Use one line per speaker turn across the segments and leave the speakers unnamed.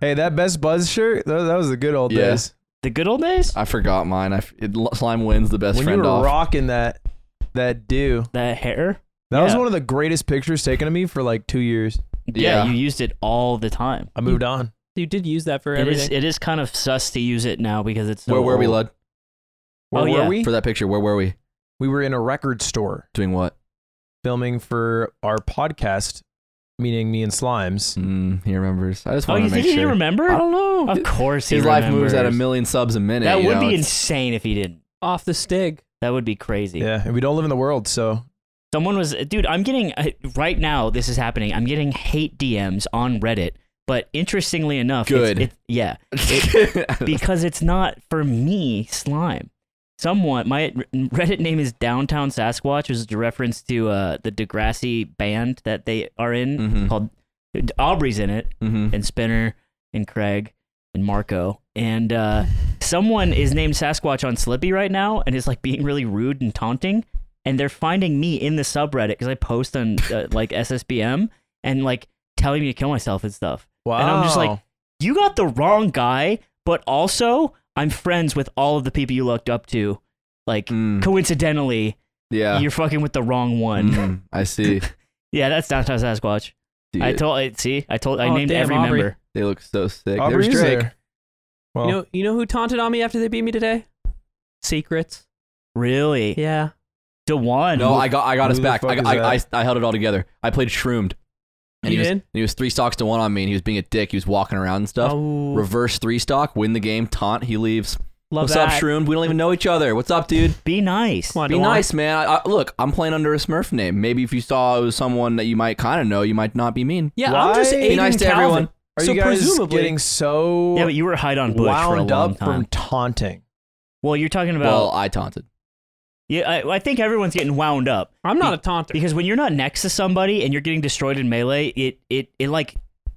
Hey, that best buzz shirt, tho- that was the good old
Yeah.
days.
The good old days?
I forgot mine. I f- it, slime wins the best
when you
friend
were
off.
rocking that that do.
The hair?
That was
Yeah.
one of the greatest pictures taken of me for like two years.
Yeah.
Yeah. you used it all the time.
I moved
Oh,
on.
You did use that for
It is,
everything.
it is kind of sus to use it now because it's so
Where were we,
old.
Lud?
Where
Oh,
were
yeah.
we?
For that picture, where were we?
we were in a record store
Doing what?
filming for our podcast, meaning me and Slimes.
Mm, he remembers. I just
Oh,
want
you
to make
think
sure.
he remembered?
I don't know.
Of course, he
His life moves at a
remembers.
million subs a minute.
That
you
would
know,
be
it's-
insane if he didn't.
Off the stig.
That would be crazy.
Yeah, and we don't live in the world, so
Someone was, dude. I'm getting I- right now. This is happening. I'm getting hate DMs on Reddit. But interestingly enough, it's-
Good.
It, yeah, because it's not for me slime. Someone, my Reddit name is Downtown Sasquatch, which is a reference to uh, the Degrassi band that they are in
Mhm.
called Aubrey's in it,
Mhm.
and Spinner and Craig and Marco. And uh, someone is named Sasquatch on Slippy right now and is like being really rude and taunting. And they're finding me in the subreddit because I post on uh, like SSBM and like telling me to kill myself and stuff.
wow.
And I'm just like, you got the wrong guy, but also I'm friends with all of the people you looked up to. Like,
Mm,
coincidentally,
yeah.
you're fucking with the wrong one.
Mm, I see.
Yeah, that's Downtown Sasquatch.
Dude,
I told, see, I told, I
Oh,
named
damn,
every
Aubrey.
member.
they look so sick.
Aubrey's
There's Drake.
there. Well,
You know, you know who taunted on me after they beat me today? Secrets.
Really?
Yeah.
Dewan.
No, I got I got
who
us
the
back.
fuck
I,
is
I, I,
that?
I held it all together. I played shroomed. And he
You
was,
did?
and he was three stocks to one on me, and he was being a dick. He was walking around and stuff.
Oh,
Reverse three stock, win the game, taunt, he leaves.
love
What's
that.
up, Shroomed? We don't even know each other. What's up, dude?
Be nice.
Come on,
Be
Dewan.
nice, man. I, I, look, I'm playing under a Smurf name. Maybe if you saw it was someone that you might kind of know, you might not be mean.
Yeah, I'm just
Why? Be
aiding
nice to
Calvin.
everyone.
are
so
you guys
presumably,
getting so
Yeah, but you were hide on bush for a
wound
long
up
time.
from taunting?
well, you're talking about.
Well, I taunted.
yeah, I, I think everyone's getting wound up
I'm not a taunter.
because when you're not next to somebody and you're getting destroyed in melee, it it it like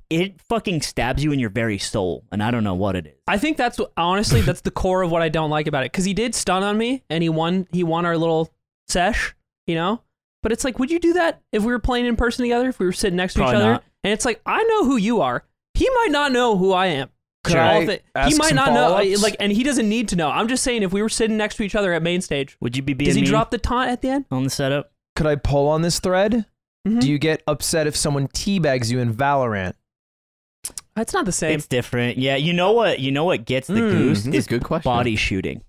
it fucking stabs you in your very soul, and I don't know what it is.
I think that's what- honestly that's the core of what I don't like about it because he did stun on me and he won he won our little sesh, you know. But it's like, would you do that if we were playing in person together? If we were sitting next to
Probably
each other?
not.
And it's like, I know who you are. He might not know who I am. 'Cause
Could
all
I
of it- he
ask
might
some
not know.
follow-ups?
Like, and he doesn't need to know. I'm just saying, if we were sitting next to each other at main stage,
Would you be being
does he
mean
drop the taunt at the end?
on the setup?
Could I pull on this thread?
Mhm.
Hmm?
Do you get upset if someone teabags you in Valorant?
That's not the same. Hmm.
It's different. Yeah, you know what? You know what gets the
Mm,
goose
that's a
is
good question.
body shooting.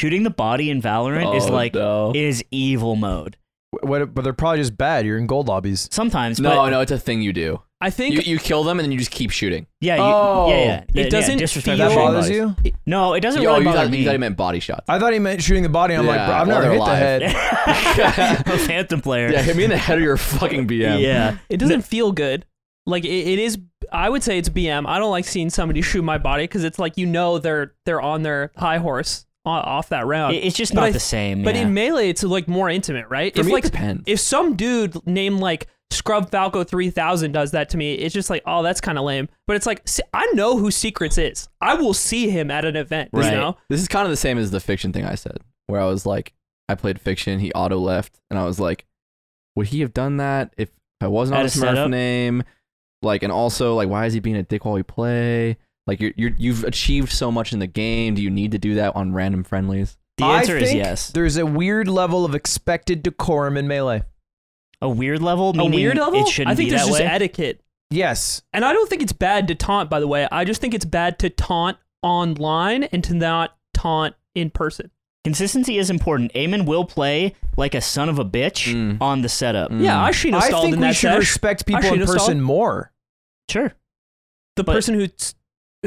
Shooting the body in Valorant
Oh,
is like
no.
is evil mode
Wh- What, but they're probably just bad. You're in gold lobbies.
sometimes.
No,
but
no, it's a thing you do.
I
You,
think
you kill them and then you just keep shooting.
Yeah, you,
Oh.
yeah, yeah. yeah,
doesn't
disrespect
feel-
That
Yeah.
bothers
bodies.
you?
No, it doesn't
You- oh,
really
you
bother
thought,
me.
you thought he meant body shots.
I thought he meant shooting the body. I'm like,
Yeah,
bro, I've
while
never
they're
hit the
alive.
head.
a phantom player.
yeah, hit me in the head of your fucking BM.
Yeah.
it doesn't feel good. Like it, it is. I would say it's BM. I don't like seeing somebody shoot my body because it's like you know they're they're on their high horse o- off that round.
It- it's just
But
not
I-
the same.
but
yeah.
in melee, it's like more intimate, right?
For
if
me,
like
it depends.
if some dude named like Scrub Falco three thousand does that to me, it's just like oh that's kind of lame. But it's like se- I know who Secrets is. I will see him at an event.
Right.
You know?
This is kind of the same as the fiction thing I said, where I was like, I played fiction, he auto left, and I was like, would he have done that if I wasn't
At
on
a
a
setup?
Smurf name? Like, and also, like, why is he being a dick while we play? Like, you're, you're you've achieved so much in the game. Do you need to do that on random friendlies?
the
I
answer is
think
yes.
There's a weird level of expected decorum in melee.
A weird level. Meaning
a weird level.
It shouldn't
I think
be
there's
that
just
way.
etiquette.
Yes.
And I don't think it's bad to taunt, by the way. I just think it's bad to taunt online and to not taunt in person.
Consistency is important. Eamon will play like a son of a bitch
Mm.
on the setup.
Mm.
Yeah, I should have
I
stalled
think
in
we
that
should
sesh.
respect people
Actually,
in
no
person
stall.
more.
Sure.
the
but-
person who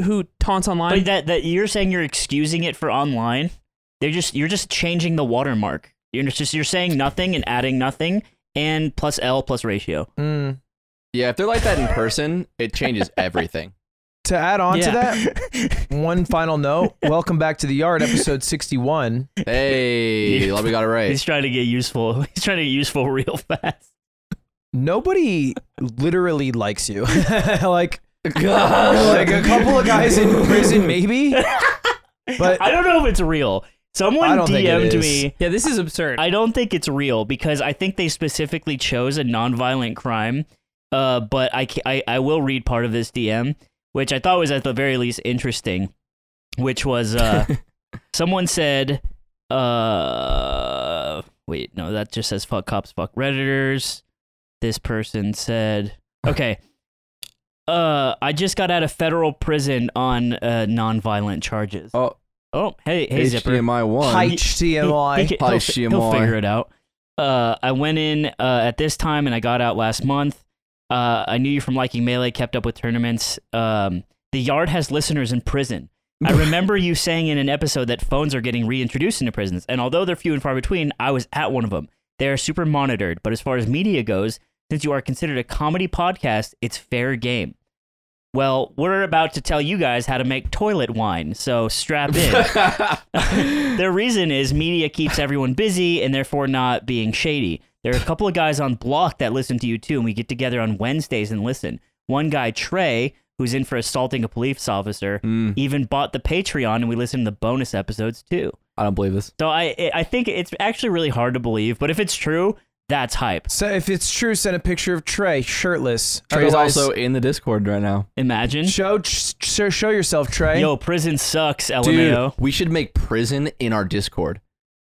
who taunts online.
But that that you're saying you're excusing it for online. They're just you're just changing the watermark. You're just you're saying nothing and adding nothing and plus L plus ratio.
Mm.
Yeah, if they're like that in person, it changes everything.
To add on
Yeah.
to that, one final note. Welcome back to the yard, episode 61.
Hey, love we got it
He's
right.
trying to get useful. He's trying to get useful real fast.
Nobody literally likes you. like, like a couple of guys in prison, maybe. But
I don't know if it's real. Someone
I don't think it
DM'd
is.
me
yeah, this is absurd.
I don't think it's real because I think they specifically chose a nonviolent crime. Uh, but I, ca- I I will read part of this DM. which I thought was at the very least interesting, which was uh, someone said, uh, wait, no, that just says fuck cops, fuck Redditors. This person said, okay, uh, I just got out of federal prison on uh, nonviolent charges. Oh,
Oh,
hey, hey, Zipper.
HDMI one.
HDMI.
He,
Hi,
will he'll
Shimon.
figure it out. Uh, I went in uh, at this time and I got out last month. Uh, I knew you from liking Melee, kept up with tournaments. Um, the Yard has listeners in prison. I remember you saying in an episode that phones are getting reintroduced into prisons, and although they're few and far between, I was at one of them. They are super monitored, but as far as media goes, since you are considered a comedy podcast, it's fair game. Well, we're about to tell you guys how to make toilet wine, so strap in. Their reason is media keeps everyone busy and therefore not being shady. There are a couple of guys on block that listen to you too, and we get together on Wednesdays and listen. One guy, Trey, who's in for assaulting a police officer,
Mm,
even bought the Patreon, and we listen to the bonus episodes too.
I don't believe this.
So I, I- I think it's actually really hard to believe, but if it's true, that's hype.
So if it's true, send a picture of Trey shirtless.
Trey's
Otherwise-
also in the Discord right now.
Imagine.
show sh- sh- show yourself, Trey.
Yo, prison sucks,
Dude,
LMAO.
we should make prison in our Discord.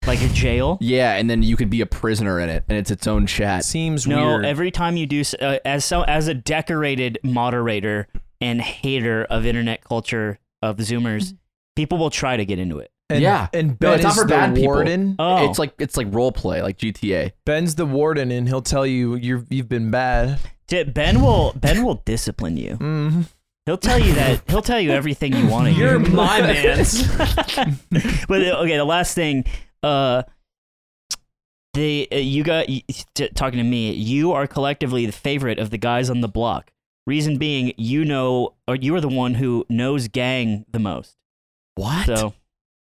Like a jail.
Yeah, and then you could be a prisoner in it, and it's its own
That
chat.
seems
No,
weird.
every time you do s- uh, as so as a decorated moderator and hater of internet culture of Zoomers, people will try to get into it.
and,
yeah.
and Ben
No, it's not
is
for
the
bad people.
warden.
Oh,
It's like it's like role play, like GTA.
Ben's the warden, and he'll tell you you've you've been bad.
D- Ben will Ben will discipline you.
Mm.
He'll tell you that he'll tell you everything you want to hear.
You're my man.
but uh, okay, the last thing, uh, the uh, you got y- t- talking to me. You are collectively the favorite of the guys on the block. Reason being, you know, or you are the one who knows gang the most.
What?
So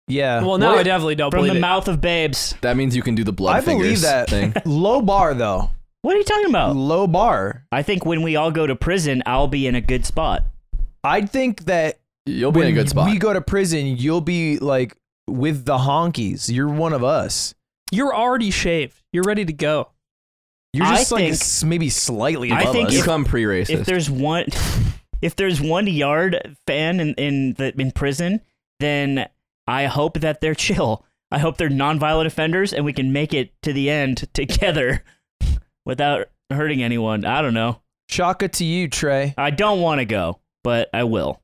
Yeah.
Well, now
What?
I definitely don't
from
believe
the
it.
mouth of babes.
That means you can do the blood
I believe
fingers
that.
thing. Oh.
Low bar though.
What are you talking about?
Low bar.
I think when we all go to prison, I'll be in a good spot.
I think that
You'll be in a
when
good spot.
we go to prison, you'll be like with the honkies. You're one of us.
You're already shaved. You're ready to go.
You're
I
just like
think-
s- maybe slightly
I
above
think
us.
you
if-
come pre-racist.
If there's one, if there's one yard fan in in the, in prison, then I hope that they're chill. I hope they're nonviolent offenders, and we can make it to the end together without hurting anyone. I don't know.
Shaka to you, Trey.
I don't want to go, but I will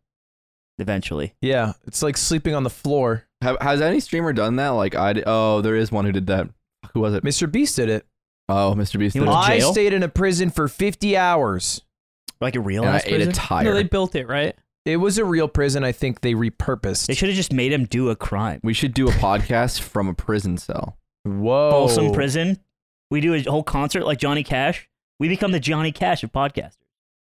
eventually.
Yeah, it's like sleeping on the floor.
Have, has any streamer done that? Like I. d- Oh, there is one who did that. Who was it?
Mr. Beast did it.
Oh, Mr. Beast.
You
Did it.
wanna-
I
jail?
stayed in a prison for 50 hours.
Like a real
And I
ass
ate
prison.
a tire.
No, they built it, right?
It was a real prison. I think they repurposed.
they should have just made him do a crime.
we should do a podcast from a prison cell.
Whoa.
Oh.
Folsom Prison. We do a whole concert like Johnny Cash. We become the Johnny Cash of podcasters.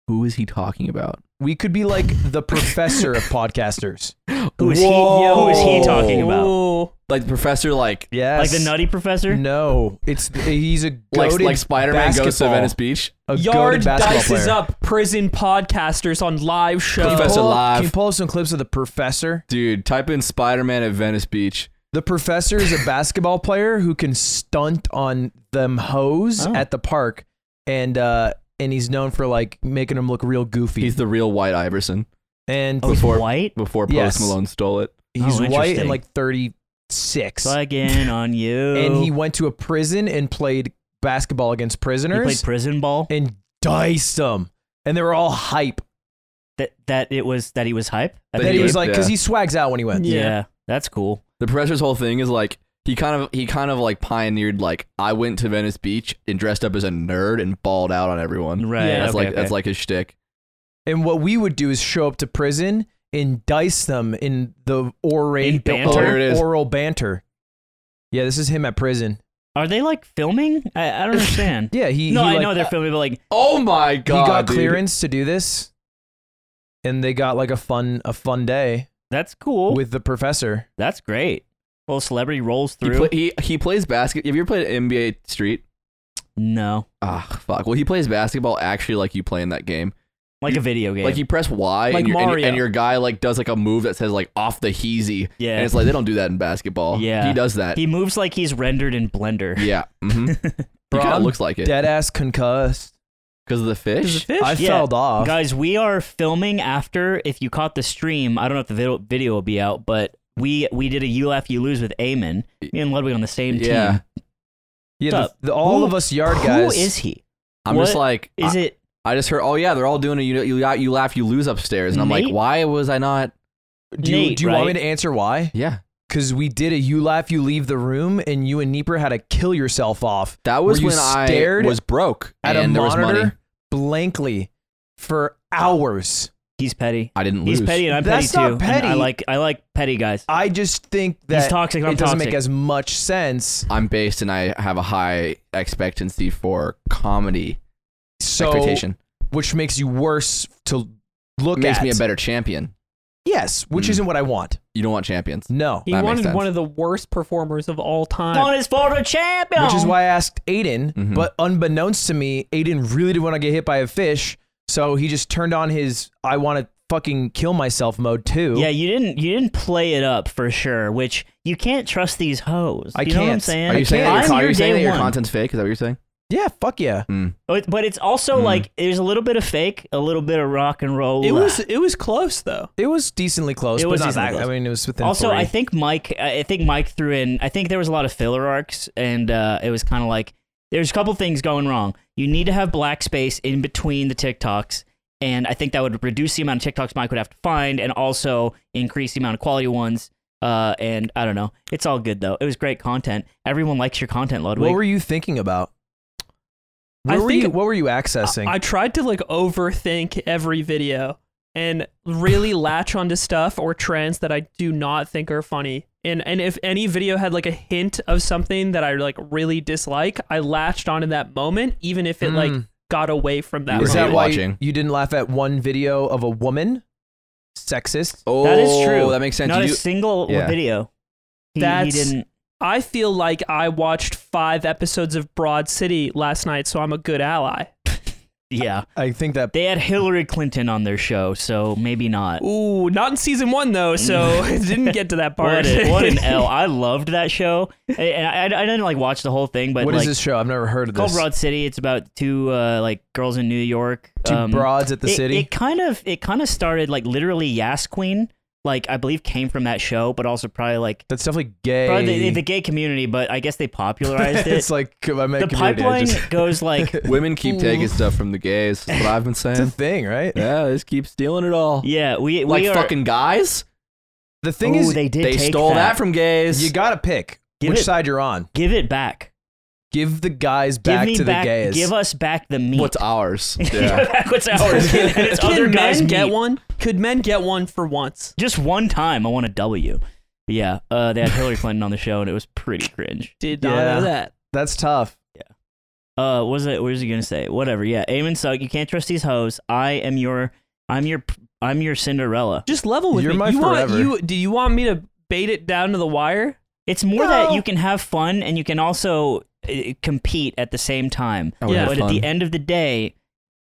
Who is he talking about?
We could be like the professor of podcasters.
Who is he? Who is he talking about?
Ooh.
Like the professor, like
Yes.
Like the Nutty Professor.
No, it's he's a
like,
goated
like Spider-Man goes to
basketball-
Venice Beach.
A
Yard
goated basketball
dices
player.
up prison podcasters on live show.
Can you,
Professor
pull,
Live.
can you pull up some clips of the professor?
Dude, type in Spider-Man at Venice Beach.
The professor is a basketball player who can stunt on them hoes
Oh.
at the park, and uh, and he's known for like making them look real goofy.
He's the real White Iverson
and
Oh, he's
Before-
white.
before Post
Yes.
Malone stole it.
he's
Oh,
white
interesting.
and like thirty six.
Bugging on you.
and he went to a prison and played basketball against
He played
prisoners
prison ball.
and diced them. And they were all hype.
That that it was that he was hype. I
That
That
think
he
it
was
did,
like, because
yeah.
he swags out when he went.
Yeah.
Yeah. that's cool.
The professor's whole thing is like he kind of he kind of like pioneered like I went to Venice Beach and dressed up as a nerd and balled out on everyone.
Right.
Yeah.
That's
okay,
like
okay.
that's like his shtick.
And what we would do is show up to prison and dice them in the orate,
In banter?
Oh, there it is.
oral banter. Yeah, this is him at prison.
Are they like filming? I, I don't understand.
Yeah, he.
no,
he,
I
like,
know they're filming, but like
Oh my
He
god.
got
dude.
clearance to do this, and they got like a fun a fun day
that's cool.
with the professor.
that's great. Well, celebrity rolls
He,
through.
pla- he he plays basket. Have you ever played NBA Street?
no,
Ah, fuck. Well, he plays basketball actually like you play in that game.
like a video game.
Like you press Y
Like
and, your, and, your-
Mario.
and your guy like does like a move that says like off the heezy.
yeah,
And it's like they don't do that in basketball.
Yeah.
He does that.
he moves like he's rendered in Blender.
yeah. hmm he
Bro,
kind of
I'm
looks like it.
Dead ass concussed.
because of the
Is
fish.
it fish?
I
Yeah.
fell off.
Guys, we are filming after. If you caught the stream, I don't know if the video, video will be out, but we we did a you laugh you lose with Eamon. Me and Ludwig on the same
yeah,
team.
yeah,
up?
the, the, all
Who-
of us yard
Who
guys.
is he?
I'm just
What
like
Is
I,
it?
I just heard. Oh yeah, they're all doing it. You you, you laugh, you lose upstairs, and I'm
Nate?
like, why was I not?
do you,
Nate,
do you want me
right?
to answer why?
Yeah,
Because we did a you laugh, you leave the room, and you and Nieper had to kill yourself off
that was
Were
when
you stared
I was broke
at
and
a
there was money.
monitor blankly for hours.
He's petty.
I didn't lose.
He's petty, and I'm
That's
petty too.
not
and I
petty.
like I like petty guys.
I just think that
He's toxic. I'm
it doesn't
toxic.
make as much sense.
I'm based, and I have a high expectancy for comedy
So,
expectation.
which makes you worse to look
makes
at.
me a better champion.
Yes, which
Mm.
isn't what I want.
You don't want champions.
No.
he
that makes
wanted
sense.
one of the worst performers of all time.
on his former champion.
Which is why I asked Aiden,
Mhm.
but unbeknownst to me, Aiden really didn't want to get hit by a fish, so he just turned on his I want to fucking kill myself mode too.
Yeah, you didn't you didn't play it up for sure. Which you can't trust these hoes.
I
you know what I'm
can't.
saying?
Are you saying,
can't.
that your,
I'm
con- are
your
you saying
day
that your
one.
content's fake? Is that what you're saying?
Yeah, fuck yeah.
But but it's also
Hmm.
Mm.
like there's a little bit of fake, a little bit of rock and roll.
It
left.
was it was close though.
It was decently close,
It
but
was
not
decently
that.
close.
I mean, it was within
also
three.
i think mike i I think mike threw in i think there was a lot of filler arcs and uh, it was kind of like there's a couple things going wrong you need to have black space in between the tiktoks and i think that would reduce the amount of tiktoks mike would have to find and also increase the amount of quality ones uh, and i don't know it's all good though it was great content everyone likes your content ludwig
What were you thinking about?
I
What were
think-
you what were you accessing?
I, I tried to like overthink every video and really latch onto stuff or trends that I do not think are funny. And and if any video had like a hint of something that I like really dislike, I latched onto that moment, even if it
Hmm.
like
Mm.
got away from that.
Is
Is
that
hate
moment.
why
watching.
You, you didn't laugh at one video of a woman? Sexist.
Oh,
that is true
That makes sense.
not
You-
a single
yeah.
video he, he
That's-
didn't
I feel like I watched five episodes of Broad City last night, so I'm a good ally.
yeah
I think that
they had hillary clinton on their show so maybe not
Ooh, not in season one though, so it didn't get to that
What,
part.
a- what an L. I loved that show. And- And I, I didn't like watch the whole thing,
What
but
is
like
this show? I've never heard of
called
this.
Broad City, it's about two uh, like girls in New York.
Two
um,
broads at the
it,
city.
It kind of it kind of started like literally Yas Queen, like I believe came from that show, but also probably like
That's definitely gay.
probably the, the gay community, but I guess they popularized
it's
it.
like I met
the
community, I
pipeline
just-
goes like
women keep taking stuff from the gays. That's what I've been
it's a
saying.
thing, right?
yeah, they just keep stealing it all.
yeah, we
like
we are
fucking guys.
The thing
Ooh,
is,
Oh, they did
They
take
stole that. from gays.
you gotta pick
Give
which
it-
side you're on.
Give it back.
Give the guys
Give
back
me
to
back.
the gays.
Give us back the meat.
What's ours?
Give back
Oh,
what's ours? and it's
Can
other
men
guys
get
meat.
one? Could men get one for once?
just one time I want a W. But yeah, uh, they had Hillary Clinton on the show and it was pretty cringe.
Did
not
not
know
know that.
That's tough.
Uh, what was it? What was he gonna say? Whatever. Yeah, Amon Sugg, you can't trust these hoes. I am your, I'm your, I'm your Cinderella.
Just level with
You're
me.
my
you
forever.
want you? Do you want me to bait it down to the wire?
It's more that
No.
you can have fun and you can also uh, compete at the same time.
I would've
Yeah.
had
But at the
fun.
end of the day,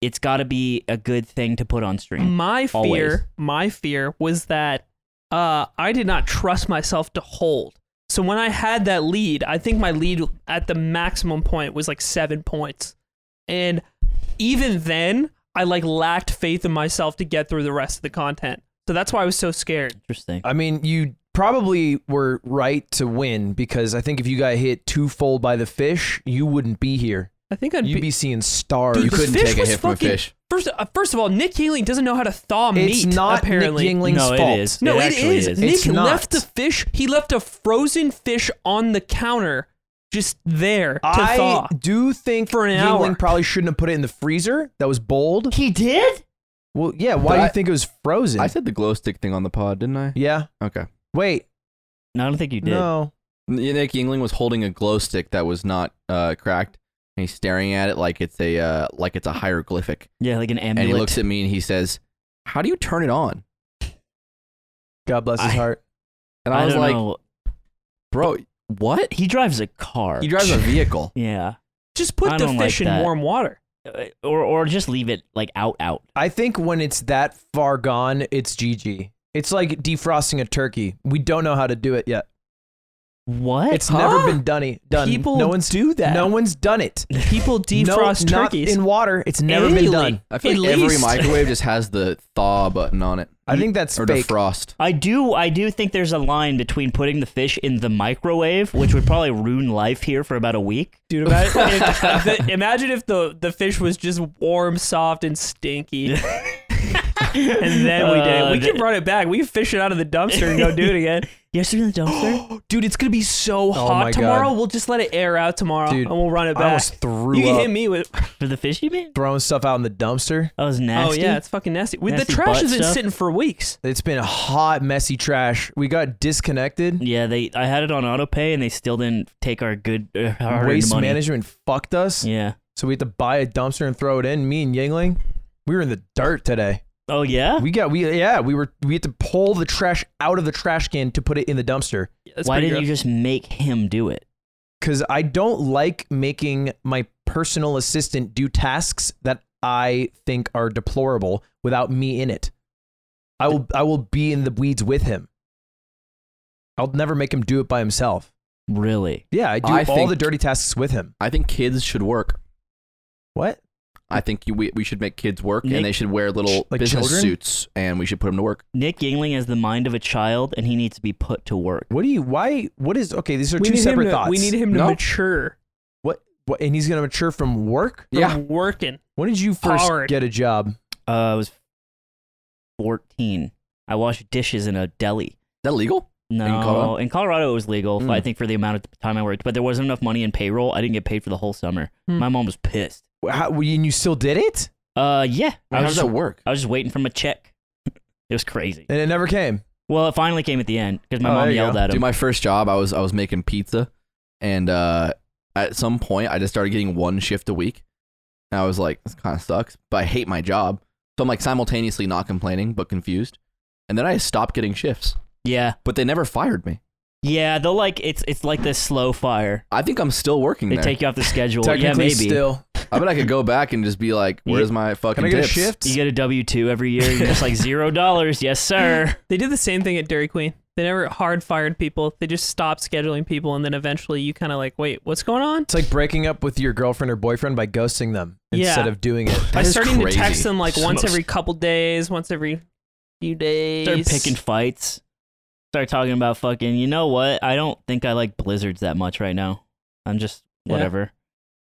it's got to be a good thing to put on stream.
My fear,
Always.
my fear was that uh, I did not trust myself to hold. So when I had that lead, I think my lead at the maximum point was like seven points, and even then, I like lacked faith in myself to get through the rest of the content. So that's why I was so scared.
Interesting.
I mean, you probably were right to win because I think if you got hit twofold by the fish, you wouldn't be here.
I think I'd
You'd
be.
be seeing stars.
Dude,
You
the
couldn't
fish
take a
was
hit from a
fucking-
fish.
First, uh, first of all, Nick Kaling doesn't know how to thaw
it's
meat.
not
apparently.
Nick Yingling's
No, it
fault.
is. It
No, it
actually
is.
is.
It's
Nick
not.
left the fish. He left a frozen fish on the counter, just there to
I
thaw.
do think
For an
Yingling
hour.
probably shouldn't have put it in the freezer. That was bold.
He did.
Well, yeah. Why
But
do you
I-
think it was frozen?
I said the glow stick thing on the pod, didn't I?
yeah.
Okay.
Wait.
No, I don't think you did.
No.
Nick Yingling was holding a glow stick that was not uh, cracked, and he's staring at it like it's a uh, like it's a hieroglyphic.
Yeah, like an
And he
amulet.
looks at me and he says, "How do you turn it on?"
God bless his
I-
heart.
And I, was
don't
like,
know.
"Bro, what?
he drives a car.
He drives a vehicle."
Yeah. I
Just put the
don't like
fish in
that.
warm water.
Uh, Or or just leave it like out out.
I think when it's that far gone, it's GG. It's like defrosting a turkey. We don't know how to do it yet.
What?
It's never been done. e, Done.
People
no one's
do that.
No one's done it.
People defrost
no,
turkeys.
not in water. It's never
Annually.
been done.
I feel
At
like every
least.
microwave just has the thaw button on it.
I think that's
or
fake.
defrost.
I do I do think there's a line between putting the fish in the microwave, which would probably ruin life here for about a week.
Dude, imagine if, the, imagine if the, the fish was just warm, soft, and stinky. and then we did.
Uh,
it. We
the-
can run it back. We can fish it out of the dumpster and go do it again.
Yes, you're in the dumpster?
Dude, it's gonna be so
my
hot
God.
tomorrow. We'll just let it air out tomorrow,
Dude,
and we'll run it back.
I almost threw
you can
up
hit me with.
For the fish you mean?
throwing stuff out in the dumpster.
That was
Oh
nasty.
yeah, it's fucking nasty. With the
Nasty
trash
butt
has been
stuff.
sitting for weeks.
It's been hot, messy trash. We got disconnected.
Yeah, they I had it on autopay and they still didn't take our good uh, hard
Waste
money.
management fucked us.
Yeah.
So we had to buy a dumpster and throw it in. Me and Yingling, we were in the dirt today.
Oh yeah?
We got we yeah, we were we had to pull the trash out of the trash can to put it in the dumpster.
Yeah, that's
Why
pretty
didn't you
gross.
just make him do it?
Cause I don't like making my personal assistant do tasks that I think are deplorable without me in it. I will I will be in the weeds with him. I'll never make him do it by himself.
Really?
Yeah, I do
I
all
think-
the dirty tasks with him.
I think kids should work.
What?
I think you, we, we should make kids work
Nick-
and they should wear little
Like
business
children?
suits and we should put them to work.
Nick Yingling has the mind of a child and he needs to be put to work.
What do you? Why? What is? Okay, these are
We
two
need him
separate
to-
thoughts.
We need him to
No.
mature
What, what? And he's gonna mature from work.
from
Yeah.
working.
When did you first
Hard.
get a job?
Uh, I was 14. I washed dishes in a deli.
Is that legal?
No, in
Colorado?
Colorado, it was legal.
Mm.
I
Hmm.
think for the amount of time I worked, but there wasn't enough money in payroll. I didn't get paid for the whole summer.
Hmm.
My mom was pissed.
How, and you still did it,
Uh, yeah,
How
I was
does
just,
that work?
I was just waiting for my check. it was crazy.
and it never came.
Well, it finally came at the end because my
Oh,
mom
there you
yelled
go.
at him.
Dude, my first job, I was I was making pizza, and uh, at some point, I just started getting one shift a week, and I was like, this kind of sucks, but I hate my job, so I'm like simultaneously not complaining but confused, and then I stopped getting shifts,
yeah,
but they never fired me.
yeah. They'll like it's it's like this slow fire.
I think I'm still working
They
there.
take you off the schedule. yeah,
Technically,
maybe
still.
I bet I could go back and just be like,
You-
where's my
Can
fucking
I get
tips?
a shift?
you get a W two every year. You're just like zero dollars. Yes, sir.
They did the same thing at Dairy Queen. They never hard fired people. They just stopped scheduling people, and then eventually you kind of like, wait, what's going on?
It's like breaking up with your girlfriend or boyfriend by ghosting them
Yeah.
instead of doing it.
By
is
starting
crazy.
to text them like
It's
once
most-
every couple days, once every few days.
Start picking fights. Start talking about fucking. You know what? I don't think I like blizzards that much right now. I'm just
Yeah.
whatever.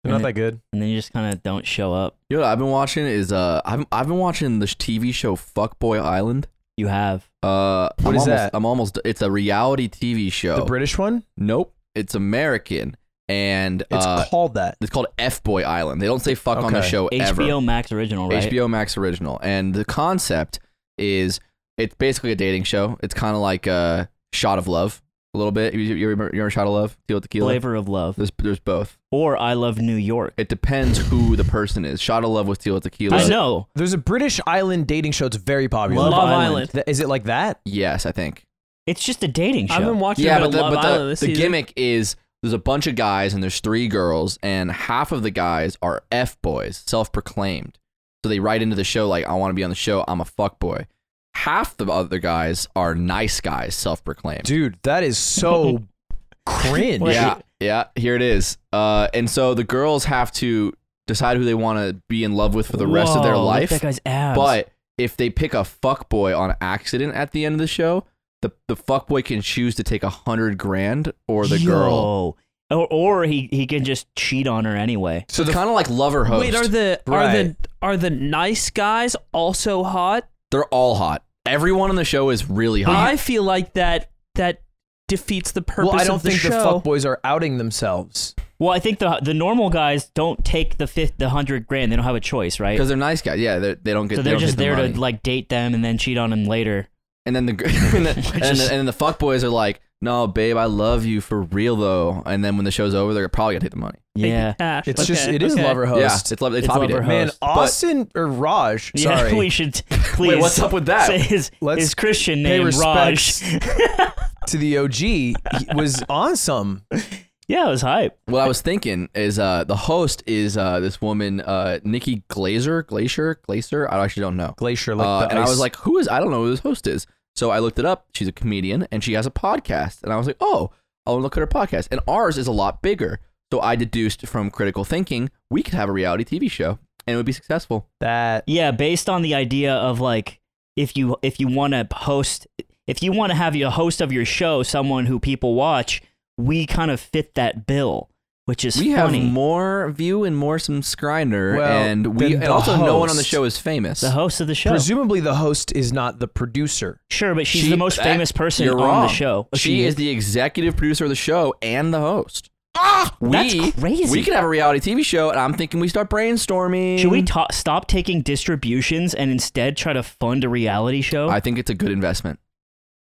They're not that good.
and then you just kind of don't show up.
You know what I've been watching is uh, I've I've been watching this TV show Fuckboy Island.
You have.
Uh,
What
I'm
is
almost,
that?
I'm almost. It's a reality TV show.
The British one.
Nope, it's American, and
It's
uh,
called that.
It's called F Boy Island. They don't say fuck on the
Okay.
show ever.
HBO Max original, right?
HBO Max original. And the concept is it's basically a dating show. It's kind of like a shot of love, a little bit. You, you, remember, you remember shot of love? Tequila tequila.
Flavor of Love,
There's there's both.
or I Love New York.
It depends who the person is. Shot of love with tequila tequila.
I know.
There's a British island dating show. It's very popular.
Love,
Love
Island.
Island.
Th- Is it like that?
Yes, I think.
It's just a dating show.
I've been watching
yeah,
a bit
but
of
the,
Love
but
Island
the,
this
the
season.
gimmick is there's a bunch of guys and there's three girls and half of the guys are f boys, self proclaimed. So they write into the show like, "I want to be on the show. I'm a fuck boy." Half the other guys are nice guys, self proclaimed.
Dude, that is so cringe.
Wait.
Yeah, yeah. Here it is. Uh, and so the girls have to decide who they want to be in love with for the rest of their
Whoa, look at
life.
That guy's abs.
But if they pick a fuck boy on accident at the end of the show, the the fuck boy can choose to take a hundred grand or the girl.
Yo. or or he he can just cheat on her anyway.
So it's kind of like lover host.
Wait, are the are
Right.
the are the nice guys also hot?
They're all hot. Everyone on the show is really hot.
I feel like that that defeats the purpose
Well, I don't
of the
think
show.
the fuckboys are outing themselves.
Well, I think the the normal guys don't take the fifth the hundred grand. They don't have a choice, right?
because they're nice guys. Yeah, they're, they don't get.
So
they
they're
don't
just
get the
there
money.
to like date them and then cheat on them later.
And then the gr- and, the, and,
Just-
the, and the fuck boys are like, no, babe, I love you for real though. And then when the show's over, they're probably gonna take the money.
Take the
Yeah.
cash.
It's
Okay,
just it is
okay.
lover
Yeah,
host.
it's love. It's,
It's
hobby
lover
day.
host.
Man, Austin or Raj. Sorry.
Yeah, we should please.
what's up with that?
Say his,
Let's
his Christian
pay
name
respects
Raj.
to the OG he was on some.
yeah, it was hype.
What I was thinking is uh, the host is uh, this woman, uh, Nikki Glazer, Glacier, Glacier. I actually don't know.
Glacier like
Uh,
the
and I
ice.
was like, who is? I don't know who this host is. So I looked it up. She's a comedian and she has a podcast. And I was like, oh, I'll look at our podcast. And ours is a lot bigger. So I deduced from critical thinking, we could have a reality TV show and it would be successful.
That
Yeah, based on the idea of like if you if you want to host if you want to have your host of your show someone who people watch, we kind of fit that bill, which is
we
funny.
have more view and more subscriber,
Well,
and we
then
and
the
also no one on the
host-
show is famous.
the host of the show.
presumably the host is not the producer.
sure, but she's
She-
the most
that-
famous person
you're
on
wrong.
the show. Oh,
She is the executive producer of the show and the host. Ah, we,
That's crazy.
We could have a reality TV show, and I'm thinking we start brainstorming.
Should we ta- stop taking distributions and instead try to fund a reality show?
I think it's a good investment.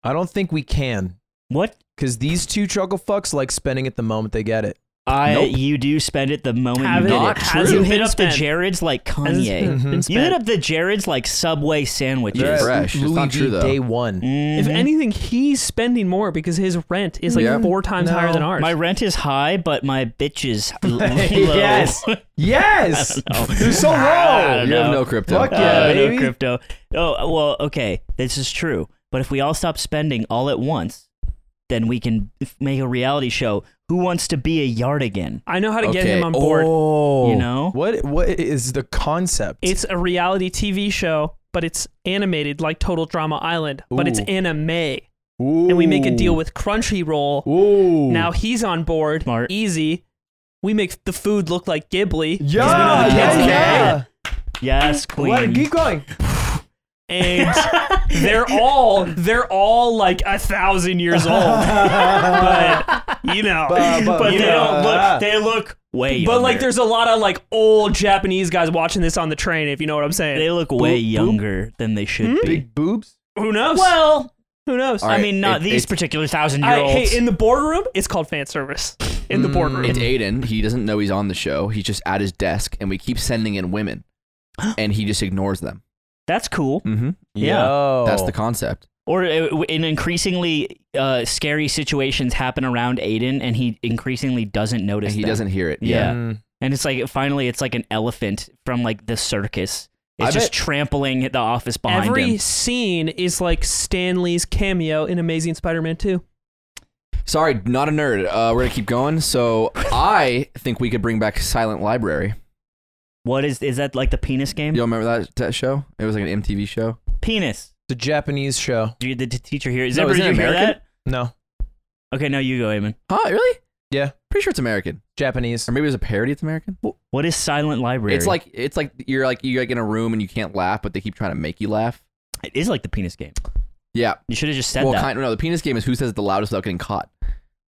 I don't think we can
what?
because these two chuckle fucks like spending it the moment they get it.
I
Nope.
you do spend it the moment
Have
you
it-
get
Not
it.
true.
You
hasn't
hit
been
up
spent.
the Jared's like
Hasn't
Kanye.
been
Mhm.
You hit
spent.
up the Jared's like Subway sandwiches.
Yes.
They're at
Fresh. It's
Louis
not true,
V
though.
Day one.
Mhm.
If anything, he's spending more because his rent is like
Yeah.
four times
No.
higher than ours.
My rent is high, but my bitch is l- low.
Yes. Yes,
I don't know.
you're so
I
wrong.
don't
You have
know.
no crypto.
Fuck
Uh,
yeah,
no
baby.
crypto. Oh well, okay, this is true. But if we all stop spending all at once, then we can f- make a reality show. Who wants to be a yard again?
I know how to get
Okay.
him on board.
Oh,
You know?
what? What is the concept?
It's a reality TV show, but it's animated like Total Drama Island, but it's
Ooh.
anime. And we make a deal with Crunchyroll.
Ooh,
Now he's on board.
Smart.
Easy. We make the food look like Ghibli. 'cause
yeah,
we know the kids
yeah,
can
yeah.
eat
Yes, queen.
What? Keep going.
it. And they're all they're all like a thousand years old. but you know,
Ba, ba,
but
you
they
ba.
don't look
Ah.
look, they look way.
But like,
younger.
there's a lot of like old Japanese guys watching this on the train, if you know what I'm saying.
they look way
Boop, boop.
younger than they should be.
Big boobs.
Who knows?
Hmm? Well,
Who knows?
All right,
I mean, not
it-
these
it's-
particular thousand-year-olds.
I, hey, in the boardroom, it's called fan service. In the boardroom,
Mm, It's Aiden. He doesn't know he's on the show. He's just at his desk, and we keep sending in women, and he just ignores them.
That's cool.
Mm-hmm.
Yeah.
Yo. Mm.
That's the concept.
Or uh, in increasingly uh, scary situations happen around Aiden, and he increasingly doesn't notice.
And he
them.
doesn't hear it.
Yeah.
Mm.
And it's like finally, it's like an elephant from like the circus. It's
I
just
bet-
trampling the office behind
every
him.
scene is like Stanley's cameo in Amazing Spider-Man 2.
Sorry, not a nerd. Uh, we're gonna keep going. So I think we could bring back Silent Library.
What is is that like the penis game?
You all remember that that show? It was like an MTV show.
Penis.
It's a Japanese show.
Do you- the t- teacher here? Is
No,
that,
isn't
did
it
you hear
American?
that?
No,
Okay, now you go, Eamon.
Huh? Really?
Yeah.
Pretty sure it's American,
Japanese.
or maybe it was a parody. It's American.
What is silent library?
It's like it's like you're like you're like in a room and you can't laugh, but they keep trying to make you laugh.
it is like the penis game.
Yeah.
You should have just said
well,
that.
kind no. The penis game is who says it the loudest without getting caught.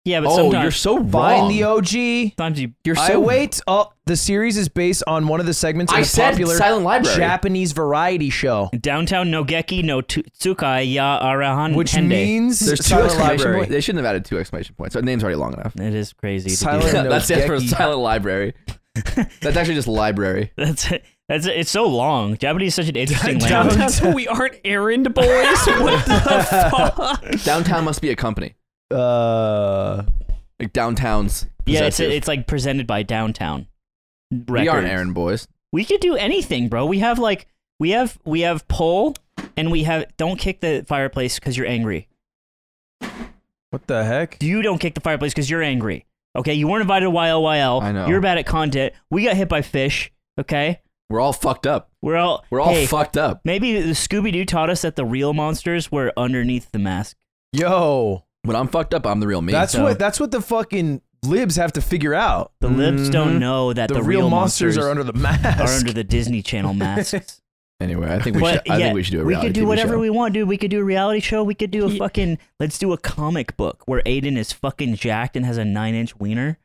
yeah, but
Oh,
sometimes,
you're so wrong.
Find the OG.
sometimes you.
You're so
I wait. Oh, the series is based on one of the segments of
I
a
said
popular
Silent Library.
Japanese variety show,
Downtown Nogeki no tu- Tsukai ya Arahan
which
Hende.
means
There's two
Silent
exclamation
Library.
points. They shouldn't have added two exclamation points. Our name's already long enough.
It is crazy. to do
Silent-
that.
That's it for
Nogeki.
Silent Library. That's actually just library.
That's it. That's it. It's so long. Japanese is such an interesting
Downtown-
language.
That's we aren't errand boys. what the fuck?
Downtown must be a company.
Uh,
Like downtown's.
Yeah, it's
possessive.
it's like presented by Downtown. Records.
we aren't errand boys.
We could do anything, bro. We have like we have we have pull and we have don't kick the fireplace because you're angry.
what the heck?
You don't kick the fireplace because you're angry. Okay, you weren't invited to YLYL.
I know.
You're bad at content. We got hit by fish. Okay,
We're all fucked up.
we're all
We're all
hey,
fucked up.
Maybe the Scooby Doo taught us that the real monsters were underneath the mask.
Yo,
When I'm fucked up, I'm the real me.
that's
so.
what that's what the fucking libs have to figure out.
The libs don't
Mm-hmm.
Mhm.
know that
The,
the,
real, monsters, are
under
under the mask.
are under the Disney Channel masks.
anyway. I think we should.
But,
I
yeah,
think we should do a
We
reality
could do
TV
whatever
show.
we want, dude. We could do a reality show. We could do a
Ye-
fucking. Let's do a comic book where Aiden is fucking jacked and has a nine inch wiener,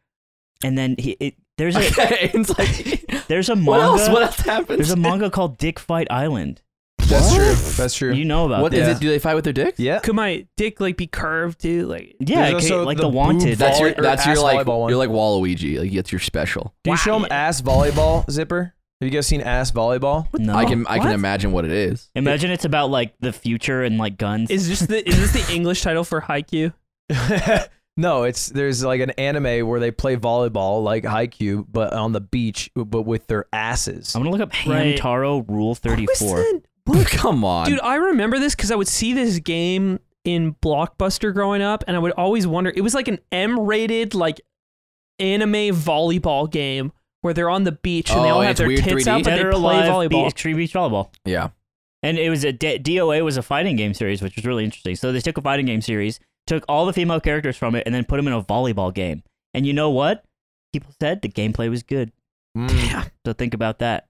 and then he it, there's a
Okay, it's like
there's a
what else?
manga.
What else happens?
there's a manga called Dick Fight Island.
That's true. That's true.
You know about
What is
this?
Yeah.
it? Do they fight with their dicks?
yeah.
Could my dick like be curved too? Like,
Yeah, it
There's
could-
also
like the,
the boob
Wanted.
That's your
Volley- or
that's your
ass
like
volleyball one.
you're like Waluigi. Like that's your special.
Do you show them
Wow.
ass volleyball zipper? Have you guys seen ass volleyball?
no.
I can I can
what?
imagine what it is.
imagine it's about like the future and like guns.
is this the is this the English title for Haikyuu?
no, it's there's like an anime where they play volleyball like Haikyuu, but on the beach, but with their asses.
I'm gonna look up
Right.
Hamtaro Rule Thirty
What's
Four.
that?
Come on,
Dude, I remember this because I would see this game in Blockbuster growing up, and I would always wonder. It was like an M-rated like anime volleyball game where they're on the beach and they
Oh,
all have
it's
their
weird
tits
3D?
out, but
Dead
they
or
play
alive,
volleyball.
beach, tree beach volleyball.
Yeah.
And it was a D- DOA was a fighting game series, which was really interesting. So they took a fighting game series, took all the female characters from it, and then put them in a volleyball game. And you know what? People said the gameplay was good.
Mm.
So think about that.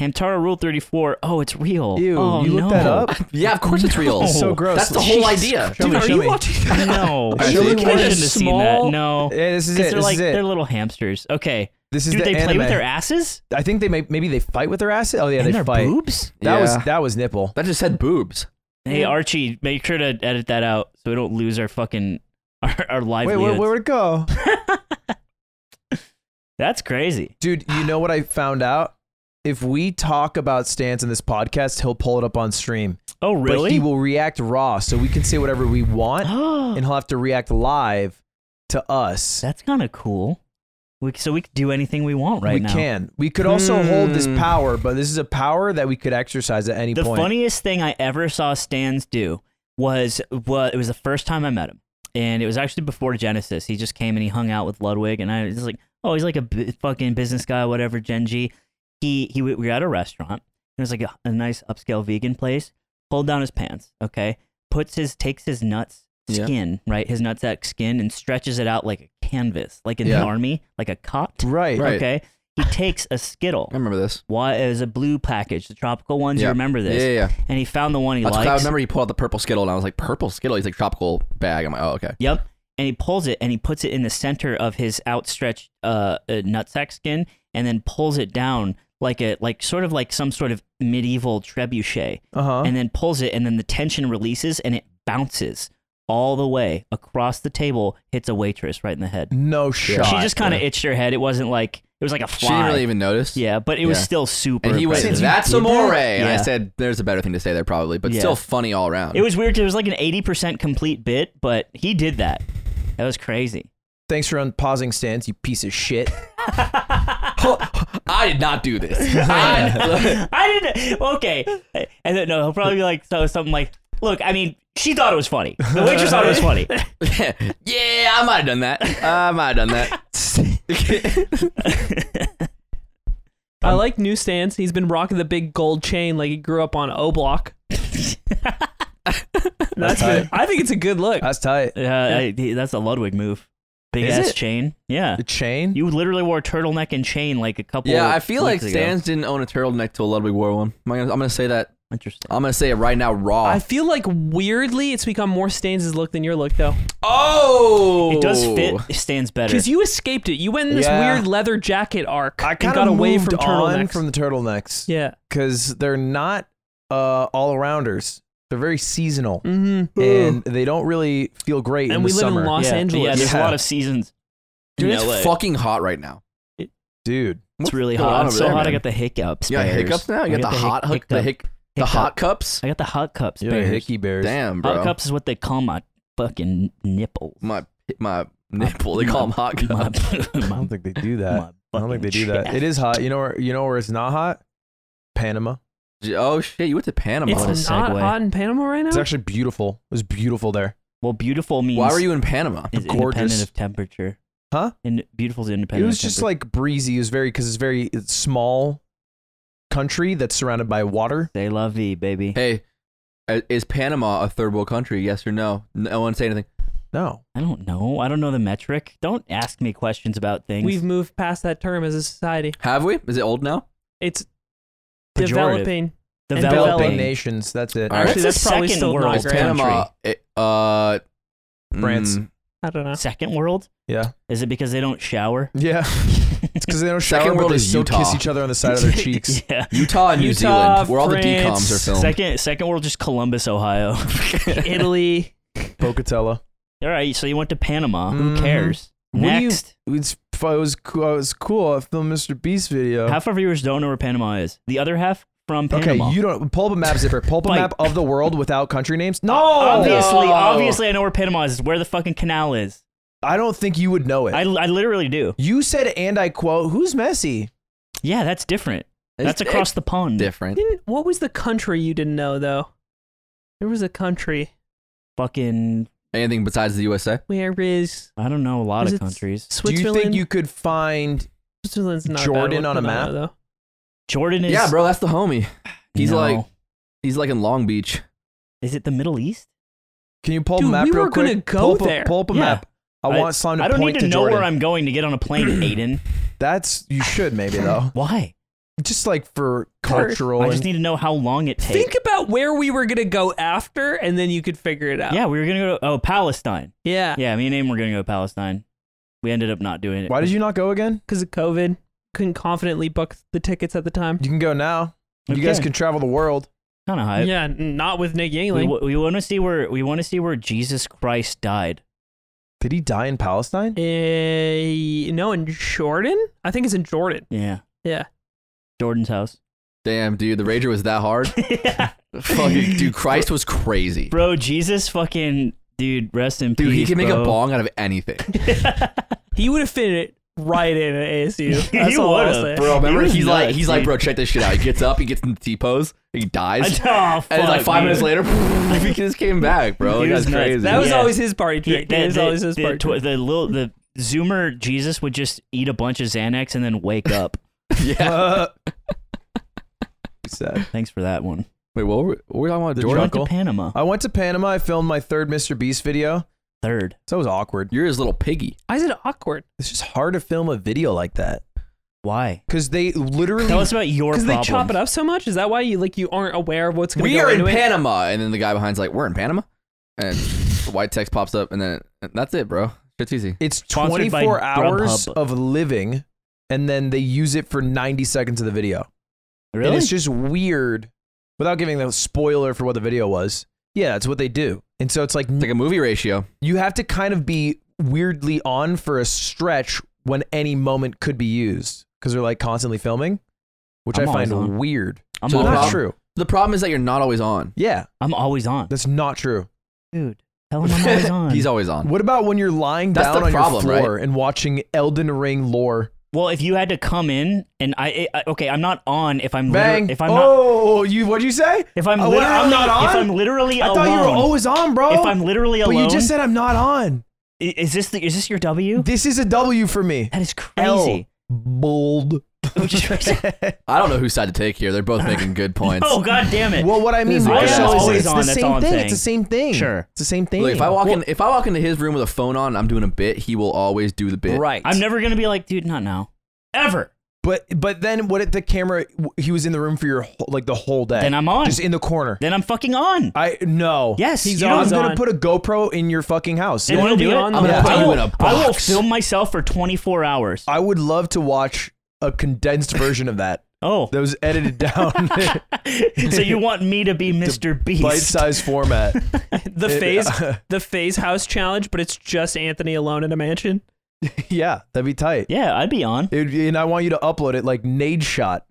Hamtaro Rule 34. Oh, it's real.
Ew,
oh,
you
no.
looked that up?
Yeah, of course it's real.
It's so
Oh,
gross.
That's the whole
Jesus.
idea.
Show me,
Dude, are
show
you
me.
watching?
No.
I
I
see.
shouldn't
Kinda
have seen that.
small-
No.
Yeah, this is
'Cause
it.
they're
This
like
is it.
they're little hamsters. Okay.
This is
Dude,
the
they
anime.
play with their asses
I think they may, maybe they fight with their ass. Oh yeah,
and
they
their
fight.
boobs.
That
Yeah.
was that was nipple.
That just said boobs.
Hey Archie, make sure to edit that out so we don't lose our fucking our, our
Wait,
livelihoods.
where, where'd it go,
That's crazy.
dude? You know what I found out? If we talk about stance in this podcast, he'll pull it up on stream.
Oh
But
really?
he will react raw, so we can say whatever we want, and he'll have to react live to us.
That's kind of cool. We, so we could do anything we want right
we
now.
can. We could also hold this
Hmm.
power, but this is a power that we could exercise at any
The
point.
funniest thing I ever saw Stans do was well, it was the first time I met him, and it was actually before Genesis. He just came and he hung out with Ludwig, and I was like, "Oh, he's like a b- fucking business guy, whatever." Gen G. He he. We were at a restaurant. and It was like a, a nice upscale vegan place. Pulled down his pants. Okay, puts his takes his nuts
Yeah.
skin right, his nutsack skin, and stretches it out like a canvas, like in
Yeah.
the army, like a cot.
right.
Right.
Okay, he takes a skittle.
I remember this.
Why it was a blue package, the tropical ones. You
Yeah.
remember
Yeah,
this?
yeah, yeah.
and he found the one he
That's 'cause I
likes.
remember he pulled out the purple Skittle, and I was like, purple Skittle? He's like, tropical bag. I'm like, oh, okay.
Yep. And he pulls it and he puts it in the center of his outstretched uh, uh, nutsack skin, and then pulls it down like a like sort of like some sort of medieval trebuchet,
Uh huh.
and then pulls it, and then the tension releases, and it bounces all the way across the table, hits a waitress right in the head.
No shot.
She just kind of
yeah.
itched her head. It wasn't like it was like a
She didn't
fly.
really even notice.
yeah, but it was
Yeah.
still super.
And he went,
impressive.
Since you
that's
did
amore.
that?
And I
Yeah.
said, there's a better thing to say there probably, but
Yeah.
still funny all around.
It was weird. 'cause It was like an eighty percent complete bit, but he did that. That was crazy.
Thanks for unpausing stance, you piece of shit.
I did not do this.
I, I didn't. Okay, and then no, he'll probably be like so something like, "Look, I mean, she thought it was funny. The waitress thought it was funny."
yeah, I might have done that. I might have done that.
I like new stance. He's been rocking the big gold chain like he grew up on O Block. That's good. I think it's a good look.
That's tight.
Uh, I, that's a Ludwig move. Big
Is
ass
it?
chain. Yeah,
The chain?
you literally wore turtleneck and chain like a couple.
yeah, I feel like
weeks ago.
Stans didn't own a turtleneck till Ludwig wore one. I'm gonna, I'm gonna say that.
Interesting.
I'm gonna say it right now, raw.
I feel like weirdly it's become more Stains' look than your look though.
oh,
It does fit. It stands better.
Because you escaped it. You went in this
Yeah.
weird leather jacket arc.
I
and
kind
got
of
away
moved
from
on
turtlenecks.
from the turtlenecks
yeah.
because they're not uh, all arounders. They're very seasonal
Mm-hmm.
and they don't really feel great in
And we
the
live
summer.
in Los
yeah,
Angeles.
Yeah, there's
Yeah.
a lot of seasons.
Dude,
in
it's
LA.
fucking hot right now.
Dude,
It's really
going on
hot. It's
over
so
there,
hot. I
man?
got the hiccups.
You got
bears.
hiccups now.
I
You got,
got
the, hot hook, the hic, the
hiccup.
hot cups.
I got the hot cups.
you're
bears.
a hickey bears.
Damn, bro.
Hot cups is what they call my fucking nipples.
My my nipple. They
My-
call them hot cups.
My-
I
my-
don't think they do
my
that. I don't think they do
fucking
that. It is hot. You know where you know where it's not hot? Panama.
oh shit, you went to Panama.
It's-
it's
a
not
segue.
hot in Panama right now.
It's actually beautiful. It was beautiful there.
Well, beautiful means
Why were you in Panama?
is
gorgeous?
independent of temperature.
Huh?
And beautiful is
It
independent.
was
of
just
temperature.
like breezy. It was very because it's very it's small country that's surrounded by water.
say la vie, baby.
Hey, i- is Panama a third world country? Yes or no? No one say anything.
No.
I don't know. I don't know the metric. Don't ask me questions about things.
We've moved past that term as a society.
Have we? Is it old now?
It's
Pejorative.
developing.
developing.
Developing nations. That's it.
All right.
Actually,
What's
that's,
the
probably
second
still
world
not
Is
great.
country?
Panama? it- uh,
France.
mm,
I don't know.
Second world?
Yeah.
Is it because they don't shower?
Yeah. It's because they don't shower,
Second
but
world
they
is
still
Utah.
kiss each other on the side of their cheeks.
yeah.
Utah and New
Utah,
Zealand, where all the
France,
decoms are filmed.
Second, second world, just Columbus, Ohio.
Italy.
Pocatello.
All right, so you went to Panama.
Mhm.
Who cares?
What do you-
Next,
It's, it was cool. It was cool. I filmed Mr. Beast video.
half our viewers don't know where Panama is. The other half from
Oh. okay,
Panama.
you don't pull up a map zipper. Pull up a
Like-
map of the world without country names. No,
obviously,
Oh.
No.
obviously, I know where Panama is. It's where the fucking canal is.
I don't think you would know it.
I, I literally do.
you said, and I quote, "Who's Messi?"
Yeah, that's different.
It's-
That's across
it's
the pond.
different.
Didn't what was the country you didn't know though? There was a country.
fucking
Anything besides the USA?
Where is
I don't know a lot
Is
of
it-
countries.
Do you
Switzerland?
think you could find?
Switzerland's not
Jordan
bad.
on a
No,
map?
though.
Jordan is
yeah, bro, that's the homie. He's
no.
like he's like in Long Beach.
is it the Middle East?
Can you pull
Dude,
a map
we
real
were gonna
quick?
go
pull up a-
there.
pull up a
Yeah.
map. I,
I-
want Slime to
I don't
point
need to, know
Jordan.
where I'm going to get on a plane, Aiden.
That's you should maybe though.
Why?
Just like for cultural.
I
and-
just need to know how long it takes.
Think about where we were gonna go after, and then you could figure it out.
yeah, we were gonna go to oh Palestine.
yeah,
Yeah, me and Aiden were gonna go to Palestine. We ended up not doing it.
Why did you not go again?
because of COVID, couldn't confidently book the tickets at the time.
You can go now. You guys
Okay.
can travel the world.
kind of hype?
yeah, n- not with Nick
We,
Yingling.
we want to see where we want to see where Jesus Christ died.
Did he die in Palestine?
Eh, no, in Jordan. I think it's in Jordan.
Yeah,
Yeah,
Jordan's house.
Damn, dude, the Rager was that hard. Fucking dude, Christ was crazy.
bro, Jesus fucking dude, rest in peace.
Dude, he can make a
bro.
bong out of anything.
he would have fit it right in at ASU. That's
He
all I'll
would've,
say.
Bro, remember
was
he's like
nuts,
he's like,
dude.
bro, check this shit out. He gets up, he gets in the T pose, he
I-
dies.
oh, fuck,
And it's like five
dude.
minutes later, he just came back, bro.
He
Like,
was
That's
nuts.
crazy.
That was
Yeah.
always his party
Yeah,
trick. That was always his
the,
party
tw-
trick.
the little the Zoomer Jesus would just eat a bunch of Xanax and then wake up.
yeah.
Uh, he said.
Thanks for that one.
Wait, what were we, what were we talking about?
The
We
Jordan?
went to Panama.
Uh,
I went to Panama. I filmed my third Mr. Beast video.
Third.
So it was awkward.
You're his little piggy.
I said awkward
It's just hard to film a video like that
Why?
because they literally.
Tell us about your
because
problem.
they chop it up so much. Is that why you like you aren't aware of what's going
We
go
are in
into it?
Panama. And then the guy behind's like, We're in Panama? And white text pops up and then and that's it, bro. Shit's easy.
it's
Sponsored by
24 hours
Grubhub.
of living, and then they use it for 90 seconds of the video. And
Really?
it's just weird without giving the spoiler for what the video was. Yeah, that's what they do. And so it's like
It's like a movie ratio.
you have to kind of be weirdly on for a stretch when any moment could be used because they're like constantly filming, which i
I'm always
find
on.
weird.
I'm,
So the
not
always,
problem-
true.
The problem is that you're not always on.
Yeah,
I'm always on.
that's not true.
Dude, tell him I'm always on.
He's always on.
What about when you're lying
That's
down
the
on
problem,
your floor and watching Elden Ring lore?
well, if you had to come in and I, I okay, I'm not on if I'm liter-
Bang!
if I'm not
oh, you what'd you say?
if I'm
Oh,
literally
I'm not on.
if I'm literally
I
alone.
thought you were always on, bro.
if I'm literally
but
alone.
you just said I'm not on.
i- is this the, is this your W?
This is a W for me.
That is crazy.
L, bold.
I don't know whose side to take here. They're both making good points.
oh god damn it.
Well, what I mean
This
was,
is
good.
though, is
Always
it's
on,
the
that's
same
all I'm
thing.
saying.
It's the same thing.
Sure.
it's the same thing.
Look, if I walk in if I walk into his room with a phone on, I'm doing a bit, he will always do the bit.
right,
I'm never gonna be like, dude, not now. Ever.
but but then what if the camera? He was in the room for your whole, like the whole day.
Then I'm on.
just in the corner.
then I'm fucking on.
I no.
Yes,
Oh, he's
you
on. I'm
don't-
gonna put a GoPro in your fucking house.
You
Like,
wanna
It'll
do
be
it?
on
I'm
the-
gonna put
I
you
will-
in a box.
I will film myself for 24 hours.
I would love to watch a condensed version of that
Oh,
that was edited down,
so you want me to be Mr. Beast?
bite-sized format.
the
It-
phase the phase house challenge, but it's just Anthony alone in a mansion.
yeah, that'd be tight.
Yeah, I'd be on.
It would be- and I want you to upload it like Nade shot,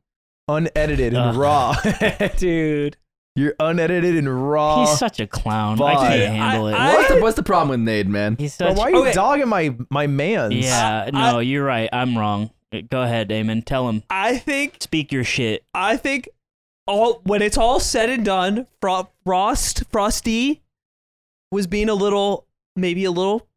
unedited and
Ugh.
raw.
Dude.
You're unedited and raw.
He's such a clown.
Bye.
I
Dude,
can't handle it.
I-
What's the, what's the problem with Nade, man?
He's
Bro,
such.
why are you
Okay.
dogging my my man's?
yeah,
I-
no, you're right. I'm wrong. Uh, Go ahead, Damon. Tell him.
I think
Speak your shit.
I think all when it's all said and done, Fro- Frost Frosty was being a little maybe a little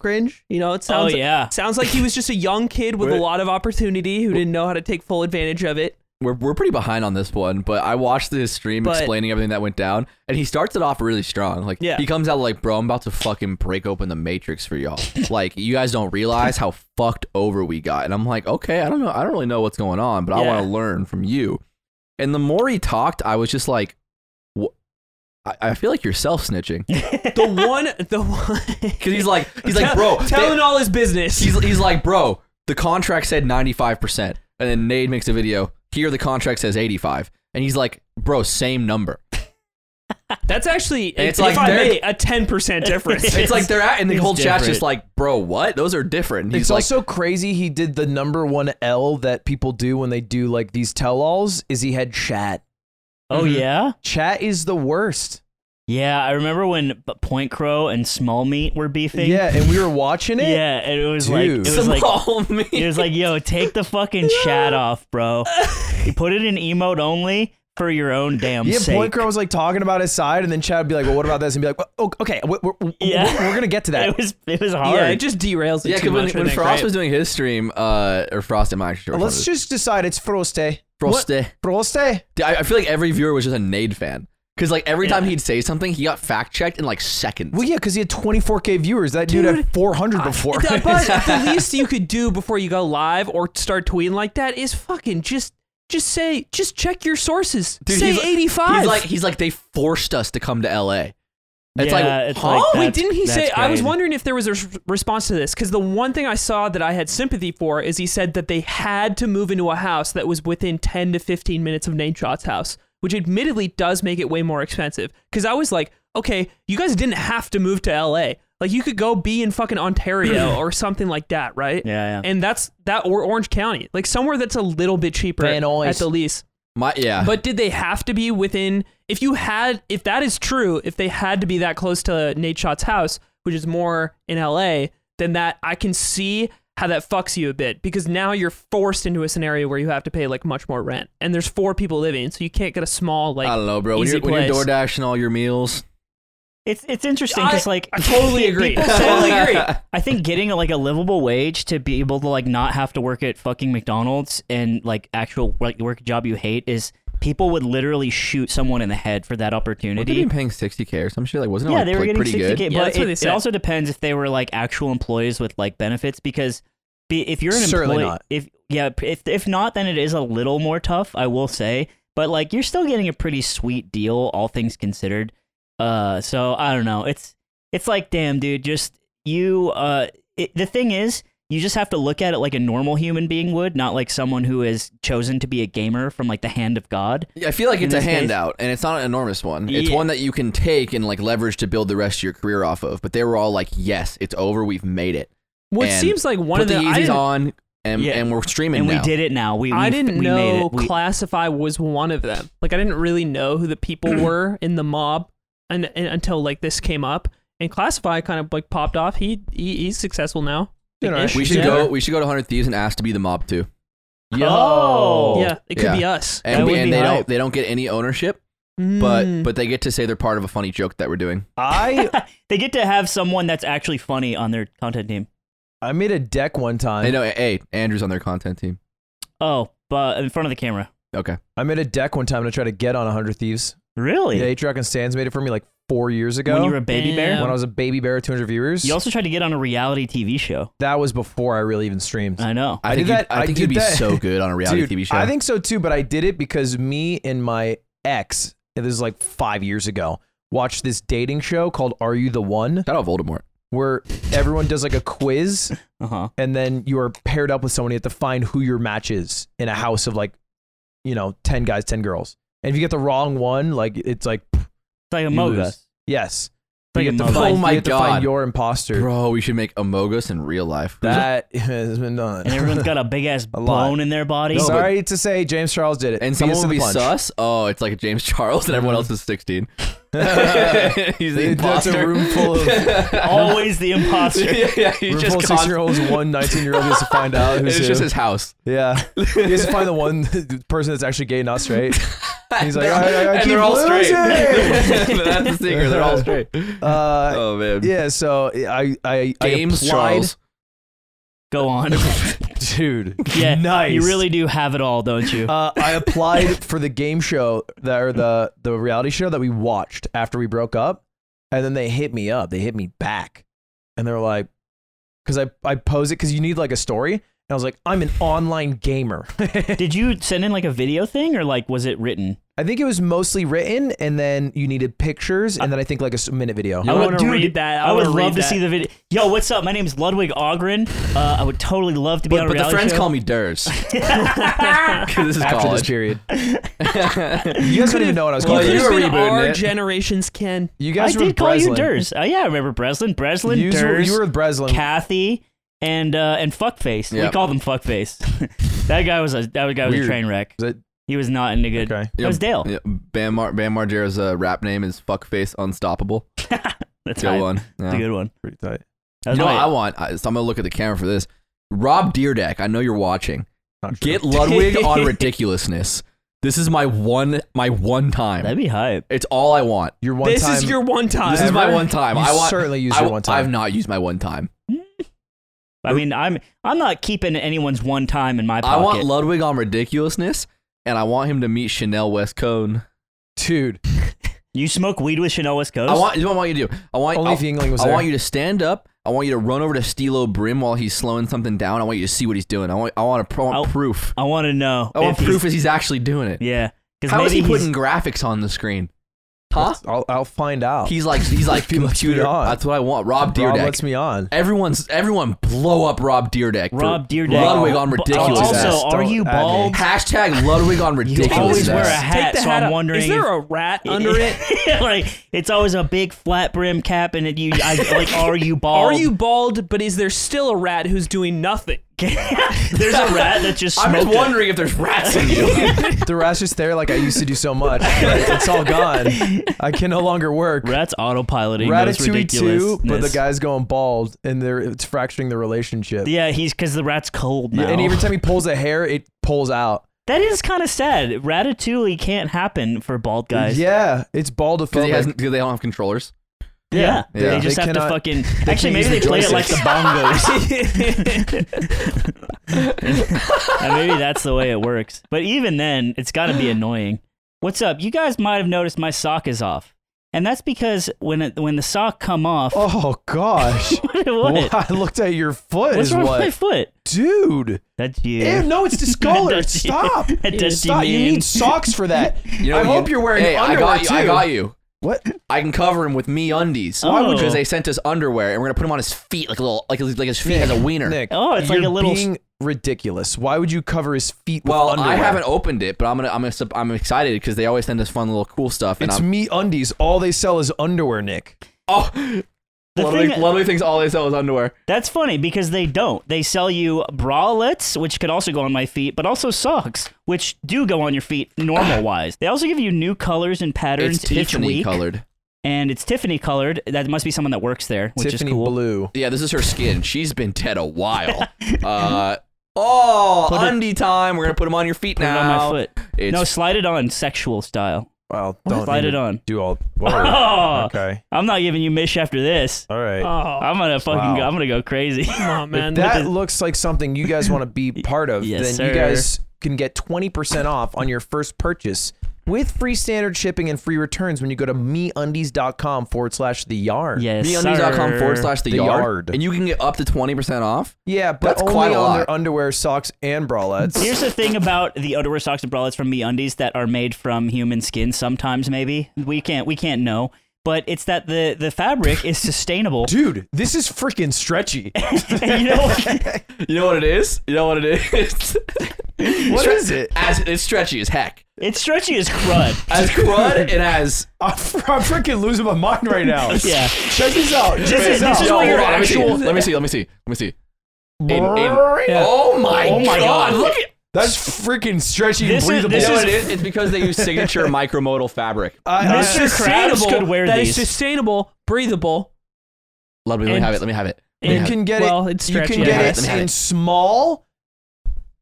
cringe. You know, it sounds
oh yeah.
sounds like he was just a young kid with a
Wait.
lot of opportunity who didn't know how to take full advantage of it.
We're we're pretty behind on this one, but I watched his stream
But-
explaining everything that went down, and he starts it off really strong. Like
Yeah.
he comes out like, bro, I'm about to fucking break open the matrix for y'all. like you guys don't realize how fucked over we got. And I'm like, okay, I don't know, I don't really know what's going on, but I
Yeah.
want to learn from you. And the more he talked, I was just like, wh- I, I feel like you're self snitching
The one the one
because he's like, he's like, bro, they-
telling all his business.
he's, he's like, bro, the contract said 95%. And then Nade makes a video. Here, the contract says 85. And he's like, bro, same number.
That's actually
It's
if
like
I
they're-
may, a ten percent difference.
It's like they're at, and the
It's
whole chat's
different.
just like, bro, what? Those are different. And He's
It's
like,
also crazy he did the number one L that people do when they do like these tell-alls is he had chat.
Oh
Mm-hmm.
yeah.
Chat is the worst.
Yeah, I remember when B- Point Crow and Small Meat were beefing.
Yeah, and we were watching it.
Yeah, and it was like
Dude.
it was like
small
it
me.
was like, yo, take the fucking chat off, bro. You put it in emote only. for your own damn
yeah,
sake.
Point Crow was like talking about his side, and then Chad would be like, "Well, what about this?" And be like, well, "Oh, okay, we're, we're,
Yeah.
we're, we're gonna get to that."
It was it was hard.
Yeah, it just derails it
Yeah,
too
because when,
much. I
when
think,
Frost
right?
was doing his stream, uh, or Frost, I'm not sure.
Let's just decide it's Froste.
Frost. eh.
Froste.
Dude, I, I feel like every viewer was just a Nade fan because like every time
Yeah.
he'd say something, he got fact checked in like seconds.
Well, yeah, because he had 24k viewers. That dude, had 400 before.
Yeah, but the least you could do before you go live or start tweeting like that is fucking just just say just check your sources.
Dude,
say
he's like-
eighty five.
He's like he's like they forced us to come to L.A. It's
Yeah,
like
it's
huh?
like-
oh wait,
that's-
didn't he say?
that's
I was
crazy.
wondering if there was a s- response to this because the one thing I saw that I had sympathy for is he said that they had to move into a house that was within ten to fifteen minutes of Nate Shot's house, which admittedly does make it way more expensive. Because I was like, okay, you guys didn't have to move to L.A. Like you could go be in fucking Ontario or something like that, right?
yeah, yeah.
and that's that or Orange County, like somewhere that's a little bit cheaper
Van Nuys.
at the least.
my yeah.
But did they have to be within? If you had, if that is true, if they had to be that close to Nate Schott's house, which is more in L.A., then that I can see how that fucks you a bit because now you're forced into a scenario where you have to pay like much more rent, and there's four people living, so you can't get a small like.
I don't know, bro. When
easy
you're, when you're door
place.
dashing all your meals,
It's it's interesting because
I-
like
I totally agree.
people say,
Totally
like,
agree.
I think getting like a livable wage to be able to like not have to work at fucking McDonald's and like actual like work a job you hate is people would literally shoot someone in the head for that
what they been
opportunity.
paying 60k or some shit? Like wasn't it
Yeah,
like,
they were
like,
getting
pretty
sixty
good?
k,
Yeah,
but
that's what
it,
they
it
said.
also depends if they were like actual employees with like benefits because be, if you're an
Certainly
employee,
not.
if yeah, p- if if not, then it is a little more tough, I will say. But like you're still getting a pretty sweet deal, all things considered. Uh, so I don't know. It's it's like damn, dude, just you. Uh, it, the thing is, you just have to look at it like a normal human being would, not like someone who is chosen to be a gamer from like the hand of God.
Yeah, I feel like
In
it's a
this case-
handout, and it's not an enormous one. It's
Yeah.
one that you can take and like leverage to build the rest of your career off of. But they were all like, "Yes, it's over. We've made it.
what
and
seems like one
Put
of the,
the,
I
Yeezys
didn't-
on, and,
Yeah.
and we're streaming
And
now."
we did it now. We, we
I didn't
we made
know
it. We-
Classify was one of them. Like I didn't really know who the people were in the mob, and, and until like this came up, and Classify kind of like popped off. He, he he's successful now.
Doing all right.
Ish.
We should
Yeah.
go. We should go to Hundred Thieves and ask to be the mob too.
Oh.
Yeah, it could
Yeah.
be us.
That
And, we,
would
and
be
they
hype.
don't. They don't get any ownership, but
Mm.
but they get to say they're part of a funny joke that we're doing.
I
they get to have someone that's actually funny on their content team.
I made a deck one
They
time.
know. Hey, Andrew's on their content team.
Oh, but in front of the camera.
Okay.
I made a deck one time to try to get on 100 Thieves.
Really?
Yeah, Atrac and Stans made it for me like four years ago.
when you were a baby
Damn.
when
bear.
I was a baby bear, at 200 viewers.
You also tried to get on a reality TV show.
that was before I really even streamed.
I know.
I,
I
think
did
you'd-
that-
I
I
think you'd
did
be
that.
so good on a reality
Dude,
TV show.
I think so too, but I did it because me and my ex, and this is like five years ago, watched this dating show called Are You the One,
Shout out Voldemort.
where everyone does like a quiz
Uh huh.
and then you are paired up with someone. You have to find who your match is in a house of like, you know, 10 guys, 10 girls. And if you get the wrong one, like, it's like,
It's like
You
Among
lose.
Us.
yes.
Like
you
a
have to
mother.
find,
Oh my
you have to find
God.
your imposter.
Bro, we should make Amogus in real life.
That has been done.
And everyone's got a big ass
A lot.
bone in their body.
No, but-
Sorry to say, James Charles did it.
and
Beat
someone
us to
will
the
be
punch.
sus. Oh, it's like James Charles, and everyone else is sixteen. He's the
That's a
imposter.
room full of
Always the imposter.
yeah, yeah, he's
We're
just
full
con-
six year olds, one 19 year old has to find out
and
who's
It's
who.
just his house.
yeah. He has to find the one person that's actually gay, not straight. He's like, I, I, I
and
keep
they're all
losing.
straight. That's the secret. They're all straight.
Uh,
oh man.
yeah, so I, I, I
James
applied.
Charles.
Go on.
Dude,
Yeah.
nice.
You really do have it all, don't you?
Uh, I applied for the game show that or the the reality show that we watched after we broke up, and then they hit me up. They hit me back, and they were like, "Cause I I pose it because you need like a story." And I was like, "I'm an online gamer."
Did you send in like a video thing or like was it written?
I think it was mostly written, and then you needed pictures, and then I think like a s- minute video.
I
would-
want to
dude,
read that. I,
I, would
wanna read
love to
that.
see the video. Yo, what's up? My name's Ludwig Ogren. Uh, I would totally love to be
But,
on a
but the
reality
friends
show.
call me Durs. 'Cause this is
After this
college.
period, you guys don't even know what I was
You
called.
Well,
could
you
have
were
been
rebooting
our
it.
generation's Ken.
You
I
guys were
did call you
Breslin.
Durs. Oh yeah, I remember Breslin, Breslin,
You were,
Durs,
you were with Breslin.
Kathy, and uh, and Fuckface.
Yeah.
We called him Fuckface. that guy was a that guy was
Weird.
a train wreck.
Is it-
He was not in a good.
okay.
That was Dale.
Yeah, Bam, Mar- Bam Margera's uh, rap name is Fuckface Unstoppable.
That's
Good
hype.
one.
That's
Yeah.
a good one.
Pretty tight.
That
You
was
know what
my-
I want? I, so I'm going to look at the camera for this. Rob Deerdeck, I know you're watching.
Not sure.
Get Ludwig on ridiculousness. This is my one my one time.
That'd be hype.
It's all I want.
Your one
This
time.
is your one time.
This is my one time.
You
I want,
certainly used
I,
your one time.
I've not used my one time.
I mean, I'm I'm not keeping anyone's one time in my
I
pocket.
want Ludwig on ridiculousness, and I want him to meet Chanel West Cone.
dude.
you smoke weed with Chanel West Coast.
I want. This is what I want you to do. I want.
Only
I,
if Yingling was
I
there.
want you to stand up. I want you to run over to Stilo Brim while he's slowing something down. I want you to see what he's doing. I want. I want, a pro, I want
I'll-
proof.
I want to know.
I want
if he's-
proof as he's actually doing it.
Yeah.
How is he
maybe he's-
putting graphics on the screen? Huh?
I'll, I'll find out.
He's like. He's like
If he lets me
computer.
on.
That's what I want. Rob
Rob
Deerdeck.
lets me on.
Everyone's everyone blow up Rob Deerdeck. for
Rob Deerdeck.
Ludwig on
But
ridiculous.
Also,
ass.
are
Don't
you
add me.
bald?
Hashtag Ludwig on ridiculous.
always wear a
ass.
hat, so I'm
off.
wondering
Is there
if-
a rat under it?
like it's always a big flat brim cap, and it, you I, like, are you bald?
Are you bald? But is there still a rat who's doing nothing?
There's a rat that just
I'm
smoked.
just
it.
wondering if there's rats in you.
The rat's just there like I used to do so much. but it's all gone. I can no longer work.
Rats autopiloting. those
Ratatouille 2, but the
ridiculousness.
guy's going bald and they're, it's fracturing the relationship.
Yeah, he's because the rat's cold now.
And every time he pulls a hair, it pulls out.
that is kind of sad. Ratatouille can't happen for bald guys.
Yeah, it's
Because
baldophobic.
they don't have controllers.
yeah.
Yeah.
They just
They
have
cannot-
to fucking.
they
Actually,
can't
maybe
use
they
the
play it like the
joysticks.
bongos. and maybe that's the way it works. But even then, it's got to be annoying. What's up? You guys might have noticed my sock is off, and that's because when it, when the sock come off,
Oh gosh!
what?
I looked at your foot.
What's
is
wrong
what,
with my foot?
dude?
That's you.
Ew, no, it's discolored.
That's you.
Stop!
That's
Stop! You
mean.
need socks for that.
You know,
I
you-
hope you're wearing
hey,
underwear
I got you.
too.
I got you.
What?
I can cover him with me undies.
Why would you-
Because they sent us underwear, and we're gonna put him on his feet like a little, like like his feet has a wiener.
Nick,
Oh, it's like
you're
a little-
being ridiculous. Why would you cover his feet with
Well,
underwear?
I haven't opened it, but I'm gonna, I'm gonna, sup- I'm excited because they always send us fun little cool stuff. And
It's
I'm,
me undies. All they sell is underwear, Nick.
oh,
The
Ludwig,
thing-
Ludwig thinks all they sell is underwear.
That's funny because they don't. They sell you bralettes, which could also go on my feet, but also socks, which do go on your feet normal wise. They also give you new colors and patterns
It's
each
Tiffany
week.
colored.
And it's Tiffany colored. That must be someone that works there, which
Tiffany
is cool.
Blue.
Yeah, this is her skin. She's been dead a while. Uh, oh,
Put it-
undie time. We're gonna put him on your feet
Put it
now.
on my foot.
It's
no, slide it on sexual style.
Well, don't
Slide
even
it on.
Do all.
Oh,
Whoa. okay.
I'm not giving you mish after this.
All right.
Oh,
I'm gonna fucking
Wow.
go, I'm gonna go crazy.
come on, man.
if that looks like something you guys want to be part of,
Yes,
then
sir.
you guys can get 20% off on your first purchase with free standard shipping and free returns when you go to meundies.com forward slash the yarn.
yes,
meundies.com
sir.
forward slash the
The
yard,
yard.
and you can get up to twenty percent off.
Yeah, but
That's
only
quite a
on
lot.
their underwear, socks, and bralettes.
Here's the thing about the underwear socks and bralettes from me undies that are made from human skin sometimes maybe. We can't we can't know. But it's that the, the fabric is sustainable.
Dude, this is freaking stretchy.
And you know what?
You know what it is? You know what it is?
What is it?
As it's stretchy as heck.
It's stretchy as crud.
As crud and as
I'm, fr- I'm freaking losing my mind right now.
Yeah.
Check this out. Check
is-
this
this
out.
is what
Yo,
your
hold on, let me see,
actual-
Let me see. Let me see. Let me see. Aiden, Aiden. Oh my,
Oh my
god.
God.
Look at
That's freaking stretchy and
This is-
breathable.
this
you know
is-
what it is? It's because they use signature micromodal fabric.
I- I-
That's
Mr. Krabs
sustainable.
could wear
that is
these.
sustainable, breathable.
Ludwig, let me
And-
have it. Let me have it. Let me
You
have it.
can get
Well,
it.
it's
you
stretchy.
can
Yeah,
get
let me
it
have
in
it.
small,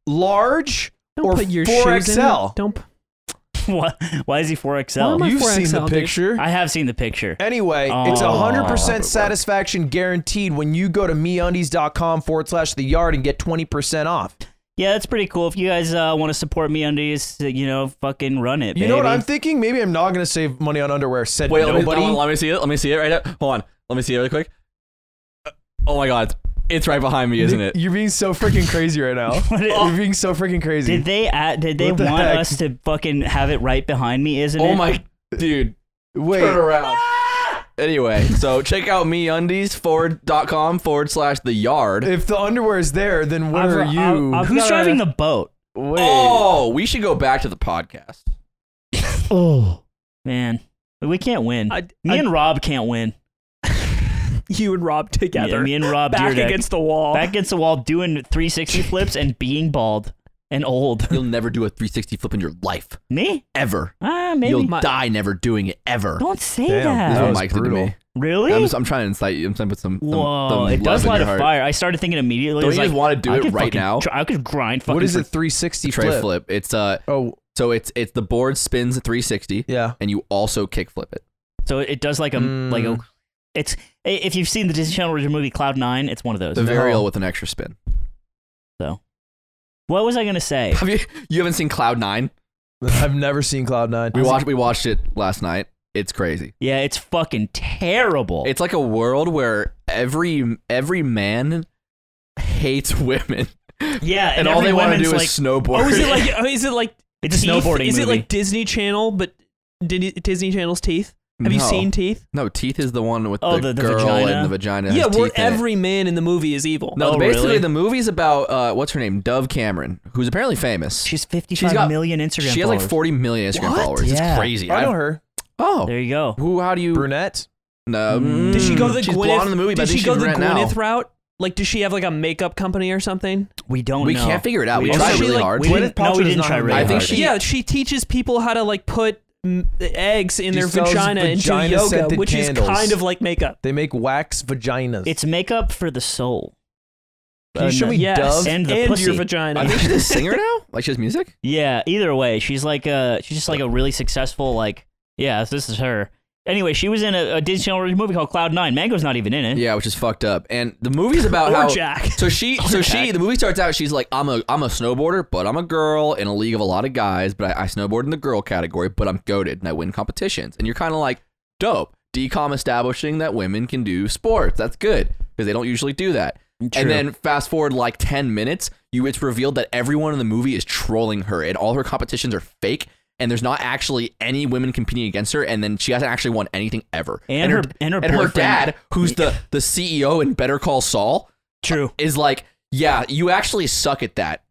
large,
Don't
or
put your
four
shoes in it.
XL.
Don't. p-
Why, why is he
Why am
4XL?
I-
You've seen
4XL,
the
dude.
picture.
I have seen the picture.
Anyway, it's
Oh.
hundred percent satisfaction guaranteed when you go to meundies.com forward slash the yard and get twenty percent off.
Yeah, that's pretty cool. If you guys uh, want to support me undies, you know, fucking run it.
You know what I'm thinking? Maybe I'm not gonna save money on underwear. Said
Wait, let me,
nobody.
hold on, let me see it. Let me see it right now. Hold on. Let me see it really quick. Uh, Oh my god. It's right behind me, isn't it?
You're being so freaking crazy right now.
What it-
You're being so freaking crazy.
Did they at, did
Oh.
they
What the
want
heck?
us to fucking have it right behind me? Isn't it?
Oh my dude. Turn
Wait,
around. Anyway, so check out me undies forward.com forward slash the yard.
if the underwear is there, then where
I've-
are you?
I've-
Who's
No, no,
driving
no.
the boat?
Wait.
Oh, we should go back to the podcast.
Oh. Man, we can't win.
I-
me
I-
and Rob can't win.
You and Rob together.
Yeah, me and Rob
back
Dyrdek.
against the wall.
Back against the wall doing 360 flips and being bald and old.
You'll never do a 360 flip in your life.
Me?
Ever.
Ah, maybe.
You'll
My-
die never doing it ever.
Don't say
Damn,
That's
That
that.
what
was
Mike did to
brutal.
me.
Really?
I'm, just, I'm trying to incite you. I'm trying to put some. some-
Whoa,
some
it
love
does
in
light
your
a
heart.
fire. I started thinking immediately.
Don't
I was
you
like,
just want to do
I
it
could
right
fucking
now?
try- I could grind fucking.
What is
for-
it? Three sixty
Tray
flip.
flip. It's uh,
Oh,
So it's it's the board spins 360
Yeah.
and you also kickflip it.
So it does like a like a.
Mm.
It's i- if you've seen the Disney Channel original movie Cloud Nine, it's one of those.
The
No.
varial with an extra spin.
What was I gonna say?
Have you you haven't seen Cloud 9?
I've never seen Cloud Nine.
We watched we watched it last night. It's crazy.
Yeah, it's fucking terrible.
It's like a world where every every man hates women.
yeah,
And, all
every
they want to
woman's
do
like,
is snowboard.
Oh, is it like? Oh, is it like?
It's a
Teeth?
snowboarding
Is it
movie.
like Disney Channel, but Disney Disney Channel's teeth? Have you
No.
seen teeth?
No, teeth is the one with
Oh,
the,
the- the
girl
vagina?
and the vagina.
yeah,
has
where
teeth in it.
every man in the movie is evil.
No,
Oh,
basically
really?
the movie's about uh, what's her name, Dove Cameron, who's apparently famous.
she's
She's
fifty-five
got-
million Instagram.
she has like
followers.
40 million Instagram
What?
followers.
Yeah.
It's crazy.
I know
I've-
her.
Oh,
There you go.
who? How do you?
Brunette.
no.
Mm.
Did she go the
Hmm. she's
Gwyneth?
blonde in the movie, but
did
I think
she go
she's
the
brunette now.
Gwyneth route? Like, does she have like a makeup company or something?
We don't.
we
know.
can't figure it out. We,
don't
tried
know.
really
She, like,
hard.
We
Gwyneth
didn't, no,
Paltrow
we
does
didn't
not
try
have
really
I think
hard.
she-
yeah, she teaches people how to like put mm, eggs in
She
their
sells
vagina and do yoga,
vagina-scented
which
candles.
is kind of like makeup.
They make wax vaginas.
It's makeup for the soul.
Can you
Uh,
show
no.
me
Yes,
Dove?
And the pussy.
your vagina.
I think she's a singer now. Like she has music.
Yeah. Either way, she's like a she's just like a really successful like yeah. This is her. Anyway, she was in a, a Disney Channel original movie called Cloud Nine. Mango's not even in it.
Yeah, which is fucked up. And the movie's about
or
how.
Jack.
So she, so she,
Jack.
the movie starts out. She's like, I'm a, I'm a snowboarder, but I'm a girl in a league of a lot of guys. But I, I snowboard in the girl category, but I'm goaded and I win competitions. And you're kind of like, dope. Decom establishing that women can do sports. That's good because they don't usually do that.
True.
And then fast forward like ten minutes, you it's revealed that everyone in the movie is trolling her, and all her competitions are fake. And there's not actually any women competing against her, and then she hasn't actually won anything ever.
And her- and her
and her
boyfriend-
dad, who's the the CEO in Better Call Saul,
True.
is like, yeah, you actually suck at that.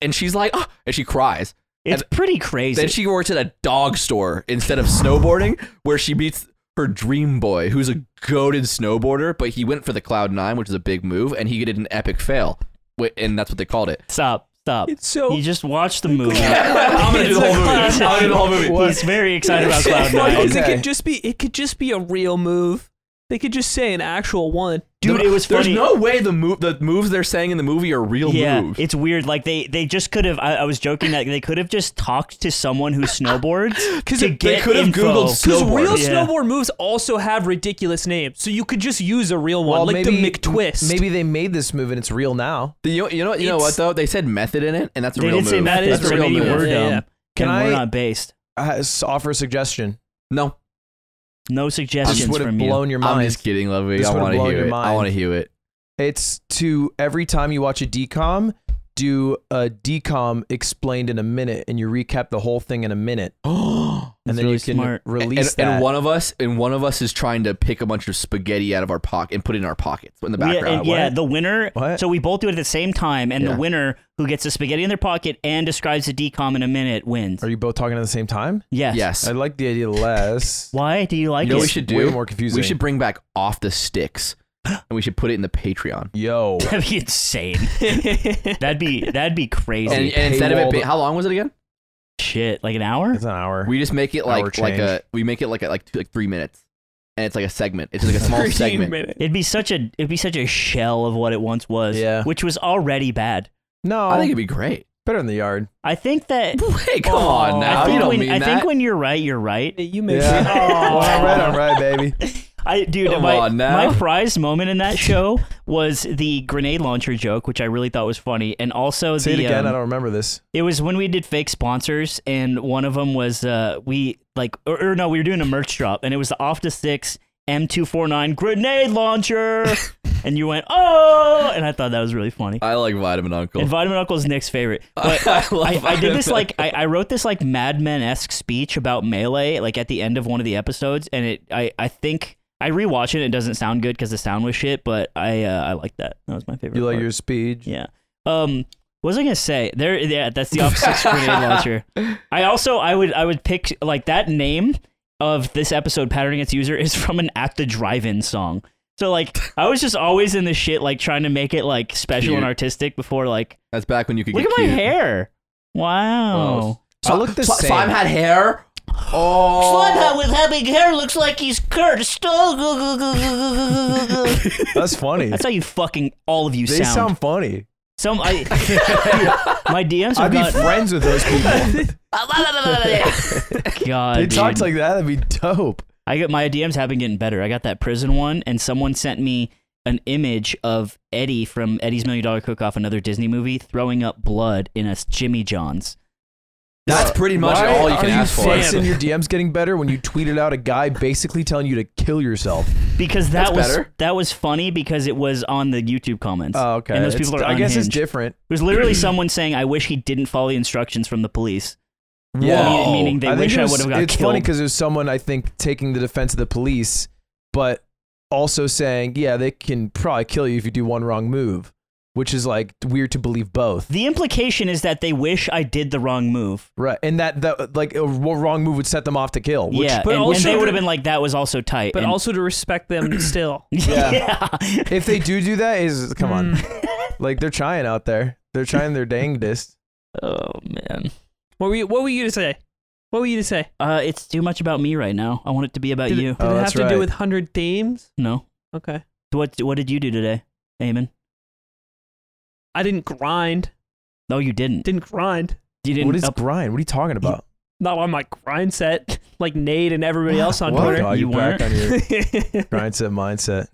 And she's like, oh, and she cries.
It's pretty crazy.
Then she works at a dog store instead of snowboarding, where she meets her dream boy, who's a goaded snowboarder, but he went for the Cloud Nine, which is a big move, and he did an epic fail. Wh- And that's what they called it.
stop. Stop.
It's so-
you just watch the movie.
I'm gonna do the whole movie. I'm gonna do the whole movie.
He's very excited about Cloud
Well,
Nine.
'cause
Okay.
It could just be. It could just be a real move. They could just say an actual one.
Dude, it was
There's
funny.
no way the move, the moves they're saying in the movie are real
yeah,
moves.
it's weird. Like they, they just could have. I, I was joking that they could have just talked to someone who snowboards because
they could have Googled
Because
Snowboard.
real
Yeah.
snowboard moves also have ridiculous names, so you could just use a real one,
well,
like
maybe,
the McTwist.
Maybe they made this move and it's real now.
The- you, you know, you know what
It's-
though? They said method in it, and that's a
They
real
did
move.
say that is
that's
a
so
real
maybe
move.
we're
Yeah, yeah.
dumb.
Can
and we're
I-
not based.
I Uh, s- offer a suggestion.
No,
No
I
suggestions
just would have
from you.
blown your
I'm
mind.
just kidding, Lovey.
This
I
would've
want to
blown
hear
your
it. I
mind.
want to hear it.
It's to every time you watch a decom, do a decom explained in a minute, and you recap the whole thing in a minute, and then
That's really
you can
smart.
and,
release that.
and one of us and one of us is trying to pick a bunch of spaghetti out of our pocket and put it in our pockets in the
We-
background.
and yeah,
What?
the winner.
What?
So we both do it at the same time, and
Yeah.
the winner who gets the spaghetti in their pocket and describes the decom in a minute wins.
Are you both talking at the same time?
yes.
Yes.
I like the idea less.
Why do you like
you know what
it?
we should do?
way more confusing.
We should bring back off the sticks and we should put it in the Patreon.
Yo,
That'd be insane. that'd be that'd be crazy.
And, and instead of it,
paywalled-
being, how long was it again?
Shit, like an hour?
it's an hour.
We just make it
Hour
like like
change.
a we make it like a, like two, like three minutes, and it's like a segment. It's just like a small
Three
segment.
minutes.
It'd be such a it'd be such a shell of what it once was.
Yeah.
Which was already bad.
no,
I think it'd be great.
better in the yard.
I think that
Hey, come on now!
I
you
think
don't
when
mean
I
that.
think when you're right, you're right.
You make
Yeah.
Oh.
When I'm right, I'm right, baby.
I dude,
Come
my,
on now.
my prized moment in that show was the grenade launcher joke, which I really thought was funny, and also
Say it
the
again.
um,
I don't remember this.
It was when we did fake sponsors, and one of them was uh, we like, or, or no, we were doing a merch drop, and it was the Off the Six M249 grenade launcher, and you went oh, and I thought that was really funny.
I like Vitamin Uncle.
And Vitamin Uncle's Nick's favorite. But
I love
I, I did this
Vitamin
like I, I wrote this like Mad Men esque speech about melee like at the end of one of the episodes, and it I I think I rewatch it. and It doesn't sound good because the sound was shit, but I uh, I like that. That was my favorite.
You like
part.
your speech?
Yeah. Um. What was I gonna say? There. Yeah. That's the opposite grenade launcher. I also I would I would pick like that name of this episode pattern against user is from an at the drive-in song. So like I was just always in the shit like trying to make it like special
Cute.
and artistic before like
That's back when you could
look
get
at my
cute.
hair. Wow.
Wow.
I look the same.
Slime had hair. Oh,
with having hair looks like he's cursed. Oh,
That's funny.
That's how you fucking all of you
they sound funny.
Some I, my DMs are
I'd be
not.
friends with those people.
God,
they talked
dude.
like that. That'd be dope.
I got my DMs have been getting better. I got that prison one, and someone sent me an image of Eddie from Eddie's Million Dollar Cook Off, another Disney movie, throwing up blood in a s- Jimmy John's.
That's pretty much
Why
all Uh, you can
are
ask for.
fussing your DMs getting better when you tweeted out a guy basically telling you to kill yourself.
Because that
That's
was
better.
that was funny because it was on the YouTube comments.
Oh, okay.
And those
It's-
people are
I guess it's
unhinged.
different.
There's literally someone saying, "I wish he didn't follow the instructions from the police." Meaning, meaning they
I think
wish
it
I
was-
would have got
It's
killed.
funny because there's someone I think taking the defense of the police, but also saying, yeah, they can probably kill you if you do one wrong move, which is like weird to believe both.
the implication is that they wish I did the wrong move.
Right, and that that like a w- wrong move would set them off to kill. Which,
yeah,
but
and,
also
and they
to-
would have been like, "That was also tight."
but
and-
also to respect them still. Hmm.
yeah. Hmm.
if they do do that, is come on, like they're trying out there, they're trying their dangdest.
oh man.
What were you? What were you to say? What were you to say?
Uh, it's too much about me right now. I want it to be about
Did it-
Uh, you.
Did
Oh,
it have
that's
to
right.
do with hundred themes?
No.
Okay,
What What did you do today, Eamon?
I didn't grind.
No, you didn't.
Didn't grind.
You didn't.
What is
up-
grind? What are you talking about?
Not on my grind set, like Nate and everybody else on
What?
Twitter.
Oh, you
You
back
weren't?
on your
Grind.
grind set mindset.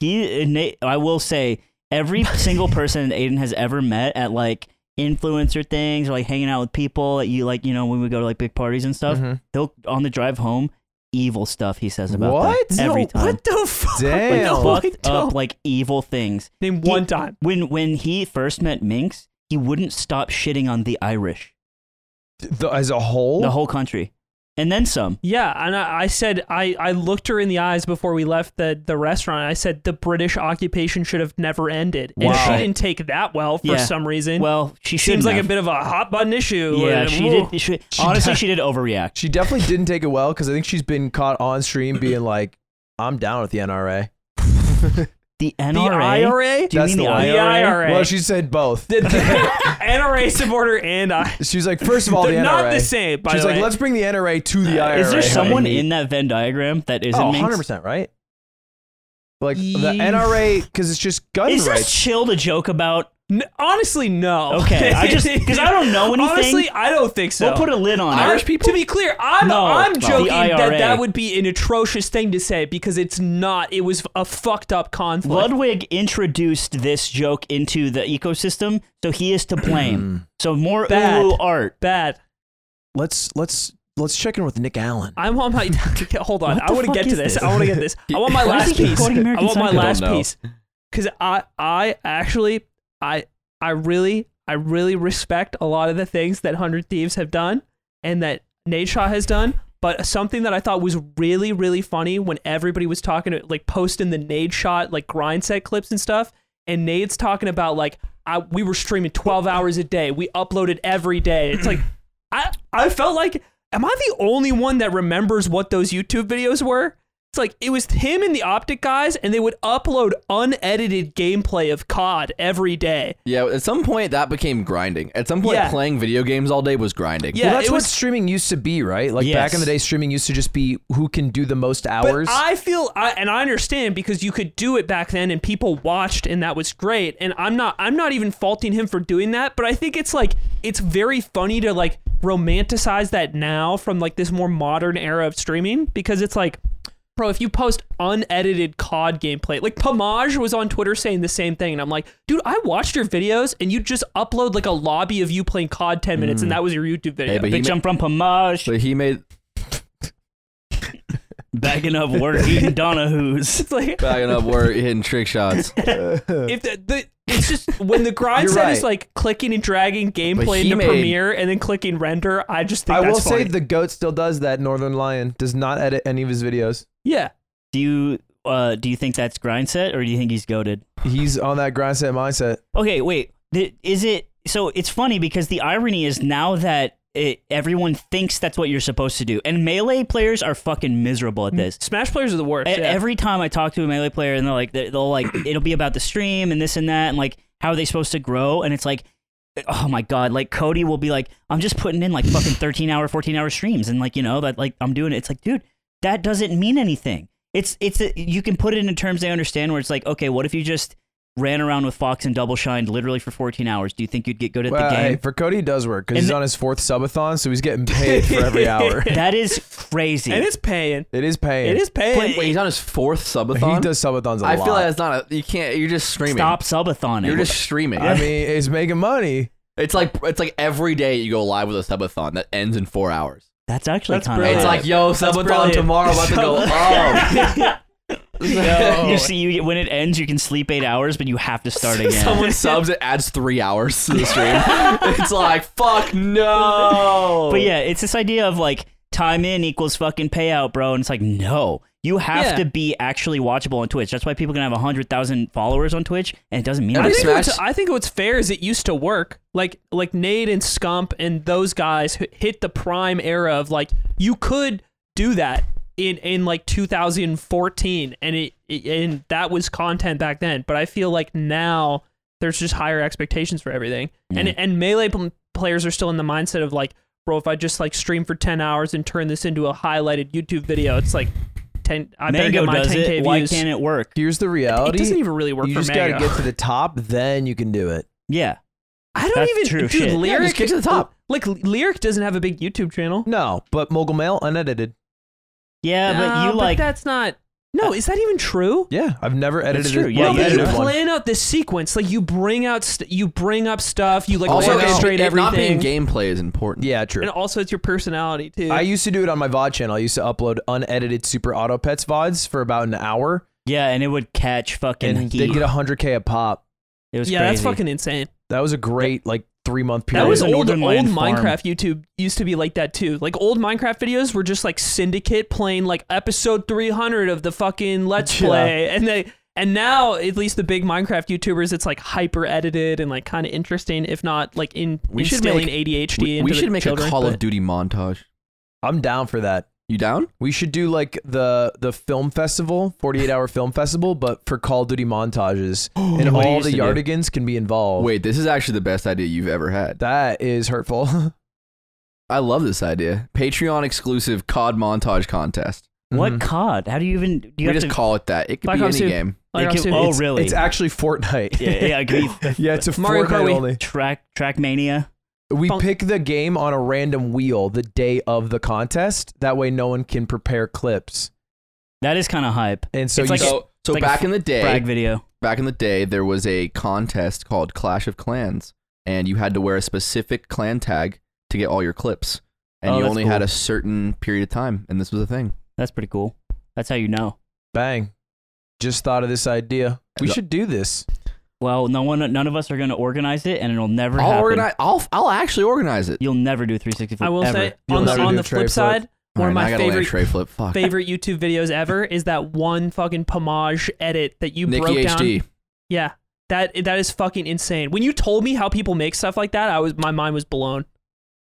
he? uh, Nate, I will say every single person Aiden has ever met at like influencer things or like hanging out with people that you like. You know, when we go to like big parties and stuff,
Mhm.
he'll on the drive home. Evil stuff he says about
What?
them every
No,
time.
What the fuck?
Damn.
No,
What?
I
Fucked up
don't.
like evil things.
Name
He-
one time.
When when he first met Minx, he wouldn't stop shitting on the Irish,
The- as a whole,
Oh.
the whole country, and then some.
Yeah, and I, I said I, I looked her in the eyes before we left the, the restaurant. I said the British occupation should have never ended, and she
Wow.
didn't take that well for
Yeah.
some reason.
Well, she
seems
shouldn't
like
have.
a bit of a hot button issue.
Yeah,
and-
she
Whoa.
did. She,
She
honestly,
did.
she did overreact.
she definitely didn't take it well because I think she's been caught on stream being like, "I'm down with the NRA."
The NRA.
The IRA.
Do you
That's
mean the,
the one.
The
IRA?
IRA.
Well, she said both.
The- the NRA supporter and I.
She's like, first of all, the
They're
NRA.
not the same. By
She's
the
like,
way,
let's bring the NRA to the IRA.
Is there someone
honey."
in that Venn diagram that isn't
Oh,
Minx?
100% right? Like the
Ye-
NRA, because it's just gun
Is this
rights.
chill to joke about?
N- honestly, no.
Okay, I just- 'cause I don't know anything.
Honestly, I don't think so.
we'll put a lid on
I-
it.
To be clear, I'm
No,
I'm
no.
joking
The
that
IRA.
that would be an atrocious thing to say because it's not. It was a fucked up conflict.
Ludwig introduced this joke into the ecosystem, so he is to blame. so more
Bad.
Ulu art.
Bad.
let's let's let's check in with Nick Allen.
I want my. Hold on.
What
I
the
want
fuck
to get to
is
this.
this?
I want to get this. I want my
Why does
last
he keep
piece.
quoting
I
American
want my
Psycho?
last
Don't know.
piece. Because I, I actually, I, I really, I really respect a lot of the things that Hundred Thieves have done and that Nate Shaw has done. But something that I thought was really, really funny when everybody was talking, like posting the Nade shot, like grind set clips and stuff, and Nade's talking about like I, we were streaming twelve hours a day, we uploaded every day. It's like I, I felt like, am I the only one that remembers what those YouTube videos were? It's like it was him and the Optic guys, and they would upload unedited gameplay of COD every day.
Yeah, at some point that became grinding. At some point,
Yeah.
playing video games all day was grinding.
Yeah,
well, that's
it
what
was
streaming used to be, right? Like back in the
Yes.
day, streaming used to just be who can do the most hours.
But I feel, I, and I understand because you could do it back then, and people watched, and that was great. And I'm not, I'm not even faulting him for doing that. But I think it's like, it's very funny to like romanticize that now from like this more modern era of streaming because it's like, bro, if you post unedited COD gameplay, like Pomage was on Twitter saying the same thing, and I'm like, dude, I watched your videos, and you just upload like a lobby of you playing COD 10 minutes, and that was your YouTube video.
Mm. Hey, but he,
Big
ma-
jump from Pomage,
but he made
bagging up work, eating Donahue's.
it's like,
backing up where hitting trick shots.
if the, the it's just when the grind
You're
set
right.
is like clicking and dragging gameplay
he
into
made-
Premiere and then clicking render, I just think
I
that's
will say
funny.
the goat still does that. Northern Lion does not edit any of his videos.
yeah,
Do you uh, do you think that's grind set, or do you think he's goaded?
He's on that grind set mindset.
Okay, wait. The, is it so? It's funny because the irony is now that it, everyone thinks that's what you're supposed to do, and melee players are fucking miserable
Mm.
at this.
Smash players are the worst.
E-
yeah.
Every time I talk to a melee player, and they're like, they- they'll like, it'll be about the stream and this and that, and like how are they supposed to grow? And it's like, oh my god, like Cody will be like, I'm just putting in like fucking 13 hour, 14 hour streams, and like you know that like I'm doing it. It's like, dude, that doesn't mean anything. It's it's you can put it in terms they understand where it's like, okay, what if you just ran around with Fox and Double Shined literally for 14 hours, do you think you'd get good at
Well,
the
hey,
game?
for Cody, it does work because
And
he's
the-
on his fourth subathon, so he's getting paid for every hour.
that is crazy.
And it's paying.
It is paying.
It is paying.
Wait, he's on his fourth subathon.
He does subathons a
I
lot.
feel like that's not a. You can't. You're just streaming.
Stop subathoning.
You're just streaming.
I mean, it's making money.
It's like it's like every day you go live with a subathon that ends in four hours.
That's actually
That's
kind of
brilliant.
It's like yo subathon
brilliant.
tomorrow. About to go. Oh,
you see, you, when it ends, you can sleep eight hours, but you have to start again.
someone subs it adds three hours to the stream. it's like fuck no.
But yeah, it's this idea of like time in equals fucking payout, bro. And it's like, no, you have
Yeah.
to be actually watchable on Twitch. That's why people can have 100,000 followers on Twitch, and it doesn't mean
I
I
anything.
think, what's,
Smash-
I think what's fair is it used to work. Like like Nade and Scump and those guys who hit the prime era of like you could do that in in like 2014 and it, it and that was content back then. But I feel like now there's just higher expectations for everything. And and melee pl- players are still in the mindset of like bro if I just like stream for 10 hours and turn this into a highlighted YouTube video it's like 10 I better
Mango
get my
does
10k
it.
views.
Why can't it work?
Here's the
it
reality.
doesn't even really work
you
for
just
Mango.
gotta get to the top, then you can do it.
Yeah.
I don't
That's
even
true
dude.
shit. Yeah,
Lyric
just get to the top.
Like Lyric doesn't have a big YouTube channel.
No, but mogul mail unedited.
Yeah, but you
Nah,
like.
that's not. No, is that even true?
Yeah, I've never edited
true,
it.
yeah,
no,
I've
you
but you
edited one.
plan out this sequence. Like you bring out, st- you bring up stuff. You like
Also,
Well,
it's-
no.
orchestrate
it- not being
everything.
gameplay is important.
Yeah, true.
and also, it's your personality too.
I used to do it on my VOD channel. I used to upload unedited Super Auto Pets VODs for about an hour,
yeah, and it would catch fucking
and
heat.
they'd get 100K a pop.
it was
yeah,
crazy.
that's fucking insane.
That was a great, like, three month period.
That was
a
old. Old
Northern Lion farm.
Minecraft YouTube used to be like that too. Like old Minecraft videos were just like Syndicate playing like episode 300 of the fucking Let's
Yeah.
Play, and they. And now, at least the big Minecraft YouTubers, it's like hyper edited and like kind of interesting, if not like in
We should
instilling
make-
ADHD.
We,
into
we
the
should make
children,
a Call
but-
of Duty montage.
I'm down for that.
You down?
We should do like the the film festival, 48 hour film festival, but for Call of Duty montages, and
What do you
all
used
the
to do?
Yardigans can be involved.
Wait, this is actually the best idea you've ever had.
that is hurtful.
I love this idea. Patreon exclusive COD montage contest.
What
Mhm.
COD? How do you even. Do you
we
have
just
to.
call it that. It could
Black
be
Ops
any
two.
game.
Like,
they
I'm
can-
serious.
oh, really?
It's actually Fortnite.
yeah, yeah, I agree.
Yeah, it's a
Mario
Fortnite
Kart Wii.
only.
Track, track Mania.
We
Bonk.
pick the game on a random wheel the day of the contest. That way, no one can prepare clips.
That is kind of hype.
And so,
It's
you
like
s-
So, so
like a
back in the day,
Brag video.
back in the day, there was a contest called Clash of Clans, and you had to wear a specific clan tag to get all your clips, and
Oh,
you
that's
only
cool.
had a certain period of time, and this was a thing.
That's pretty cool. That's how you know.
bang, just thought of this idea. We
Yeah.
should do this.
Well, no one, none of us are going to organize it, and it'll never
I'll
happen.
organize. I'll I'll actually organize it.
You'll never do 360.
I will
ever.
say
You'll
on the
never do
on
a
the
tray
flip
flip.
side, one
Alright,
of
now I gotta
my
land a
favorite
tray flip. Fuck.
favorite YouTube videos ever is that one fucking pomage edit that you
Nikki
broke down.
HD.
Yeah, that that is fucking insane. When you told me how people make stuff like that, I was my mind was blown.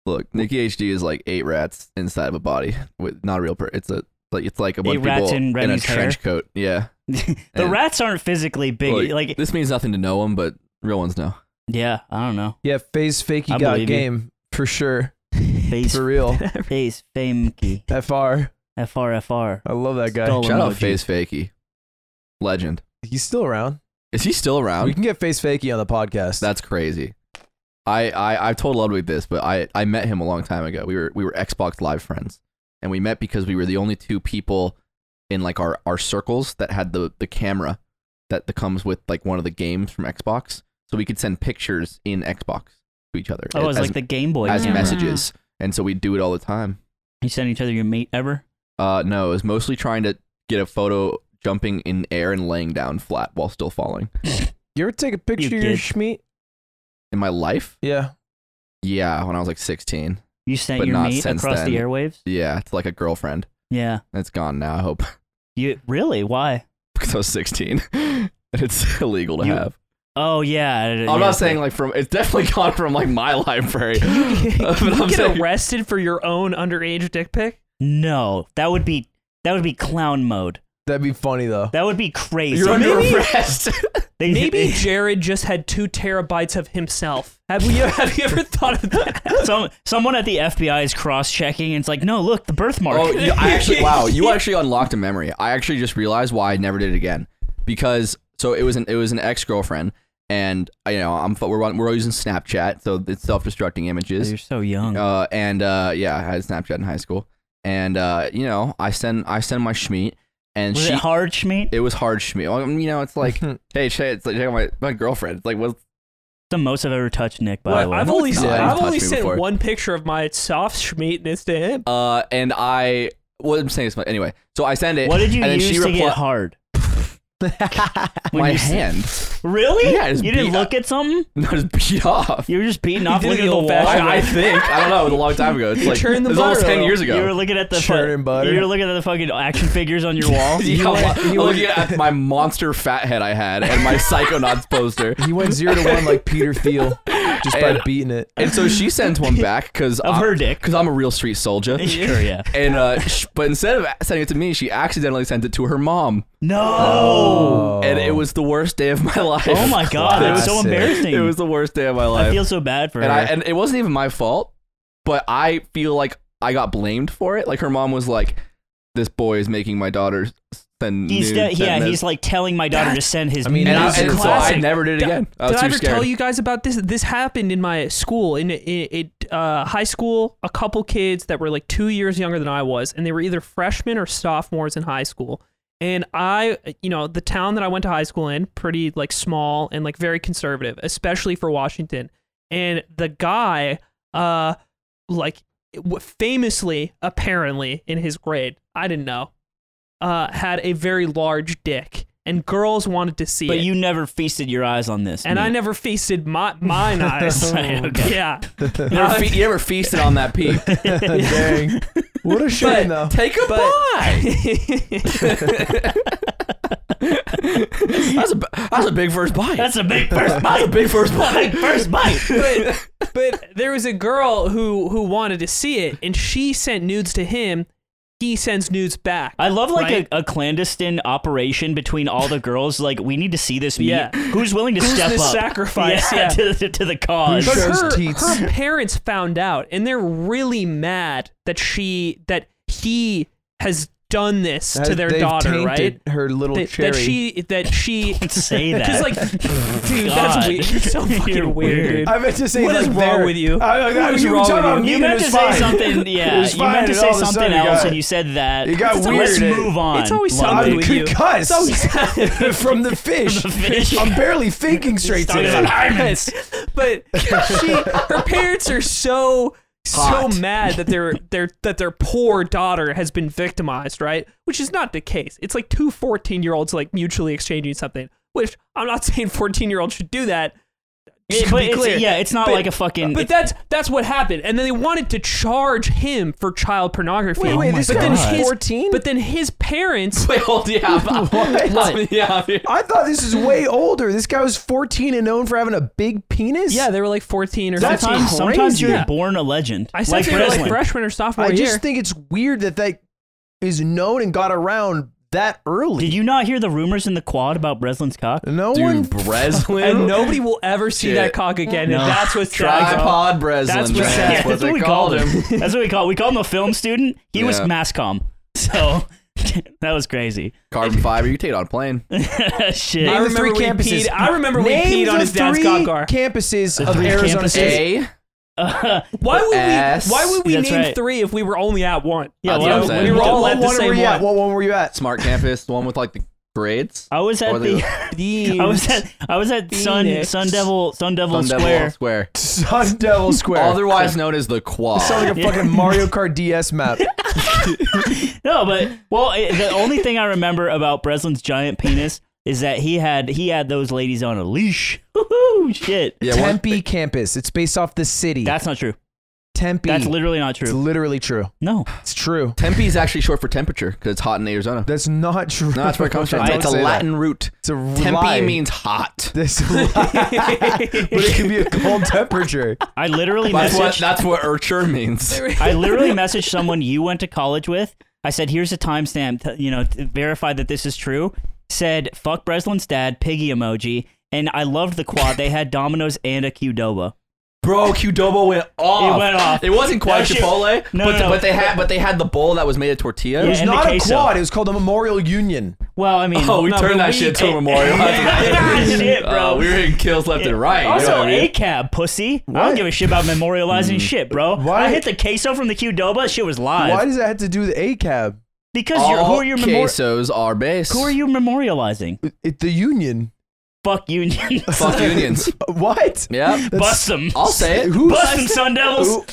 Look, Nikki HD is like eight rats inside of a body with not a real person. It's a like it's like a bunch
Eight
of
rats
people
in
in, a
Remy's hair.
trench coat. Yeah.
the
And-
rats aren't physically big.
Look,
like,
this means nothing to know them, but real ones know.
yeah, I don't know.
Yeah, phase fake you
I
got
believe you.
game for sure.
Face,
For real.
face, famekey,
FR.
frfr.
I love that guy.
Stole-
Shout out
emoji.
Face Fakey, legend.
He's still around.
Is he still around?
we can get face fakey on the podcast.
That's crazy. I, I I've told Ludwig this, but I, I met him a long time ago. We were we were Xbox Live friends, and we met because we were the only two people in like our, our circles that had the, the camera that that comes with like one of the games from Xbox, so we could send pictures in Xbox to each other
Oh, it's
as,
like the Game Boy.
as
camera.
messages, and so we would do it all the time.
You send each other your meat ever?
Uh, no, it was mostly trying to get a photo jumping in air and laying down flat while still falling.
you ever take a picture of your
kid.
schmeat?
In my life,
Yeah.
yeah, when I was like sixteen,
You sent
But
your
not
meat
since
across the
then.
airwaves?
yeah, it's like a girlfriend.
Yeah.
It's gone now, I hope.
You really? Why?
because I was 16. and it's illegal to
You-
have.
Oh yeah.
I'm not saying like from, it's definitely gone from like my library. But
Can you
I'm
get
saying-
arrested for your own underage dick pic?
no. That would be that would be clown mode.
That'd be funny though.
That would be crazy.
You're under
Maybe-
arrest.
They-
Maybe Jared just had two terabytes of himself. Have you have you ever thought of that?
some, someone at the FBI is cross checking and it's like, no, look, the birthmark.
oh, you, I actually, wow, you actually unlocked a memory. I actually just realized why I never did it again. Because So it was an it was an ex girlfriend, and uh, you know I'm we're on- we're all using Snapchat, so it's self destructing images.
You're so young.
Uh, and uh, yeah, I had Snapchat in high school, and uh, you know, I send I send my schmeat, and
was
she
it hard, Schmeat?
it was hard schmeat. Well, I mean, you know, it's like hey, shit, it's like check out my my girlfriend. It's like what?
the most I've ever touched Nick, by the
Well,
way.
I've only
it's
sent,
not.
I've
You've
only
touched me
sent
before.
one picture of my soft schmeat, and it's to him.
Uh, and I what I'm saying is anyway. So I send it.
what did you
and then
use
she
to
repli-
get hard? When
My
you s-
hand.
Really?
Yeah, I just
you didn't
beat-
look at something?
No, just beat off.
You were just beating off
did
looking
it
at the
the
wall?
old-fashioned
I, I think I don't know. It was a long time ago. It's like
turned the
it was almost
butter
ten
off.
years ago.
You were looking at the
Churn
fu-
and butter.
You were looking at the fucking action figures on your wall.
yeah, I'm
you
looking at my monster fat head I had and my Psychonauts poster.
He went zero to one like Peter Thiel just by
And-
beating it.
And so she sends one back because
Of her dick.
Because I'm a real street soldier.
sure, yeah.
And uh, sh- but instead of sending it to me, she accidentally sent it to her mom,
No.
Oh. and it was the worst day of my life.
Oh my god, that's so
Classic.
embarrassing.
It was the worst day of my
I
life,
feel so bad for
and
her.
I and it wasn't even my fault, but I feel like I got blamed for it. Like her mom was like, "This boy is making my daughter send."
he's
nude,
de- yeah,
send this."
he's like telling my daughter to send his.
I mean,
and, I,
That's
and so I
classic.
never did it again. I was
Did I
too
ever
scared.
tell you guys about this? This happened in my school, in it, uh, high school. A couple kids that were like two years younger than I was, and they were either freshmen or sophomores in high school. And I, you know, the town that I went to high school in, pretty like small and like very conservative, especially for Washington. And the guy, uh, like w- famously, apparently in his grade, I didn't know, uh, had a very large dick, and girls wanted to see
but
it
you never feasted your eyes on this.
and I
Nick.
never feasted my mine eyes.
Right, Oh, okay.
Yeah,
You ever, fe- you ever feasted on that pee?
Dang. What a shame, though.
Take a
but
bite. That's a b- that's a big first bite.
That's a big first
That's a
bite.
big first bite.
Big first bite.
but but there was a girl who who wanted to see it, and she sent nudes to him. He sends nudes back.
I love like
Right?
a, a clandestine operation between all the girls. Like we need to see this. Meet.
Yeah.
who's willing to step
the
up?
sacrifice? Yeah.
to, to, to the cause.
But
Who's- Shows
her,
teats.
her parents found out, and they're really mad that she that he has done this to their
They've
daughter,
tainted
right?
Her little
That,
cherry.
that she that she
Don't say that.
because like dude, that's
God.
weird. so fucking
You're
weird,
weird.
dude.
I meant to say
What
like
is wrong
there.
with you?
I, I,
What is
you were
wrong
talking
with
about
you?
me
you
and
meant
it
to
was
say
fine.
something.
It
Yeah,
was
you
fine,
meant to
and
say
all of a
something
sudden it
else,
got-
and you said that.
it got
Let's
weirded.
move on.
It's always
London.
something
I
with
could
you.
cuss from the fish.
The fish.
I'm barely thinking straight
Talking
today.
about diamonds.
but she her parents are so
Hot.
so mad that their their that their poor daughter has been victimized, right? Which is not the case. It's like two 14-year-olds like mutually exchanging something, which I'm not saying 14-year-olds should do that.
Yeah,
Just
but
to be
it's-
clear.
yeah, it's not
But-
like a fucking.
But
it-
that's that's what happened. And then they wanted to charge him for child pornography.
Wait, wait,
my
this
but
guy
then
was
God.
his
14?
But then his parents
Wait, hold yeah.
What?
yeah.
I thought this is way older. This guy was 14 and known for having a big penis.
Yeah, they were like 14 or
That's
15.
sometimes,
crazy.
sometimes you're
Yeah.
born a legend.
I said
like
they were like
wrestling.
freshman or sophomore
I
year.
just think it's weird that that is known and got around that early.
Did you not hear the rumors in the quad about Breslin's cock?
no
Dude,
one.
Breslin.
and nobody will ever see
Shit.
that cock again.
No.
And that's what's sad.
Tripod Breslin.
That's what's sad.
That's what they called him.
that's what we called. We called him a film student. He was
Yeah.
mass comm. So that was crazy.
Carbon fiber. You take it on a plane.
Shit.
Name
I
the
remember
three
we
campuses.
peed- I remember we
Name
peed on
the
his dad's
three
cock car.
campuses
The
of
three
Arizona
campuses.
State.
A.
Uh,
Why would
Ass.
we? Why would we
That's
name
right.
three if we were only at one?
Yeah,
That's what I'm
we-
saying.
we were
What
all
one
at the
were
same
you at?
one.
What one were you at?
Smart campus. The one with like the grades.
I was
Or
at
the-
the. I was at. I was at Sun
Phoenix.
Sun Devil Sun Devil
Sun
Square.
Devil Square.
Sun Devil Square.
Otherwise known as the Quad.
Sounds like a
Yeah.
fucking Mario Kart DS map.
No, but well, it, the only thing I remember about Breslin's giant penis is that he had he had those ladies on a leash. Woohoo! Shit.
yeah, one,
Tempe campus. It's based off the city.
That's not true.
Tempe.
That's literally not
It's
true.
literally true.
No.
It's true.
Tempe is actually short for temperature because it's hot in Arizona.
That's not true.
No, that's where it comes from.
Don't
It's a
say that.
Latin root.
It's a
Tempe
lie.
means hot.
This is a lie. but it could be a cold temperature.
I literally
That's what
messaged
that's what Urcher means.
I literally messaged someone you went to college with. I said, "Here's a timestamp, to, you know, to verify that this is true." Said, "Fuck Breslin's dad, piggy emoji." And I loved the quad. They had Domino's and a Qdoba.
Bro, Qdobo went off.
It went off.
It wasn't quite
shit.
Chipotle,
No,
but,
no, no.
but they had but they had the bowl that was made of tortilla.
Yeah,
It was
and the
not a
queso.
quad. It was called a memorial union.
Well, I mean,
Oh, we
No,
turned
but
that
we-
shit to a memorial.
Ah, shit, bro.
Uh, we were in kills left and right. you know what
also,
I mean? Mm.
a cab pussy. I don't give a shit about memorializing shit, bro.
Why-
I hit the queso from the Qdoba. Shit was live.
Why does that have to do with A cab?
because you're, who
all
are you memori-
quesos are base.
who are you memorializing?
It, the union.
Fuck unions.
Fuck unions.
What?
Yeah,
That's-
Bust them.
I'll say it.
Who's,
Bust them, Sun Devils.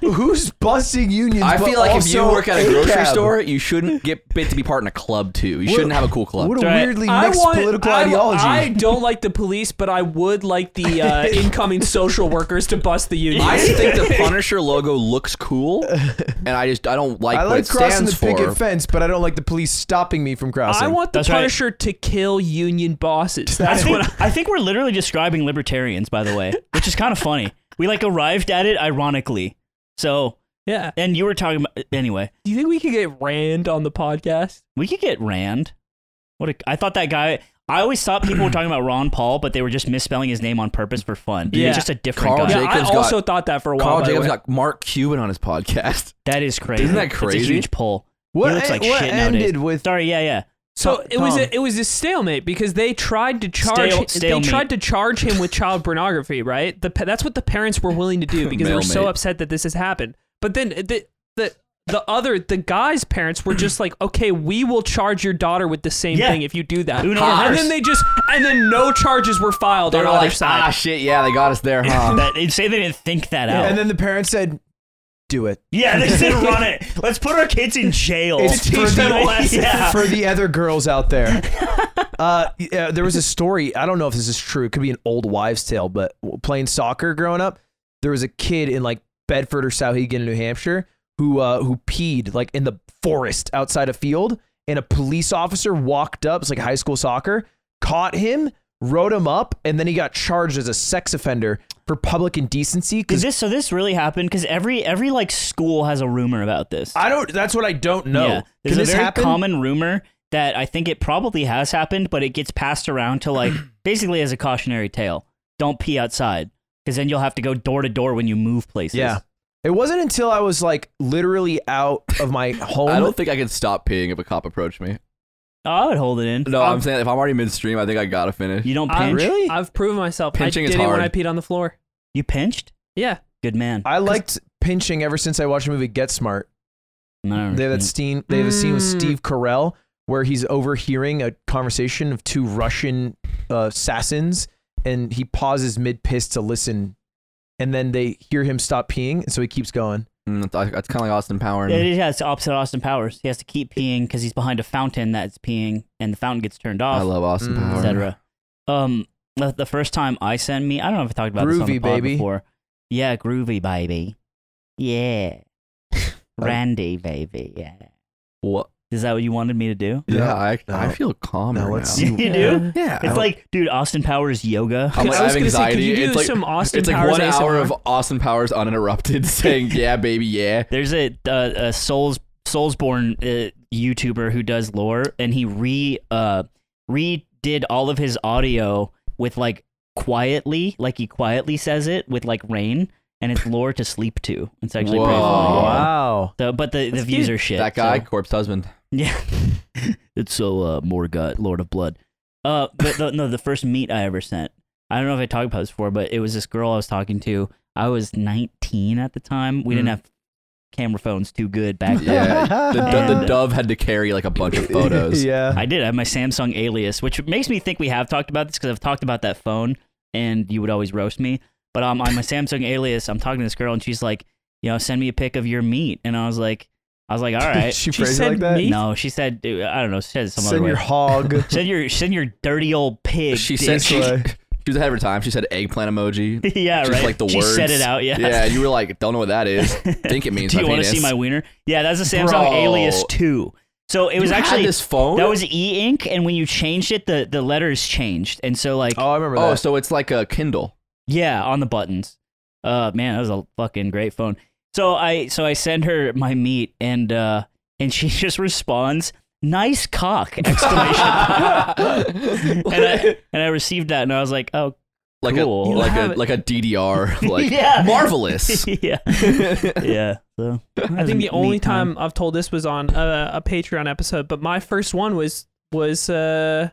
who- who's busting unions?
I feel
but
like if you
also
work at a grocery
ACAB?
store, you shouldn't get bit to be part in a club too. You shouldn't have a cool club.
What a
All right.
weirdly
I
mixed
want-
political
I-
ideology.
I don't like the police, but I would like the uh, incoming social workers to bust the union.
I just think the Punisher logo looks cool, and I just I don't like
I
what
like
it
crossing
stands
the picket
for.
fence, but I don't like the police stopping me from crossing.
I want the
That's right.
Punisher to kill union bosses.
I
That's what I,
think, I think we're literally describing libertarians, by the way, which is kind of funny. We like arrived at it ironically. So,
yeah.
and you were talking about anyway.
Do you think we could get Rand on the podcast?
We could get Rand. What a, I thought that guy. I always thought people were talking about Ron Paul, but they were just misspelling his name on purpose for fun.
Yeah.
It's just a different
Carl
guy.
Oh, Jacobs
yeah, I
got-
also thought that for a while.
Carl
by the
Jacobs
way.
got Mark Cuban on his podcast.
That is crazy.
Isn't that
It's
crazy?
a huge pull.
What,
he looks like
what
shit
ended
nowadays.
with
Sorry, yeah, yeah.
so it was
Tom.
a, it was a stalemate because they tried to charge
Stale-
they
stalemate.
tried to charge him with child pornography, right? The pa- that's what the parents were willing to do because they were so
Mailmate.
upset that this has happened. But then the the the other the guy's parents were just like, "Okay, we will charge your daughter with the same
Yeah.
thing if you do that."
Uno
and
reverse.
then they just and then no charges were filed
They're
on either
like, ah,
side.
shit, yeah, they got us there, huh?
That, say they didn't think that out.
Uh. And then the parents said, "Do it
yeah, they said run it. Let's put our kids in jail.
It's To teach for the- them a
lesson.
Yeah.
for the other girls out there." uh, yeah, there was a story. I don't know if this is true. It could be an old wives' tale, but w- playing soccer growing up, there was a kid in like Bedford or Sauhegan, New Hampshire, who uh, who peed like in the forest outside a field, and a police officer walked up. It's like high school soccer, caught him. Wrote him up, and then he got charged as a sex offender for public indecency
Did
because
this so this really happened? Because every every like school has a rumor about this.
I don't. That's what I don't know.
Yeah.
Can
There's a
this
very
happen?
common rumor that I think it probably has happened, but it gets passed around to like basically as a cautionary tale. Don't pee outside. Because then you'll have to go door to door when you move places.
yeah. It wasn't until I was like literally out of my home.
I don't think I could stop peeing if a cop approached me.
Oh, I would hold it in. Um,
No, I'm saying if I'm already midstream, I think I gotta finish.
You don't
I,
"Ah, pinch.
I've proven myself.
Pinching
I
is
did it when
hard.
I peed on the floor.
You pinched?
Yeah.
Good man.
I liked pinching ever since I watched the movie Get Smart.
No,
They have that scene. They have a scene with
Mm.
Steve Carell where he's overhearing a conversation of two Russian uh, assassins, and he pauses mid piss to listen, and then they hear him stop peeing, and so he keeps going.
Mm, that's, that's kind of like Austin Power.
It is, yeah, it's opposite Austin Powers. He has to keep peeing because he's behind a fountain that's peeing, and the fountain gets turned
I
off,
love Austin
Mm.
Power.
etc. Um, the the first time I sent me, I don't know if I talked about this on the
Groovy,
pod
baby.
before. Yeah, groovy baby. Yeah, Randy baby. Yeah.
What?
Is that what you wanted me to do?
Yeah,
No,
I, I
no.
feel calmer
No, let's
now.
see.
You do?
Yeah,
It's like, dude, Austin Powers yoga.
I'm
I
like, I
was
have
gonna say, could
anxiety.
you do
it's like
some Austin
It's like
Powers
one hour
ASMR?
of Austin Powers uninterrupted, saying "Yeah, baby, yeah."
There's a uh, a Souls Soulsborne uh, YouTuber who does lore, and he re uh redid all of his audio with like quietly, like he quietly says it with like rain, and it's lore to sleep to. It's actually pretty
Whoa.
funny. yeah.
Wow.
So, but the, the
That's
views
good.
are shit.
That guy,
so-
corpse husband.
yeah. it's so uh, Morgut, Lord of Blood. Uh, but the, no, the first meet I ever sent. I don't know if I talked about this before, but it was this girl I was talking to. I was 19 at the time. We didn't have camera phones too good back then.
Yeah, the, the, the
And-
dove had to carry like a bunch of photos.
yeah.
I did. I have my Samsung Alias, which makes me think we have talked about this because I've talked about that phone, and you would always roast me. But um, on my Samsung Alias, I'm talking to this girl, and she's like, you know, send me a pic of your meat, and I was like, I was like, all right.
she
She
phrased it
said
like that.
me?
no, she said, dude, I don't know, she said some
Send
other
your
way.
hog.
Send your send your dirty old pig.
She
dick.
said she,
Sorry.
she was ahead of her time. She said eggplant emoji.
yeah,
Just
right.
like the
she
words.
said it out. Yeah.
Yeah, you were like, don't know what that is. Think it means
Do you
my
want to
penis.
see my wiener? Yeah, that's a Samsung
Bro.
Alias two. So it was
You had
actually
this phone.
that was e ink, and when you changed it, the the letters changed, and so like
oh, I remember
oh,
that.
so it's like a Kindle.
Yeah, on the buttons. Uh man, that was a fucking great phone. So I so I send her my meat and uh and she just responds, "Nice cock!" exclamation.
yeah,
and I and I received that and I was like, "Oh
like
cool.
a like
have
a
it.
like a DDR like
Yeah.
marvelous.
yeah. Yeah. So,
I think the only time, I've told this was on a, a Patreon episode, but my first one was was uh,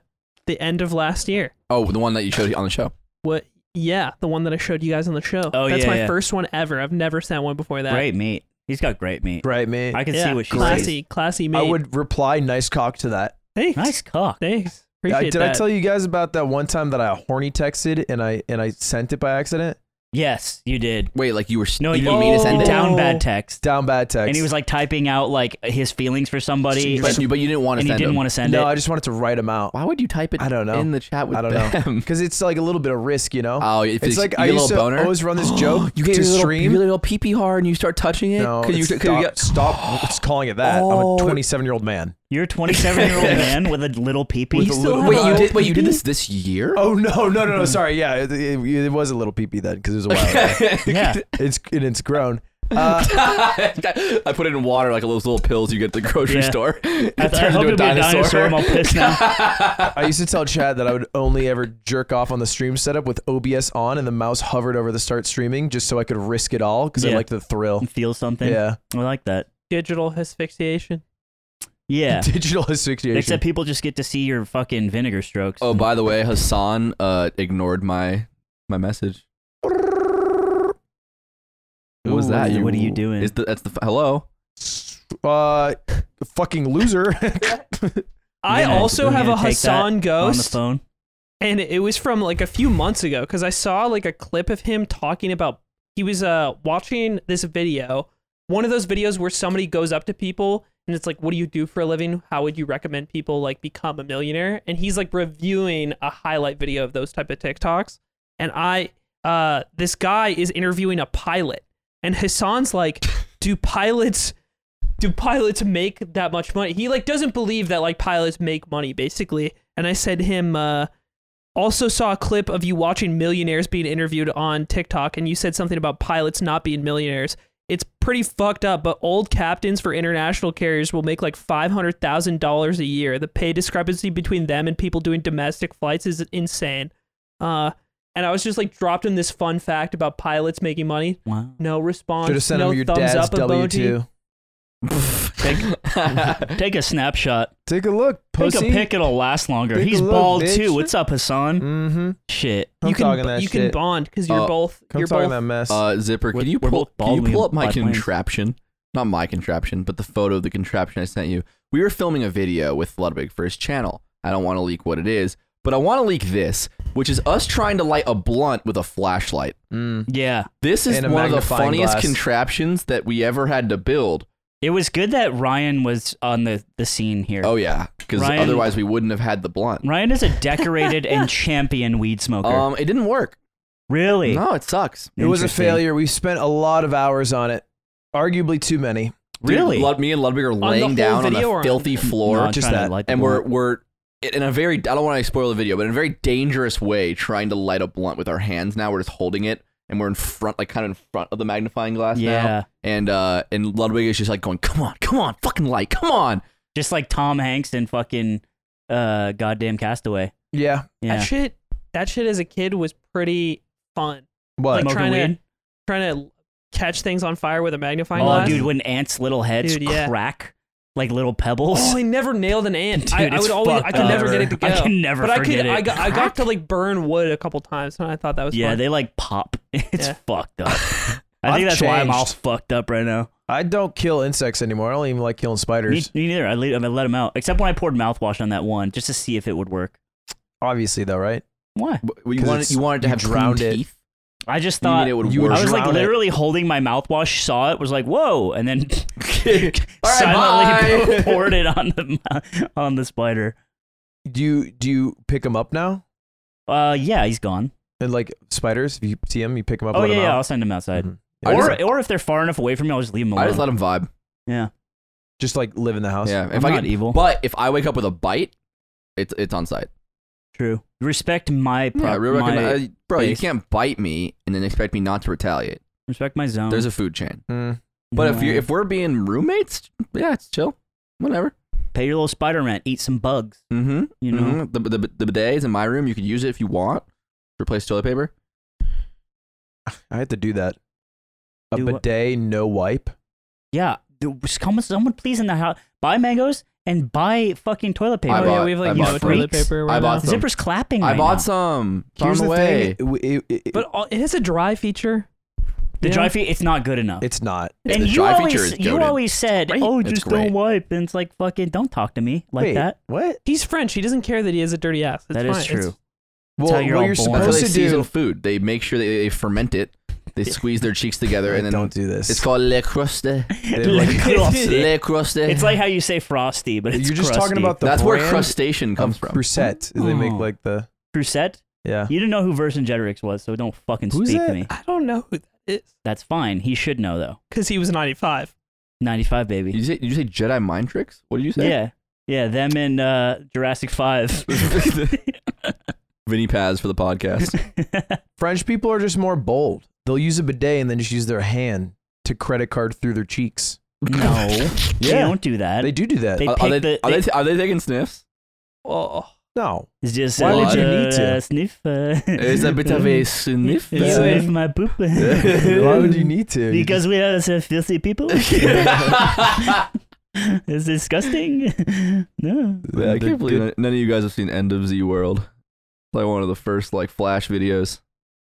the end of last year.
oh, the one that you showed on the show.
What? Yeah, the one that I showed you guys on the show.
Oh,
That's
yeah,
my
yeah.
first one ever. I've never sent one before that.
Great meat. He's got great meat.
Right, man.
I
I,
can
Yeah,
see what she
classy,
sees.
classy. Mate.
would reply nice cock to that.
Thanks.
Nice cock.
Thanks.
I,
Appreciate
did
that.
I tell you guys about that one time that I horny texted and I and I sent it by accident?
Yes, you did.
Wait, like you were
No, Oh,
you
you,
didn't mean to send
you
it,
down-
down bad text.
Down bad text.
And he was like typing out like his feelings for somebody,
but you, but you didn't want to
and he
send
didn't
him.
want to send
no,
it.
I just wanted to write him out
Why would you type it?
I don't know.
In the chat with
I don't know.
them.
because it's like a little bit of risk, you know.
Oh, if
it's like
you
I
get a
used
little
to
boner.
always run this joke
you
to
get a little,
stream.
You get a little pee pee hard, and you start touching it.
no,
'Cause you,
it's-
'cause you
stop,
got-
stop it's calling it that.
Oh.
I'm a 27 year old man.
You're a 27 year old man with a little peepee.
With a little-
wait, you
Little
did wait, you did
pee-pee?
this this year?
Oh no, no, no, no. Sorry, yeah, it, it, it was a little peepee then because it was a while. ago.
yeah.
it's and it's grown. Uh,
I put it in water like those little pills you get at the grocery
Yeah.
store. It
I, I
turns
hope
into
you'll be a dinosaur. I'm all pissed now.
I used to tell Chad that I would only ever jerk off on the stream setup with OBS on and the mouse hovered over the start streaming just so I could risk it all because I
Yeah.
like the thrill.
Feel something.
Yeah.
I like that.
Digital asphyxiation.
Yeah.
Digital asphyxiation.
Except people just get to see your fucking vinegar strokes.
oh, by the way, Hassan uh, ignored my my message. What was
Ooh,
that?
what are you doing?
Is the, that's the hello?
uh, fucking loser.
I
Yeah,
also
we're
have a
gonna take that
Hassan
on the
ghost,
phone.
and it was from like a few months ago because I saw like a clip of him talking about he was uh watching this video, one of those videos where somebody goes up to people and it's like, "What do you do for a living? How would you recommend people like become a millionaire?" And he's like reviewing a highlight video of those type of TikToks, and I uh this guy is interviewing a pilot, and Hassan's like, "Do pilots?" do pilots make that much money? He like doesn't believe that like pilots make money basically. And I said to him uh also saw a clip of you watching millionaires being interviewed on TikTok and you said something about pilots not being millionaires. It's pretty fucked up, but old captains for international carriers will make like $500,000 a year. The pay discrepancy between them and people doing domestic flights is insane. Uh and I was just like dropped in this fun fact about pilots making money.
Wow.
No response.
Should have sent
no
him your
thumbs
dad's
up
W
emoji.
two.
Take a snapshot.
Take a look, pussy.
Take a pic. It'll last longer.
Take a
He's
look,
bald
bitch.
too. What's up, Hassan?
Mm-hmm.
Shit.
Come
you can
talking that
you
shit. Oh,
can bond because you're
Uh,
both
Come
you're
talking
both
that mess.
Uh, Zipper,
We're-
can you
we're
pull,
both
can you
baldly
pull
and
up my
black lanes.
contraption? Not my contraption, but the photo of the contraption I sent you. We were filming a video with Ludwig for his channel. I don't want to leak what it is, but I want to leak this, which is us trying to light a blunt with a flashlight.
Mm.
Yeah.
This is
And a
one of the
magnifying
funniest
glass.
contraptions that we ever had to build.
It was good that Ryan was on the, the scene here.
Oh yeah, because
Ryan-
otherwise we wouldn't have had the blunt.
Ryan is a decorated and champion weed smoker.
Um, it didn't work.
really?
No, it sucks.
It was a
Interesting.
failure. We spent a lot of hours on it, arguably too many.
Dude,
Really?
Lud- me and Ludwig are
the
laying
whole
down on
video or
a
on-
filthy floor.
No, I'm
just
trying to
that.
light the
and we're
blunt.
we're in a very I don't want to spoil the video, but in a very dangerous way, trying to light a blunt with our hands. Now we're just holding it, and we're in front, like kind of in front of the magnifying glass now.
Yeah.
And uh, and Ludwig is just like going, "Come on, come on, fucking light, come on."
Just like Tom Hanks in fucking uh goddamn Castaway.
Yeah.
Yeah.
That shit that shit as a kid was pretty fun.
What?
Like,
Smoking
trying to-
weed.
Trying to catch things on fire with a magnifying
Oh,
glass.
dude, when ants' little heads
Dude, yeah.
crack like little pebbles.
Oh, I never nailed an ant.
Dude,
I, I
it's
would always I
fucked
could never
up.
get it to go.
I can never
but I could
forget it.
I got I got to like burn wood a couple times and I thought that was
yeah,
fun.
they like pop. It's
Yeah.
fucked up. I
I've
think that's why I'm all
changed.
fucked up right now.
I don't kill insects anymore. I don't even like killing spiders.
Me, me neither. I let, I let him out, except when I poured mouthwash on that one just to see if it would work.
Obviously, though, right?
Why?
But You
'Cause
wanted
it's-
you wanted to
you
have clean
drowned it.
teeth.
I just
You mean
thought
it would
you
work?
were
I was like
drown it.
literally holding my mouthwash, saw it, was like, "Whoa!" and then
All right,
silently
bye.
poured it on the mou- on the spider.
Do you do you pick them up now?
Uh, yeah, he's gone.
And like spiders, if you see them, you pick them up.
Oh
let
yeah,
'em
yeah, I'll
out?
send him outside.
Mhm.
Mm-hmm. I
Or
just-
or if they're far enough away from me, I'll just leave him alone.
I just let him vibe.
yeah,
Just like live in the house.
Yeah, if
I'm
I
not
get
evil.
But if I wake up with a bite, it's it's on site.
true. Respect my, pro-
Yeah, I really
my
recognize- bro, you
base.
can't bite me and then expect me not to retaliate.
respect my zone.
There's a food chain.
Mm.
But if you
Yeah.
if we're being roommates, yeah, it's chill. Whatever.
pay your little spider rent, eat some bugs.
Mm-hmm.
You know,
Mhm. the, the the bidet is in my room. You could use it if you want. Replace toilet paper.
I had to do that. A
Do what?
bidet, no wipe.
Yeah, dude, someone, someone please in the house buy mangoes and buy fucking toilet paper.
I
oh
bought-
yeah, we have
I
like
bought
no toilet
freaks.
paper.
I
Right
bought
now.
some.
Zippers clapping.
I
right
bought
now.
some. Found
Here's
a
the
way.
thing. it- it- it-
but all, it has a dry feature.
The
Yeah.
dry feet. It's not good enough.
it's not.
and
the
you
dry feature
always
is
you
goated.
always said,
great.
"Oh,
It's
just
great.
don't wipe." And it's like fucking, don't talk to me like
Wait,
that.
What?
He's French. He doesn't care that he has a dirty ass. It's
That
fine.
is
It's-
true.
Well,
how you're
what
all
you're
born.
That's how
supposed
they
to do.
season food. They make sure they, they ferment it. They squeeze their cheeks together and then
don't do this.
it's called le cruste.
They're like-
le cruste.
It's like how you say frosty, but it's
You're just talking
crusty.
about the
That's where
brand
crustacean comes
of
from.
Crusette. They make
Oh.
like the
Crusette.
yeah.
You didn't know who Vercingetorix was, so don't fucking
Who's
speak
that?
to me.
I don't know who that is
That's fine. He should know though.
because he was 95.
95 baby.
Did you say, did you say Jedi mind tricks? What did you say?
Yeah. Yeah, them in uh, Jurassic 5.
Vinny Paz for the podcast.
French people are just more bold. They'll use a bidet and then just use their hand to credit card through their cheeks.
no. They
Yeah.
don't do that.
They do do that.
They
are,
pick
are they,
the.
are,
they,
they, are they taking sniffs?
Oh,
no.
it's just
Why
uh,
would you need to?
uh, sniff. Uh,
It's a bit of a sniff.
you
Yeah.
sniff my poop.
Why would you need to?
Because we are so filthy people. it's disgusting. no.
Yeah, I
The
can't believe
good-
none- none of you guys have seen End of Z World. It's Like one of the first like Flash videos.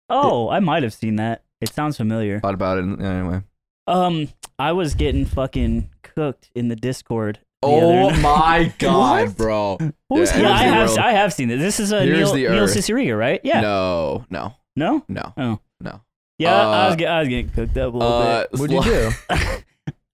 Oh, I might have seen that. It sounds familiar.
Thought about it and- anyway.
Um, I was getting fucking cooked in the Discord. the other
Oh
night.
my god, bro!
What was
Yeah,
he-
Yeah, I
Here's the
have,
world.
I have seen this. This is a
Here's
Neil,
the
Neil
earth.
Cicerega, right? Yeah.
No, no,
No?
no.
Oh.
No.
Yeah, I, was
Uh,
get, I was getting cooked up a little
Uh,
What'd you
Sly-
do?
bit.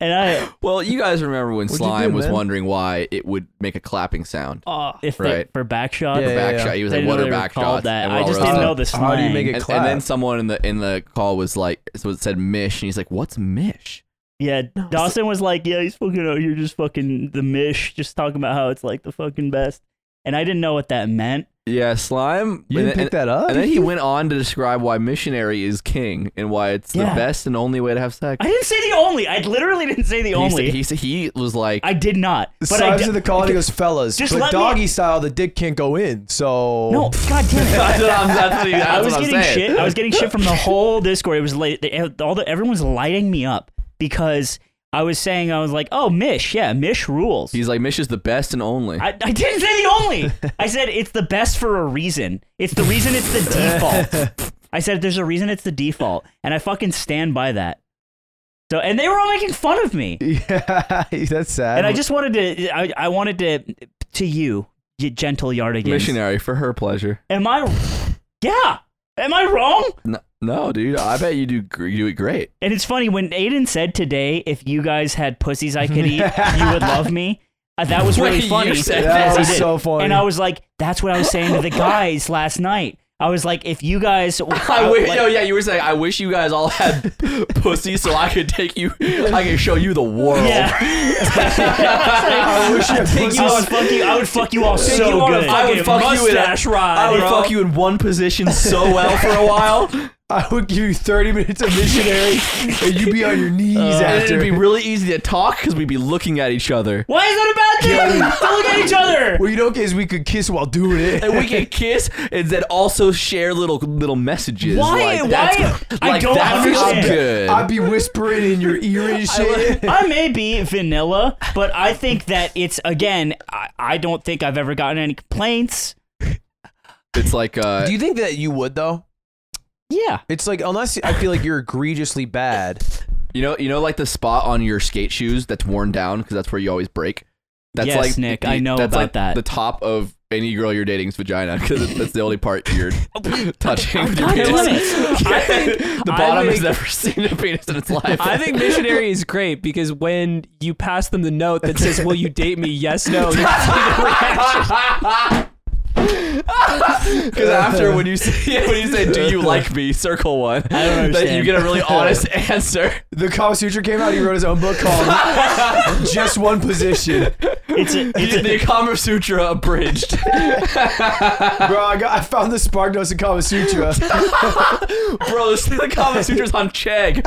And I,
Well, you guys remember when
What'd you
Slime
do,
was
man?
wondering why it would make a clapping sound.
oh.
if
Right.
they, for back shot,
Yeah, yeah,
back
yeah.
shot. He was
I
like,
didn't
"What
know
are
they were
back
called
shots?"
that.
And
I
we're all
just didn't
roasting.
know the slang.
How do you make it
And,
clap?
and then someone in the in the call was like, so it said Mish, and he's like, "What's Mish?"
Yeah,
No,
Dawson was like, "Yeah, he's fucking out here, just fucking the mish, just talking about how it's like the fucking best." And I didn't know what that meant.
Yeah, Slime.
you
and,
didn't pick
and-
that up?
and then he went on to describe why missionary is king and why it's the
Yeah.
best and only way to have sex.
I didn't say the only. I literally didn't say the
He said-
only.
He said he was like,
I did not.
the
I
size
di-
of the call, and he goes, fellas,
Just
but
let me-
doggy style, the dick can't go in. So
No, god damn it.
that's what I'm, that's what he- that's
I was
what I'm
getting
saying.
shit. I was getting shit from the whole Discord. It was late. They, all the everyone was lighting me up because I was saying I was like, "Oh, Mish, yeah, Mish rules."
He's like, Mish is the best and only.
I, I didn't say the only. I said it's the best for a reason. It's the reason it's the default. I said there's a reason it's the default, and I fucking stand by that. So, and they were all making fun of me,
Yeah, that's sad.
and I just wanted to. I, I wanted to to you, you gentle yardigans.
missionary for her pleasure.
Am I? Yeah. Am I wrong?
No, no dude, I bet you do gr- you do it great.
And it's funny when Aiden said today, if you guys had pussies I could eat, you would love me. Uh, that was really
Wait, you
funny.
said
that?
Yes,
That
I
was
did.
so funny.
And I was like, that's what I was saying to the guys last night. I was like, if you guys,
I wish,
like-
no, yeah, you were saying I wish you guys all had pussy so I could take you, I could show you the world.
yeah,
I wish you had
Take
pussy
you
I
on-
would fuck you. I would fuck you all
take
so
you on a
good.
I would
Fucking
fuck you in a-
mustache ride,
I would
bro.
fuck you in one position so well for a while.
I would give you 30 minutes of missionary, and you'd be on your knees
Uh, and it'd
after.
be really easy to talk because we'd be looking at each other.
Why is that a bad thing? Don't look at each other.
Well, you know, guys, we could kiss while doing it.
and we can kiss and then also share little little messages.
Why-
Like,
why-
that's-
I
like,
don't
that feels
understand.
good.
I'd be whispering in your ear and shit.
I may be vanilla, but I think that it's again. I, I don't think I've ever gotten any complaints.
it's like uh,
Do you think that you would though?
Yeah,
It's like unless I feel like you're egregiously bad.
you know you know like the spot on your skate shoes that's worn down because that's where you always break. That's
Yes,
like
Nick, I know
that's
about
like
that.
The top of any girl you're dating's vagina because that's the only part you're touching with your
God
penis.
damn it.
I think
the bottom
I
has
think,
never seen a penis in its life.
I think missionary is great because when you pass them the note that says, "Will you date me?" Yes, no. they see the reaction.
Because after when you say when you say do you like me, circle one. I
don't
That you
understand.
get a really honest answer.
The Kama Sutra came out. He wrote his own book called "Just One Position."
it's a, it's
the, the
a,
Kama Sutra abridged.
Bro, I, got, I found the spark notes of Kama Sutra.
Bro, this, the Kama Sutra's on Chegg.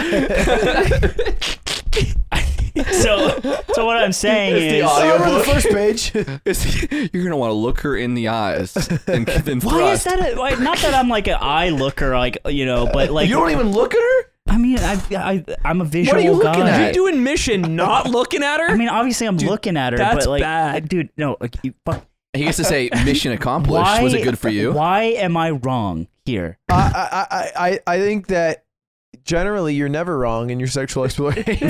So, so what I'm saying
It's the
is,
audio.
Over the first page.
It's- you're gonna want to look her in the eyes and then
why
thrust.
is that? A, why, not that I'm like an eye looker, like you know, but like
you don't even look at her?
I mean, I, I I'm a visual
What are you looking
guy.
at?
You're doing mission, not looking at her.
I mean, obviously, I'm
Dude,
looking at her,
that's
but like,
bad.
dude, no, like, you, fuck,
he gets to say mission accomplished.
why
Was it good for you?
Why am I wrong here?
I, I, I, I- I think that generally you're never wrong in your sexual exploration.